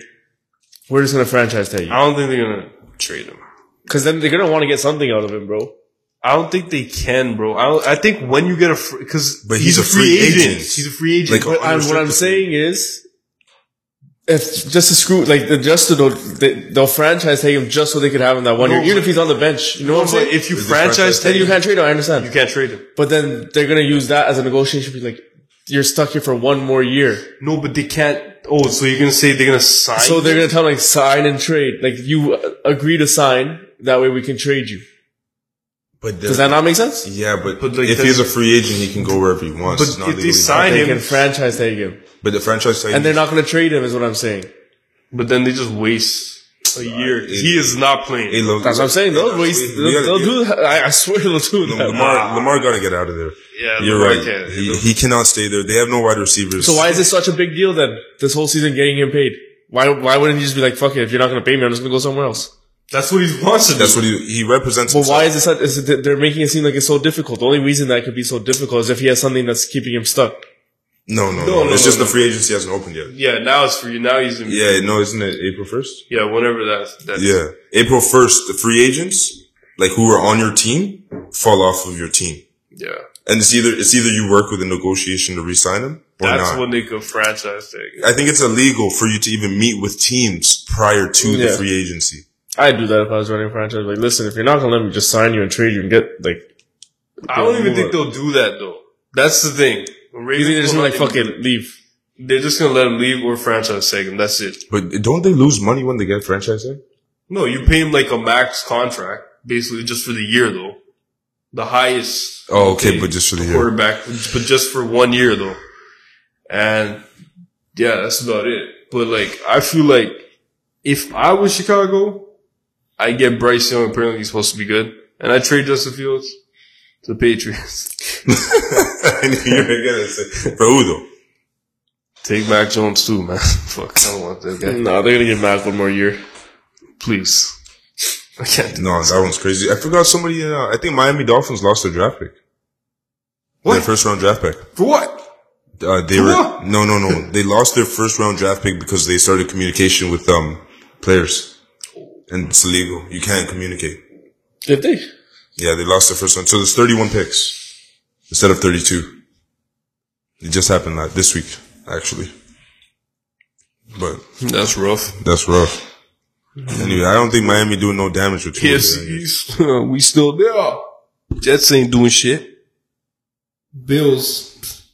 Speaker 1: we're just gonna franchise tag you.
Speaker 2: I don't think they're gonna trade him.
Speaker 1: Because then they're gonna want to get something out of him, bro.
Speaker 2: I don't think they can, bro. I don't, I think when you get a because
Speaker 3: But he's a free agent.
Speaker 2: He's a free
Speaker 3: Like,
Speaker 2: agent. but
Speaker 1: I'm, what I'm saying is, if just to screw like the just to they, they'll franchise take him just so they could have him that one
Speaker 2: No,
Speaker 1: year, even
Speaker 2: but-
Speaker 1: if he's on the bench. You know what I'm
Speaker 2: but
Speaker 1: saying?
Speaker 2: if you
Speaker 3: Is it franchise
Speaker 2: franchise
Speaker 3: tag?
Speaker 2: tag,
Speaker 1: then you
Speaker 2: you
Speaker 1: can't trade him. I understand,
Speaker 2: can't trade him.
Speaker 1: but then they're gonna use that as a negotiation. Be like, you're stuck here for one more year,
Speaker 2: No, but they can't. Oh, so you're gonna say they're gonna sign?
Speaker 1: so they're
Speaker 2: him?
Speaker 1: gonna tell him like sign and trade. Like you uh, agree to sign, that way we can trade you.
Speaker 3: but
Speaker 1: Does that not make sense?
Speaker 3: yeah, but,
Speaker 2: But, like,
Speaker 3: if he's a free agent, he can go wherever he wants.
Speaker 2: But
Speaker 3: It's not
Speaker 2: if they
Speaker 3: legally
Speaker 2: sign
Speaker 3: bound.
Speaker 1: They
Speaker 2: him-
Speaker 1: can franchise tag him,
Speaker 3: but the franchise tag
Speaker 1: and they're not gonna trade him. Is what I'm saying.
Speaker 2: but then they just waste a year.
Speaker 3: it-
Speaker 2: he is not playing.
Speaker 3: Hey, Lam-
Speaker 1: That's what I'm saying. They'll,
Speaker 3: Yeah,
Speaker 1: waste-
Speaker 3: we gotta
Speaker 1: they'll, they'll
Speaker 3: get-
Speaker 1: do. That. I, I swear they'll do that.
Speaker 3: Lamar, Lamar got to get out of there.
Speaker 2: Yeah,
Speaker 3: You're
Speaker 2: Lamar
Speaker 3: right.
Speaker 2: can't.
Speaker 3: He, he cannot stay there. They have no wide receivers.
Speaker 1: So why is it such a big deal then? This whole season getting him paid. Why why wouldn't he just be like, fuck it, if you're not gonna pay me, I'm just gonna go somewhere else?
Speaker 2: That's what he wants to do.
Speaker 3: That's what he he represents.
Speaker 1: But why
Speaker 3: himself.
Speaker 1: is it such? Is it that they're making it seem like it's so difficult? The only reason that it could be so difficult is if he has something that's keeping him stuck.
Speaker 3: No, no,
Speaker 2: No,
Speaker 3: no.
Speaker 2: no,
Speaker 3: It's
Speaker 2: no,
Speaker 3: just
Speaker 2: no.
Speaker 3: the free agency hasn't opened yet.
Speaker 2: yeah, now it's for you. Now he's in. Yeah,
Speaker 3: Yeah, no, isn't it April first?
Speaker 2: whenever that's that's
Speaker 3: Yeah, April first. The free agents, like who are on your team, fall off of your team,
Speaker 2: yeah.
Speaker 3: and it's either it's either you work with a negotiation to re-sign them or
Speaker 2: That's
Speaker 3: not.
Speaker 2: when they could franchise tag.
Speaker 3: I think it's illegal for you to even meet with teams prior to the
Speaker 1: Yeah.
Speaker 3: free agency.
Speaker 1: I'd do that if I was running a franchise. Like, listen, if you're not gonna let me just sign you and trade you and get like,
Speaker 2: I don't even think they'll do that though. That's the thing.
Speaker 1: you
Speaker 2: Ravens
Speaker 1: think they're just
Speaker 2: will
Speaker 1: gonna like,
Speaker 2: not
Speaker 1: fuck
Speaker 2: even-
Speaker 1: it, leave?
Speaker 2: They're just gonna let him leave or franchise tag him. That's it.
Speaker 3: But don't they lose money when they get franchised? in?
Speaker 2: No, you pay him like a max contract, basically just for the year though. The highest
Speaker 3: Oh, okay,
Speaker 2: Okay.
Speaker 3: but just for the year.
Speaker 2: quarterback, but just for one year though. And yeah, that's about it. But like, I feel like if I was Chicago, I get Bryce Young. Apparently, he's supposed to be good, and I trade Justin Fields to
Speaker 1: [laughs]
Speaker 2: the Patriots.
Speaker 3: [laughs] I knew you were gonna say for who though?
Speaker 2: Take Mac Jones
Speaker 1: [laughs]
Speaker 2: too, man. Fuck, I don't want that guy.
Speaker 1: No, they're gonna give Mac one more year. [laughs]
Speaker 2: Please, I can't. Do
Speaker 3: No, that one's crazy. I forgot somebody. Uh, I think Miami Dolphins lost their draft pick.
Speaker 2: What?
Speaker 3: Their first round draft pick.
Speaker 2: For what?
Speaker 3: Uh, they
Speaker 2: What?
Speaker 3: were no, no, no. They lost their first round draft pick because they started communication with um players, and it's illegal. You can't communicate.
Speaker 1: Did they?
Speaker 3: Yeah, they lost their first round. So there's 31 picks instead of 32. It just happened like, this week, actually. But
Speaker 2: That's rough.
Speaker 3: that's rough. Anyway, I don't think Miami doing no damage with Tua.
Speaker 2: Yes,
Speaker 3: man.
Speaker 2: [laughs] we still there. Jets ain't doing shit. Bills.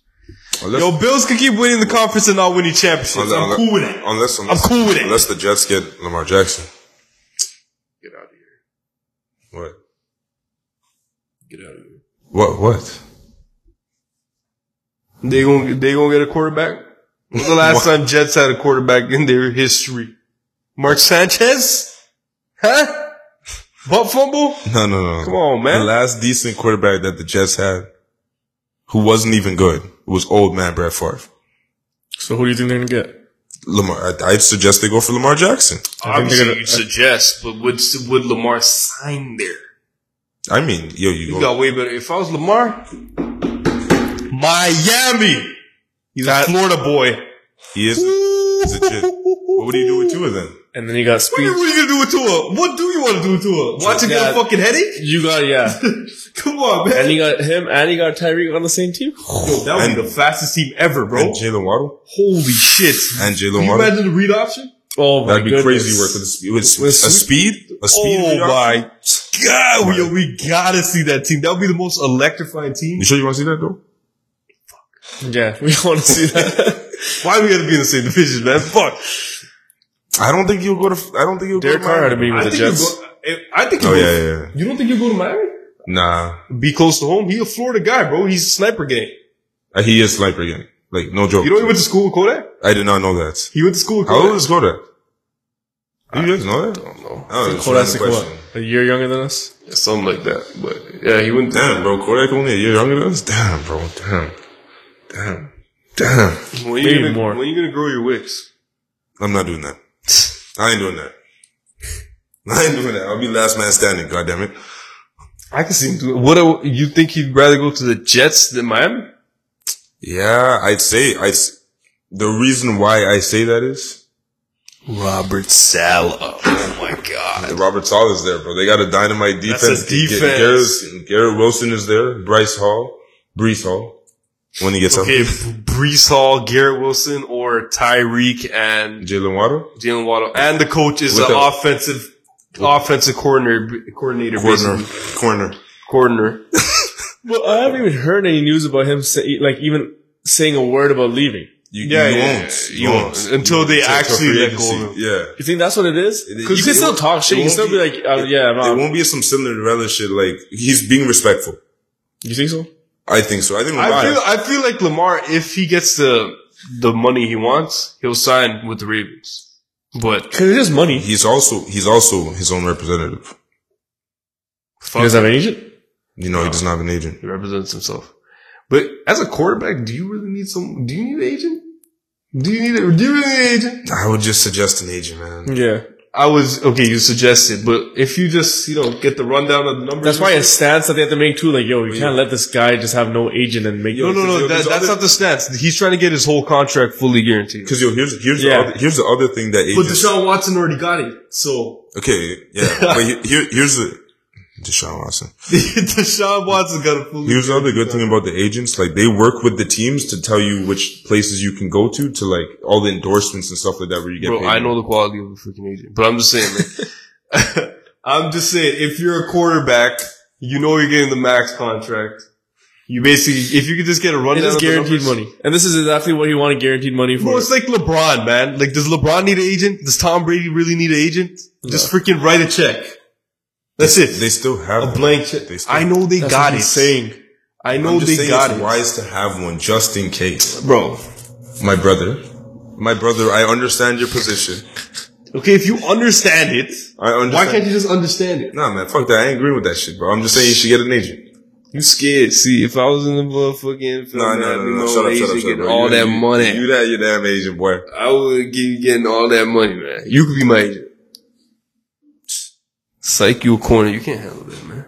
Speaker 3: Unless-
Speaker 2: Yo, Bills could keep winning the conference and not winning championships.
Speaker 3: unless-
Speaker 2: I'm cool with it.
Speaker 3: Unless, unless,
Speaker 2: cool with it.
Speaker 3: Unless the Jets get Lamar Jackson.
Speaker 2: Get out of here.
Speaker 3: What?
Speaker 2: Get out of here.
Speaker 3: What? What?
Speaker 2: They gonna they gonna get a quarterback. When's the last [laughs] time Jets had a quarterback in their history? Mark Sanchez? Huh? Butt fumble?
Speaker 3: No, no, no.
Speaker 2: Come on, man.
Speaker 3: The last decent quarterback that the Jets had, who wasn't even good, was old man Brett Favre.
Speaker 1: So who do you think they're gonna get?
Speaker 3: Lamar, I, I'd suggest they go for Lamar Jackson.
Speaker 2: Obviously,
Speaker 1: gonna-
Speaker 2: you suggest, but would would Lamar sign there?
Speaker 3: I mean, yo, you
Speaker 2: You
Speaker 3: go.
Speaker 2: got way better. If I was Lamar, Miami. He's a Florida boy.
Speaker 3: He is he's legit. What would you do with two of them?
Speaker 1: And then you got
Speaker 2: What are
Speaker 1: speed.
Speaker 2: you gonna do with Tua? What do you want to do with Tua? Watch him get
Speaker 1: Yeah.
Speaker 2: a fucking headache? [laughs]
Speaker 1: You got yeah,
Speaker 2: Come on,
Speaker 1: and
Speaker 2: man.
Speaker 1: you got him, and you got Tyreek on the same team.
Speaker 2: Yo, that would be the fastest team ever, bro.
Speaker 3: And Jalen Waddle?
Speaker 2: Holy shit.
Speaker 3: And
Speaker 2: Can
Speaker 3: Jalen
Speaker 2: you
Speaker 3: Waddle?
Speaker 2: imagine the read option?
Speaker 1: Oh my
Speaker 3: That'd be
Speaker 1: goodness.
Speaker 3: crazy work with, a speed, with a speed? A speed?
Speaker 2: Oh
Speaker 3: read option?
Speaker 2: my god, yo, we gotta see that team. That would be the most electrifying
Speaker 3: [laughs]
Speaker 2: team. [laughs]
Speaker 3: You sure you want to see that though?
Speaker 1: Yeah, [laughs] we want to see that.
Speaker 2: Why we gotta be in the same division, man? Fuck.
Speaker 3: I don't think you'll go to. I don't think you'll
Speaker 1: Derek
Speaker 3: go to
Speaker 1: Carr had a
Speaker 3: Miami.
Speaker 1: meeting with
Speaker 6: I
Speaker 1: the
Speaker 6: think you
Speaker 1: Jets.
Speaker 6: go,
Speaker 2: eh,
Speaker 6: I I think you
Speaker 3: Oh
Speaker 6: go-
Speaker 3: yeah, yeah, yeah.
Speaker 6: You don't think you go to Miami?
Speaker 3: Nah,
Speaker 6: Be close to home. He a Florida guy, bro. He's a sniper gang.
Speaker 3: Uh, he is sniper again. Like no joke.
Speaker 6: You know he went to school with Kodak.
Speaker 3: I did not know that.
Speaker 6: He went to school with
Speaker 3: How old
Speaker 6: Kodak.
Speaker 3: is Kodak? Do you guys know that? I don't
Speaker 2: know.
Speaker 3: know.
Speaker 1: Kodak's like what? A year younger than us?
Speaker 2: something like that. But yeah, he went.
Speaker 3: Damn, bro. Kodak only a year younger than us. Damn, bro. Damn. Damn. Damn.
Speaker 2: When
Speaker 1: Maybe
Speaker 2: you gonna,
Speaker 1: more.
Speaker 2: When you gonna grow your wicks?
Speaker 3: I'm not doing that. [laughs] I ain't doing that. [laughs] I ain't doing that. I'll be last man standing. God damn it.
Speaker 6: I can see him do it.
Speaker 2: What do you think he'd rather go to the Jets than Miami?
Speaker 3: Yeah, I'd say I. The reason why I say that is
Speaker 2: Robert Sala. Oh my god.
Speaker 3: the Robert Sala is there, bro. They got a dynamite defense.
Speaker 2: That's a defense.
Speaker 3: Garrett, Garrett Wilson is there. Bryce Hall, Brees Hall. When he gets
Speaker 2: Okay,
Speaker 3: up,
Speaker 2: Brees Hall, Garrett Wilson, or Tyreek and
Speaker 3: Jalen Waddle.
Speaker 2: Jalen Waddle, and the coach is
Speaker 3: With
Speaker 2: an
Speaker 3: the-
Speaker 2: offensive offensive coordinator coordinator
Speaker 3: Corner,
Speaker 2: basically.
Speaker 3: corner.
Speaker 2: coordinator.
Speaker 1: Well, I haven't even heard any news about him, say, like even saying a word about leaving.
Speaker 3: You,
Speaker 2: Yeah,
Speaker 3: you
Speaker 2: yeah,
Speaker 3: won't.
Speaker 2: yeah. You won't. Until they
Speaker 3: Until
Speaker 2: actually
Speaker 3: free
Speaker 2: let
Speaker 3: agency.
Speaker 2: go of
Speaker 3: Yeah.
Speaker 1: You think that's what it is?
Speaker 3: It-
Speaker 1: Because you
Speaker 3: it-
Speaker 1: can
Speaker 3: it
Speaker 1: still
Speaker 3: won't-
Speaker 1: talk shit.
Speaker 3: it
Speaker 1: You can
Speaker 3: won't
Speaker 1: still be like, uh,
Speaker 3: it-
Speaker 1: yeah,
Speaker 3: It
Speaker 1: I'm out.
Speaker 3: won't be some similar Cinderella shit. Like he's being respectful.
Speaker 1: You think so?
Speaker 3: I think so. I think
Speaker 2: I
Speaker 3: Mariah-
Speaker 2: feel I feel like Lamar, if he gets the the money he wants, he'll sign with the Ravens. But
Speaker 1: Because it is money. He
Speaker 3: he's also he's also his own representative.
Speaker 2: fuck,
Speaker 1: doesn't have an agent?
Speaker 3: You know, he does not have an agent.
Speaker 2: he represents himself. But as a quarterback, do you really need some? Do you need an agent? Do you need a, do you really need an agent?
Speaker 3: I would just suggest an agent, man.
Speaker 1: Yeah.
Speaker 2: I was okay. You suggested, but if you just you know get the rundown of the numbers,
Speaker 1: That's probably a stance that they have to make too. Like, yo, you can't let this guy just have no agent and make
Speaker 2: no, no, no. That, that's not the stance. He's trying to get his whole contract fully guaranteed.
Speaker 3: Because yo, here's here's
Speaker 1: Yeah.
Speaker 3: the other, here's the other thing that
Speaker 2: But
Speaker 3: agents.
Speaker 2: Deshaun Watson already got it, so [laughs]
Speaker 3: okay, yeah. but he- here here's the Deshaun Watson.
Speaker 2: Deshaun Watson got a fully.
Speaker 3: Here's the other good thing about the agents. Like they work with the teams to tell you which places you can go to to like all the endorsements and stuff like that where you get.
Speaker 2: Bro,
Speaker 3: paid.
Speaker 2: I know the quality of a freaking agent, but I'm just saying, man. [laughs] I'm just saying, if you're a quarterback, you know you're getting the max contract. You basically, if you could just get a
Speaker 1: It
Speaker 2: rundown,
Speaker 1: is
Speaker 2: of the
Speaker 1: guaranteed
Speaker 2: numbers-
Speaker 1: money. And this is exactly what he wanted guaranteed money
Speaker 2: Bro,
Speaker 1: for.
Speaker 2: it's like LeBron, man. Like, does LeBron need an agent? Does Tom Brady really need an agent? Just freaking write a check. That's it.
Speaker 3: they still have
Speaker 2: a
Speaker 3: one.
Speaker 2: blank check.
Speaker 3: They still-
Speaker 2: I know they
Speaker 1: That's
Speaker 2: got
Speaker 1: what
Speaker 2: it.
Speaker 1: he's saying.
Speaker 2: I
Speaker 3: I'm
Speaker 2: know
Speaker 3: just
Speaker 2: they
Speaker 3: saying
Speaker 2: got
Speaker 3: it's
Speaker 2: it,
Speaker 3: wise to have one just in case.
Speaker 2: bro.
Speaker 3: My brother, my brother, I understand your position.
Speaker 2: Okay, if you understand it,
Speaker 3: I understand.
Speaker 2: why can't you just understand it?
Speaker 3: Nah, man, fuck that. I ain't agreeing with that shit, bro. I'm just saying you should get an agent.
Speaker 2: You scared. See, if I was in the motherfucking film,
Speaker 3: Nah, nah,
Speaker 2: I'd
Speaker 3: nah,
Speaker 2: be
Speaker 3: nah.
Speaker 2: my
Speaker 3: Shut up, shut
Speaker 2: own
Speaker 3: up,
Speaker 2: agent,
Speaker 3: shut up.
Speaker 2: getting
Speaker 3: bro.
Speaker 2: all
Speaker 3: You-
Speaker 2: that
Speaker 3: you-
Speaker 2: money.
Speaker 3: You that, you damn agent, boy.
Speaker 2: I would give you getting all that money, man. You could be my agent. Psych you a corner. You can't handle that, man.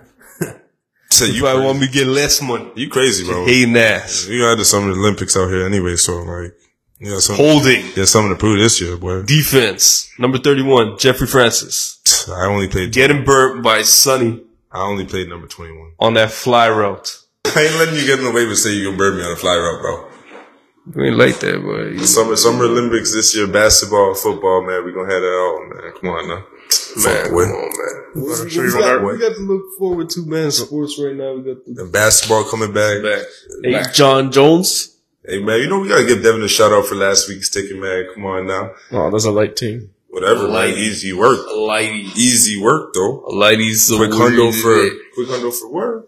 Speaker 3: So you,
Speaker 2: You probably want me to get less money.
Speaker 3: you crazy, bro.
Speaker 2: Hating ass.
Speaker 3: You got the Summer Olympics out here anyway, so like, you got something,
Speaker 2: Holding.
Speaker 3: you got something to prove this year, boy.
Speaker 2: Defense. Number 31, Jeffrey Francis.
Speaker 3: I only played,
Speaker 2: Getting burnt by Sonny
Speaker 3: I only played number 21.
Speaker 2: on that fly route.
Speaker 3: [laughs] I ain't letting you get in the way with say you gonna burn me on a fly route, bro.
Speaker 2: You ain't like that, boy. You-
Speaker 3: Summer, Summer Olympics this year, basketball, football, man, we gonna have that all, man. Come on now.
Speaker 2: Man,
Speaker 3: boy.
Speaker 2: come on, man.
Speaker 3: I'm
Speaker 2: We
Speaker 3: sure you
Speaker 2: got,
Speaker 3: remember.
Speaker 2: we got to look forward to, man, sports right now. We got the
Speaker 3: And basketball coming back.
Speaker 2: back.
Speaker 1: Hey, John Jones?
Speaker 3: Hey, man, you know, we gotta give Devin a shout out for last week's ticket, man. Come on now.
Speaker 1: Oh, that's a light team.
Speaker 3: Whatever,
Speaker 2: Like-
Speaker 3: man. Easy work.
Speaker 2: Lighty.
Speaker 3: Easy work, though.
Speaker 2: Lighty's the
Speaker 3: Quick
Speaker 2: word
Speaker 3: hundo for
Speaker 2: today.
Speaker 3: quick hundo for where?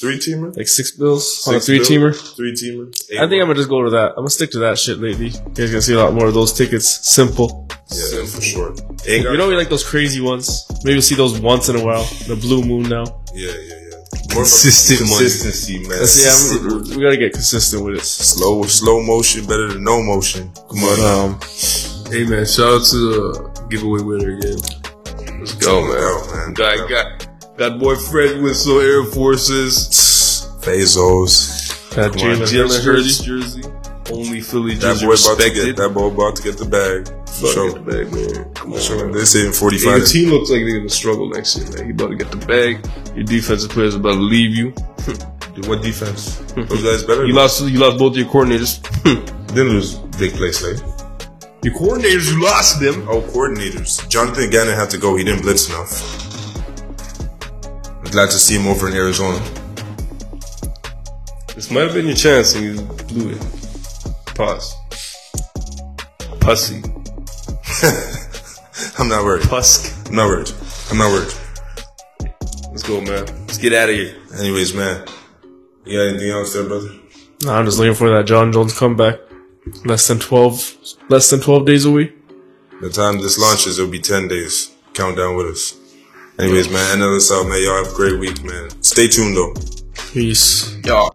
Speaker 3: Three teamer,
Speaker 1: Like six bills on a
Speaker 3: Six
Speaker 1: three
Speaker 3: bills.
Speaker 1: teamer.
Speaker 3: three teamer.
Speaker 1: I think I'm gonna just go to that. I'm gonna stick to that shit lately. You guys gonna see a lot more of those tickets. Simple.
Speaker 3: yeah for sure.
Speaker 1: You know we like those crazy ones. Maybe we'll see those once in a while. The blue moon now.
Speaker 3: yeah, yeah, yeah.
Speaker 2: Consistent money.
Speaker 3: consistency, man.
Speaker 1: Yeah, I'm- we gotta get consistent with it.
Speaker 3: slow, slow motion better than no motion. Come on,
Speaker 1: But um,
Speaker 2: Hey man, shout out to the giveaway winner again. Let's go, man.
Speaker 3: Yo, man.
Speaker 2: Got got got boy Fred with some Air Forces,
Speaker 3: Bezos.
Speaker 1: that
Speaker 3: Come on.
Speaker 1: Jalen Hurts jersey.
Speaker 2: Jalen Hurts jersey, only Philly
Speaker 3: That
Speaker 2: jersey
Speaker 3: boy about to
Speaker 2: respected.
Speaker 3: get that boy about to get the bag. For
Speaker 2: About to
Speaker 3: sure.
Speaker 2: get the bag, man. Come on,
Speaker 3: Sure.
Speaker 2: man.
Speaker 3: They're saving
Speaker 2: Hey,
Speaker 3: 45.
Speaker 2: your team looks like they're gonna struggle next year, man. You about to get the bag. Your defensive players about to leave you.
Speaker 3: What
Speaker 2: [laughs]
Speaker 3: defense? Those guys better.
Speaker 2: You lost. You lost both your coordinators. [laughs]
Speaker 3: Then lose big play slate.
Speaker 2: your coordinators, you lost them.
Speaker 3: Oh, coordinators. Jonathan Gannon had to go. He didn't blitz enough. I'm glad to see him over in Arizona.
Speaker 2: This might have been your chance, and you blew it. Pause. Pussy.
Speaker 3: I'm not worried.
Speaker 4: Pusk.
Speaker 3: I'm not worried. I'm not worried.
Speaker 4: Let's go, man. Let's get out of here.
Speaker 3: Anyways, man. You got anything else there, brother?
Speaker 1: Nah, I'm just looking for that John Jones comeback. Less than twelve, less than twelve days away.
Speaker 3: By the time this launches, it'll be 10 days. Count down with us. Anyways, man, end of this out, man. Y'all have a great week, man. Stay tuned, though.
Speaker 1: Peace.
Speaker 4: Y'all.